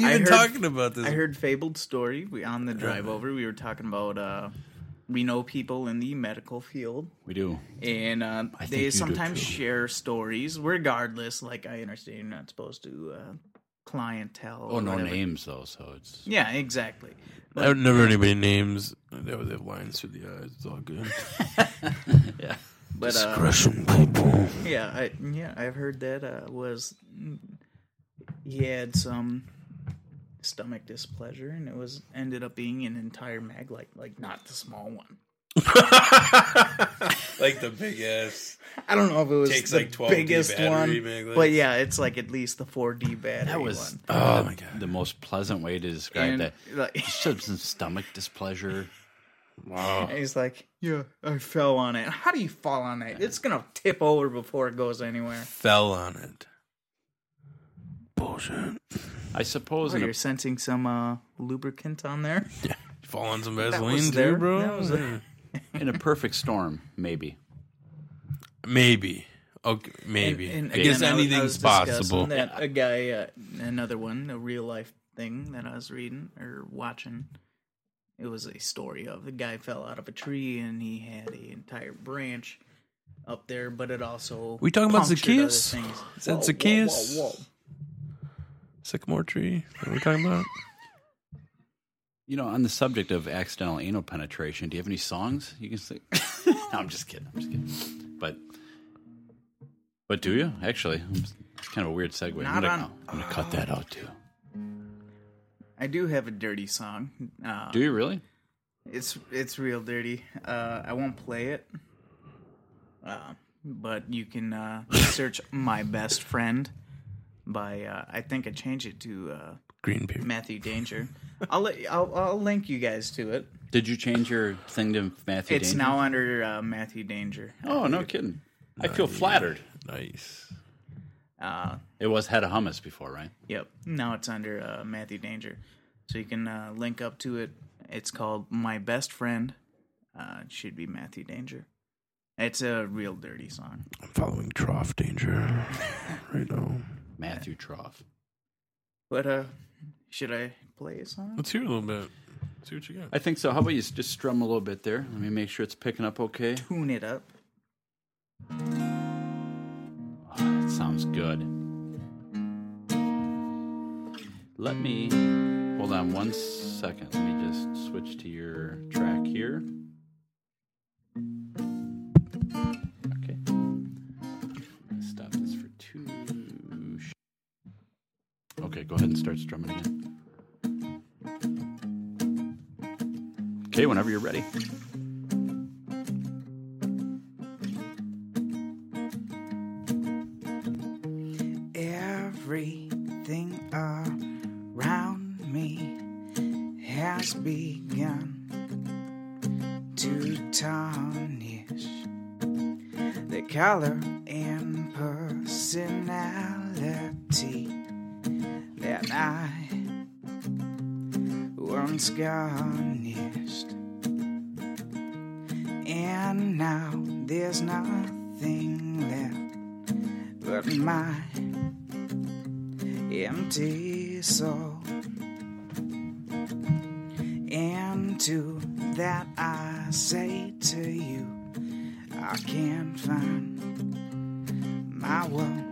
you've I been heard- talking about this. I heard fabled story. We on the drive over, we were talking about uh, we know people in the medical field, We do. and uh, think you they do sometimes too. share stories. Regardless, like I understand, you're not supposed to uh, clientele. Oh, or no whatever. names, though, so it's. Yeah, exactly. I don't never anybody names. They always have lines through the eyes. It's all good. But uh, Russian people. yeah, I, yeah, I've heard that uh, was he had some stomach displeasure, and it was ended up being an entire mag, like like not the small one. like the big ass. I don't know if it was Takes, the like, 12D biggest battery one, maglite. but yeah, it's like at least the 4D battery. That was one. Oh my god! Uh, the most pleasant way to describe and that. like, Just had some stomach displeasure. Wow. he's like, "Yeah, I fell on it. How do you fall on that? It's gonna tip over before it goes anywhere." Fell on it. Bullshit. I suppose Oh, in a you're sensing some uh, lubricant on there. Fall on some That Vaseline was too, there. bro. That was there. in a perfect storm, maybe. Maybe. Okay, maybe. And- and I again, guess was- I anything's was discussing possible. That a guy, uh, another one, a real life thing that I was reading or watching. It was a story of a guy fell out of a tree and he had an entire branch up there, but it also We talking about punctured other Zacchaeus? things. Is that Whoa, whoa, Zacchaeus? whoa, whoa. Sycamore tree. What are we talking about? You know, on the subject of accidental anal penetration, do you have any songs you can sing? no, I'm just kidding. I'm just kidding. But but do you actually? It's kind of a weird segue. I'm Not gonna, on- Oh. I'm gonna cut that out too. I do have a dirty song. Uh, Do you really? It's it's real dirty. Uh, I won't play it, uh, but you can uh, search "My Best Friend" by uh, I think I changed it to uh, Green beer. Matthew Danger. I'll let I'll, I'll link you guys to it. Did you change your thing to Matthew? It's Danger? now Oh, under uh, Matthew Danger. Oh no, kidding! I feel flattered. Nice. Uh, It was head of hummus before, right? yep. Now it's under uh, Matthew Danger, so you can uh, link up to it. It's called My Best Friend. Uh, it should be Matthew Danger. It's a real dirty song. I'm following trough danger right now. Matthew Trough. But uh, should I play a song? Let's hear a little bit. See what you got. I think so. How about you just strum a little bit there? Let me make sure it's picking up okay. Tune it up. Oh, that sounds good. Let me hold on one second. Let me just switch to your track here. Okay. Stop this for two. sh- Okay, go ahead and start strumming again. Okay, whenever you're ready. Everything around me has begun to tarnish the color and personality that I once garnished. And now there's nothing left but my empty soul. And to that I say to you, I can't find my one.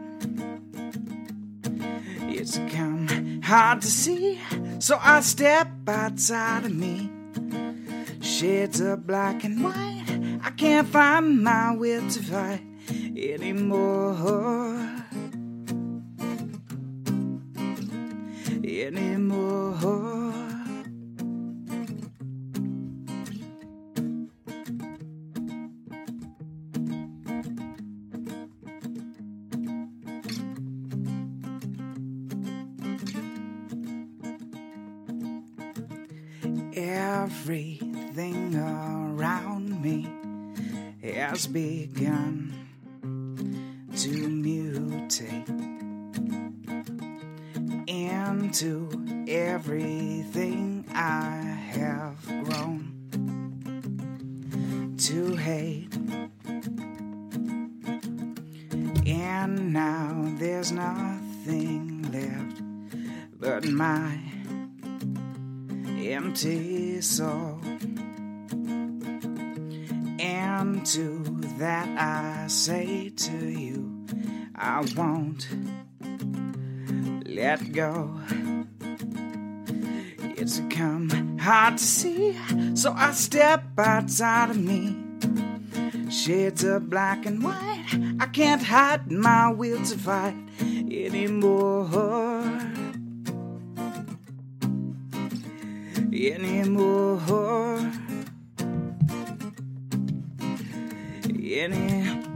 It's come hard to see, so I step outside of me. Shades of black and white, I can't find my will to fight anymore. anymore. Everything around me has begun to mutate into everything I have grown to hate. And now there's nothing left but my empty soul. And to that I say to you, I won't let go. It's come hard to see, so I step outside of me. Shades of black and white, I can't hide my will to fight anymore. Anymore. Anymore.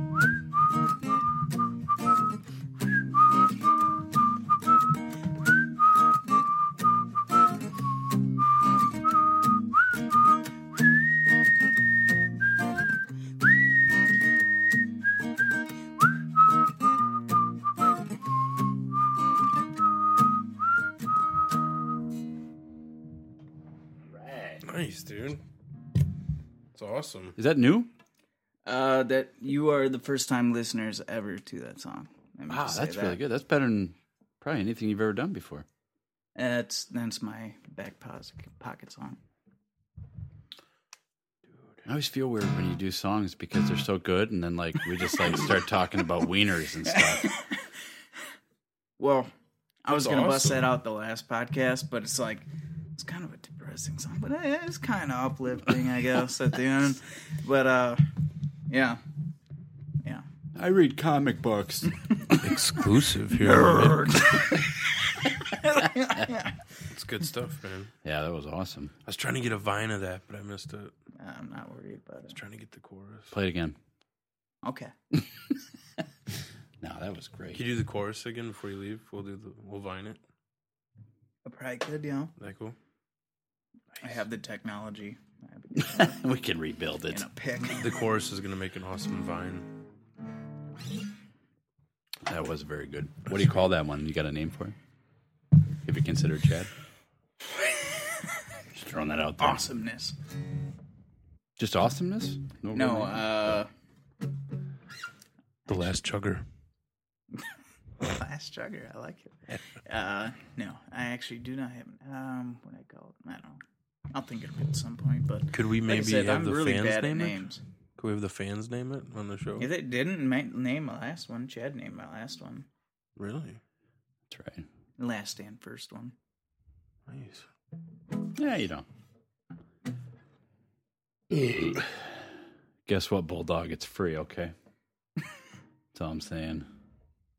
Nice, dude. It's awesome. Is that new? Uh, that you are the first time listeners ever to that song. Let me Wow, just say Ah, that's that. really good. That's better than probably anything you've ever done before. That's that's my back pos- pocket song. I always feel weird when you do songs because they're so good, and then like we just like start talking about wieners and stuff. Well, I was That's gonna bust awesome. that out the last podcast, but it's like it's kind of a depressing song, but it- it's kind of uplifting, I guess, at the end. But uh, yeah, yeah. I read comic books. Exclusive here. it's good stuff, man. yeah, that was awesome. I was trying to get a vine of that, but I missed it. I'm not worried about it. Trying to get the chorus. Play it again. Okay. No, that was great. Can you do the chorus again before you leave? We'll do the we'll vine it. I probably could, you know. Is that cool? I have the technology. I have we can rebuild it. a pick. The chorus is gonna make an awesome vine. That was very good. What do you call that one? You got a name for it? Have you considered Chad? Just throwing that out there. Awesomeness. Just awesomeness? No, really? uh, The last chugger. Last Jugger. I like it. Uh, no, I actually do not have. Um, what do I call it? I don't know. I'll think of it at some point. But Could we like I maybe said, have I'm the really fans bad name at it? names. Could we have the fans name it on the show? If they didn't ma- name my last one, Chad named my last one. Really? That's right. Last and first one. Nice. Yeah, you don't. Guess what, Bulldog? It's free, okay? That's all I'm saying.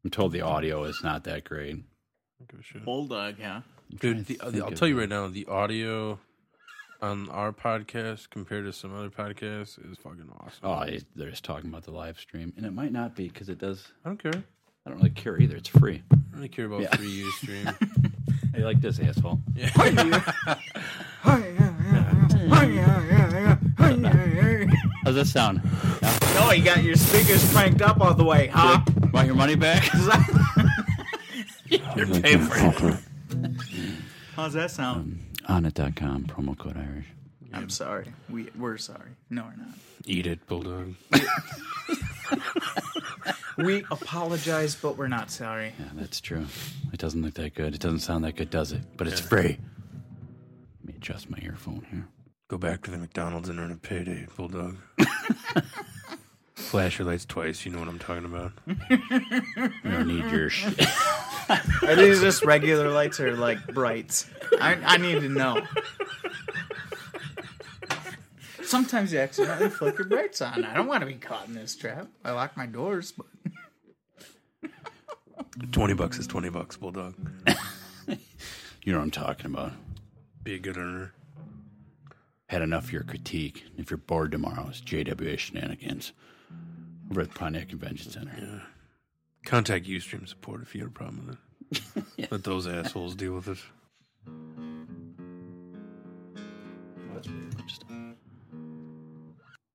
I'm told the audio is not that great. Don't give a shit. Bulldog, yeah. trying Dude, to the, think I'll of tell you that. right now, the audio on our podcast compared to some other podcasts is fucking awesome. Oh, I- they're just talking about the live stream, and it might not be because it does. I don't care. I don't really care either. It's free. I don't really care about Yeah. three year stream. Hey, like this asshole. How's that sound? No, Oh, you got your speakers cranked up all the way, huh? Want your money back? How's that sound? On it.com, promo code Irish. I'm sorry. We we're sorry. No, we're not. Eat it, Bulldog. We apologize, but we're not sorry. Yeah, that's true. It doesn't look that good. It doesn't sound that good, does it? But it's free. Let me adjust my earphone here. Go back to the McDonald's and earn a payday, Bulldog. Flash your lights twice. You know what I'm talking about. You don't need your shit. Are these just regular lights or like brights? I, I need to know. Sometimes you accidentally flick your brights on. I don't want to be caught in this trap. I lock my doors, but 20 bucks is 20 bucks, Bulldog. You know what I'm talking about. Be a good earner. Had enough of your critique. If you're bored tomorrow, it's JWA Shenanigans over at Pontiac Convention Center. Contact Ustream support if you have a problem with it. Let those assholes deal with it.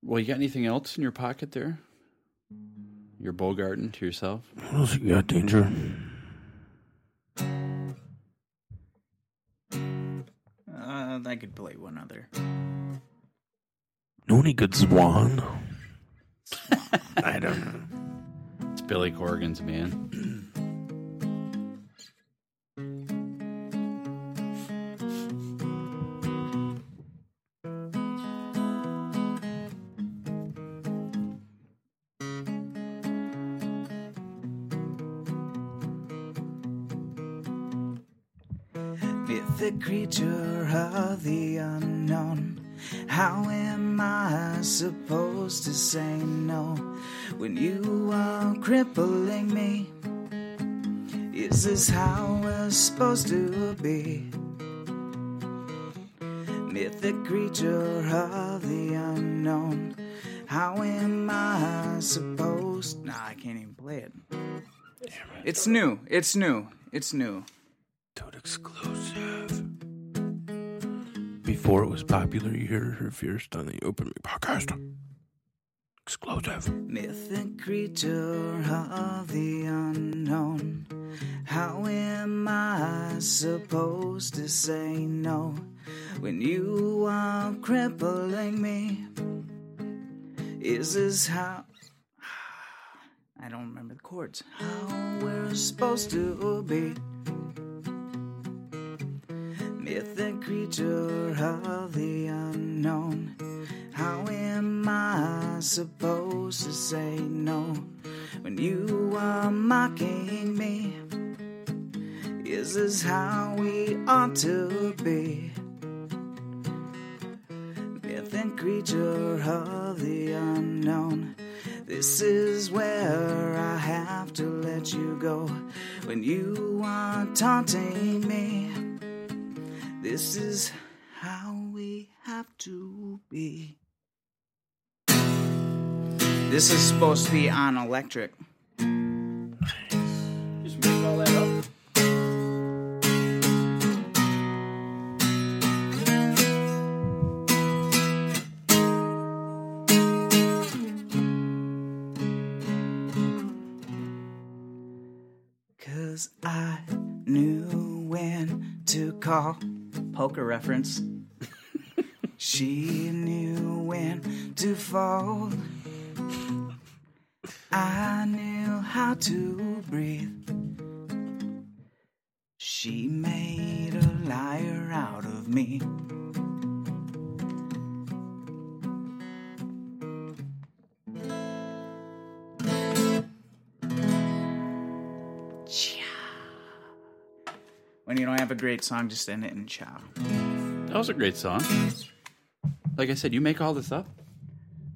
Well, you got anything else in your pocket there? Your bowl garden to yourself? What else you got, Danger? uh, I could play one other. Know any good Swan? I don't know. It's Billy Corgan's man. With the creature of the unknown, how am I supposed to say no when you are crippling me? Is this how we're supposed to be? Mythic creature of the unknown, how am I supposed? Nah, I can't even play it. It's new. It's new. It's new. Toad exclusive. Before it was popular, you heard her first on the Open Mic podcast. Exclusive. Mythic creature of the unknown. How am I supposed to say no when you are crippling me? Is this how. I don't remember the chords. How we're supposed to be. Mythic creature of the unknown. How am I supposed to say no when you are mocking me? Is this how we ought to be? Mythic creature of the unknown. This is where I have to let you go when you are taunting me. This is how we have to be. This is supposed to be on electric. Just make all that up. Cause I knew when to call. Poker reference. she knew when to fall. I knew how to breathe. She made a liar out of me. Cha. When you don't have a great song, just end it in cha. That was a great song. Like I said, you make all this up.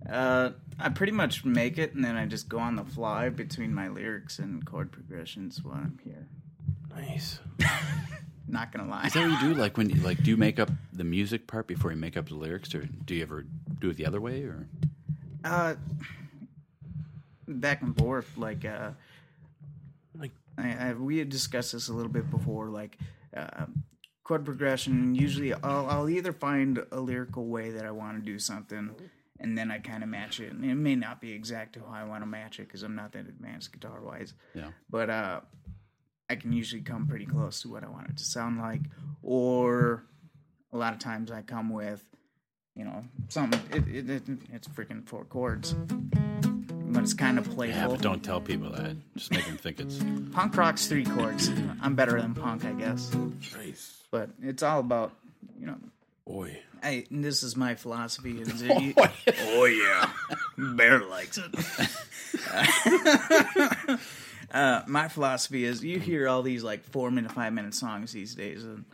Uh, I pretty much make it, and then I just go on the fly between my lyrics and chord progressions while I'm here. Nice. Not gonna lie. Is that what you do? Like when, you, like, do you make up the music part before you make up the lyrics, or do you ever do it the other way? Or Uh, back and forth, like uh, Like- I, I, we had discussed this a little bit before, like uh, chord progression. Usually, I'll, I'll either find a lyrical way that I want to do something, and then I kind of match it. And it may not be exact to how I want to match it because I'm not that advanced guitar wise yeah, but uh, I can usually come pretty close to what I want it to sound like. Or a lot of times I come with, you know, something. It, it, it, it's freaking four chords, but it's kind of yeah, playful. but don't tell people that. Just make them think it's. Punk rock's three chords. I'm better than punk, I guess. Nice. But it's all about, you know. Boy. I, and this is my philosophy. Is that you- Oh yeah. Bear likes it. uh, my philosophy is you hear all these like four minute, five minute songs these days, and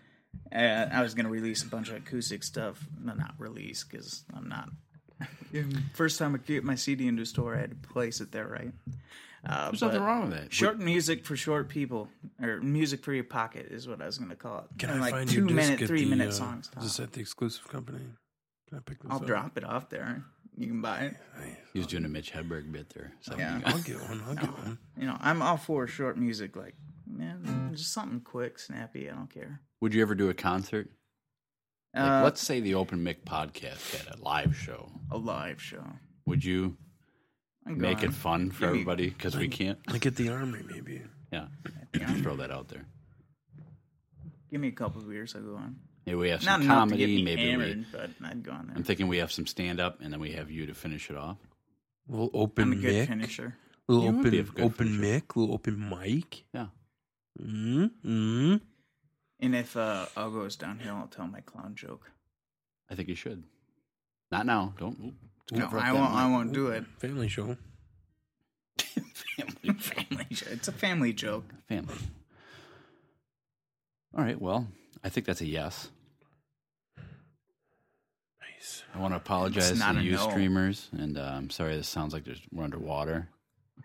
uh, I was going to release a bunch of acoustic stuff. No, not release because I'm not. Mm. First time I get my CD into a store, I had to place it there, right? Uh, There's nothing but wrong with that. Short music for short people, or music for your pocket is what I was going to call it. Can And, I like find two your disc minute, at three the, minute uh, songs? Is this top. at the exclusive company? Can I pick this I'll up? drop it off there. You can buy it. He was doing a Mitch Hedberg bit there. So Yeah. I'll get one. I'll get one. you know, I'm all for short music, like man, just something quick, snappy. I don't care. Would you ever do a concert? Like, Uh, let's say the Open Mic podcast had a live show. a live show. Would you I'm make gone. it fun for Oh, Maybe- everybody? Because we can't. Like at the army, maybe. Yeah, just throw that out there. Give me a couple of beers, I'll go on. Maybe we have Not some enough to get comedy. me Maybe hammered, we, but I'd go on there. I'm thinking we have some stand up, and then we have you to finish it off. Little I'm open a good mic. finisher. Little You would be a open good open finisher. mic. Little open mic. Yeah, mm mm And if uh, all goes downhill, I'll tell my clown joke. I think you should. Not now. Don't. oop, don't No, interrupt I that won't. I mic. won't do it. Family show. family, jo- it's a family joke. family. All right. Well, I think that's a yes. Nice. I want to apologize It's not to a you no. streamers, and uh, I'm sorry this sounds like there's, we're underwater.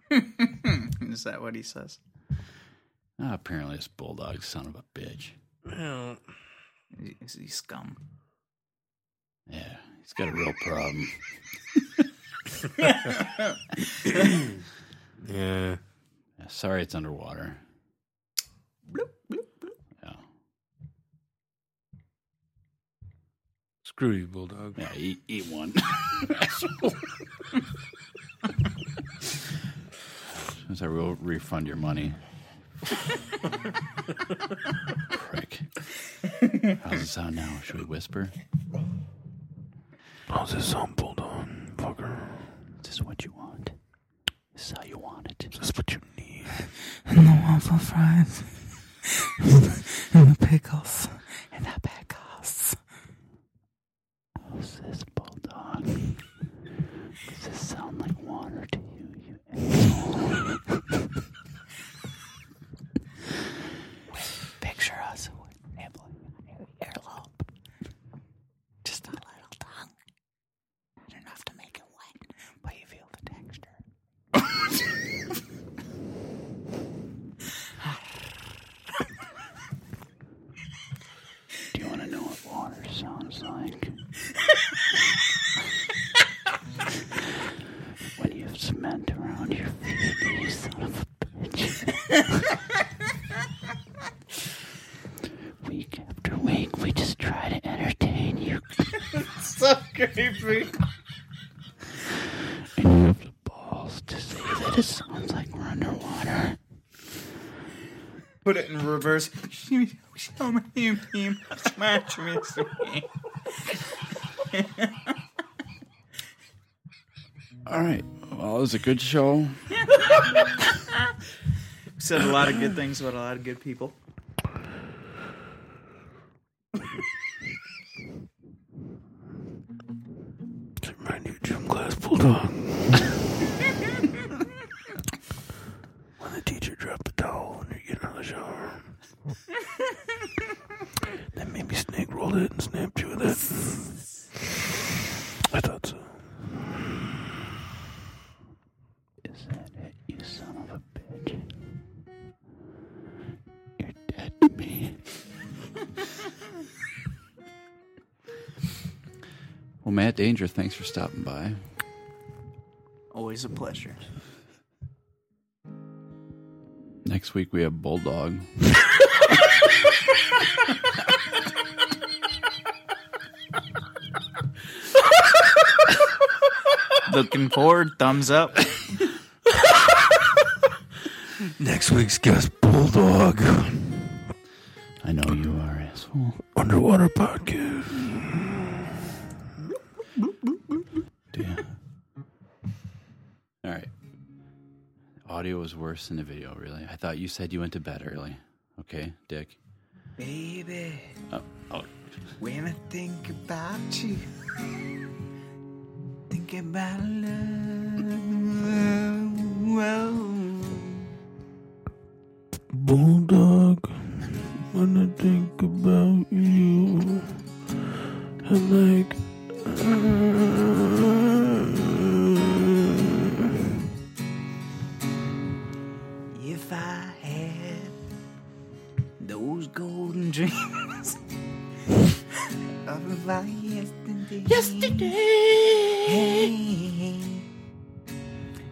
Is that what he says? Ah, apparently, this bulldog son of a bitch. Well, He- He's, he's scum. Yeah, he's got a real problem. yeah. Yeah, sorry, it's underwater. Bloop, bloop, bloop. Yeah, Screw you, bulldog. yeah. Eat, eat one. Since I will refund your money. Prick. How's it sound now? Should we whisper? How's this sound, bulldog? Fucker. This is what you want. This is how you want it. That's what you need. And the waffle fries. and the pickles. And the pickles. How's this bulldog? Does this sound like water to you? you Picture us with nibbling on your earlobe. Just a little tongue. Not enough to make it wet, but you feel the texture. Do you want to know what water sounds like? when you have cement around your feet, you son of a bitch. week after week, we just try to entertain you. So creepy. And you have the balls to say that it sounds like we're underwater. put it in reverse. Smash me. All right. Well, it was a good show. Said a lot of good things about a lot of good people. My new gym class bulldog. when the teacher dropped the towel when you get out of the shower. then maybe Snake rolled it and snapped you with it. I thought so. Is that it, you son of a bitch? You're dead to me. well, Matt Danger, thanks for stopping by. Always a pleasure. Next week we have Bulldog. Looking forward. Thumbs up. Next week's guest, Bulldog. I know you are, asshole. Underwater Podcast. Yeah. All right. Audio was worse than the video, really. I thought you said you went to bed early. Okay, Dick. Baby, Oh, oh. when I think about you, think about love. Bulldog, when I think about you, I'm like. If I had those golden dreams of my yesterday, yesterday,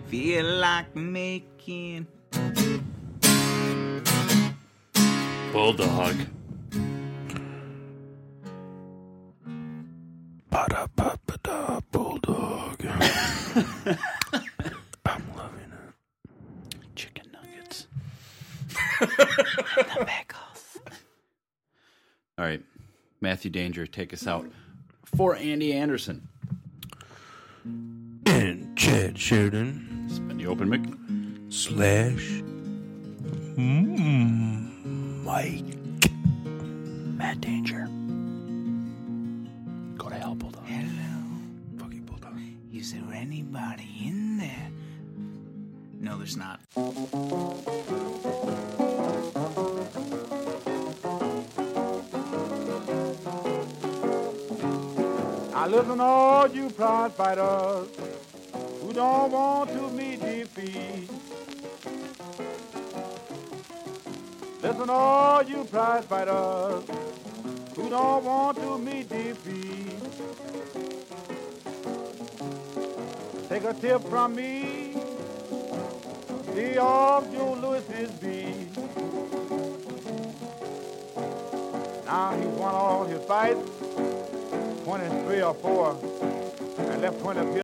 feel like making Bulldog. Ba-da-ba-ba-da, Bulldog. I'm loving it. Chicken nuggets. All right. Matthew Danger, take us out for Andy Anderson. And Chad Sheridan It's been the open mic. slash mm, Mike. Matt Danger. Go to hell, Bulldog. Fuck you, Bulldog. Is there anybody in there? No, there's not. I listen to all you prize fighters who don't want to meet defeat. Listen to all you prize fighters who don't want to meet defeat. Take a tip from me, the off Joe Lewis's beat. Now he's won all his fights, 23 or 4, and left 20 appeal.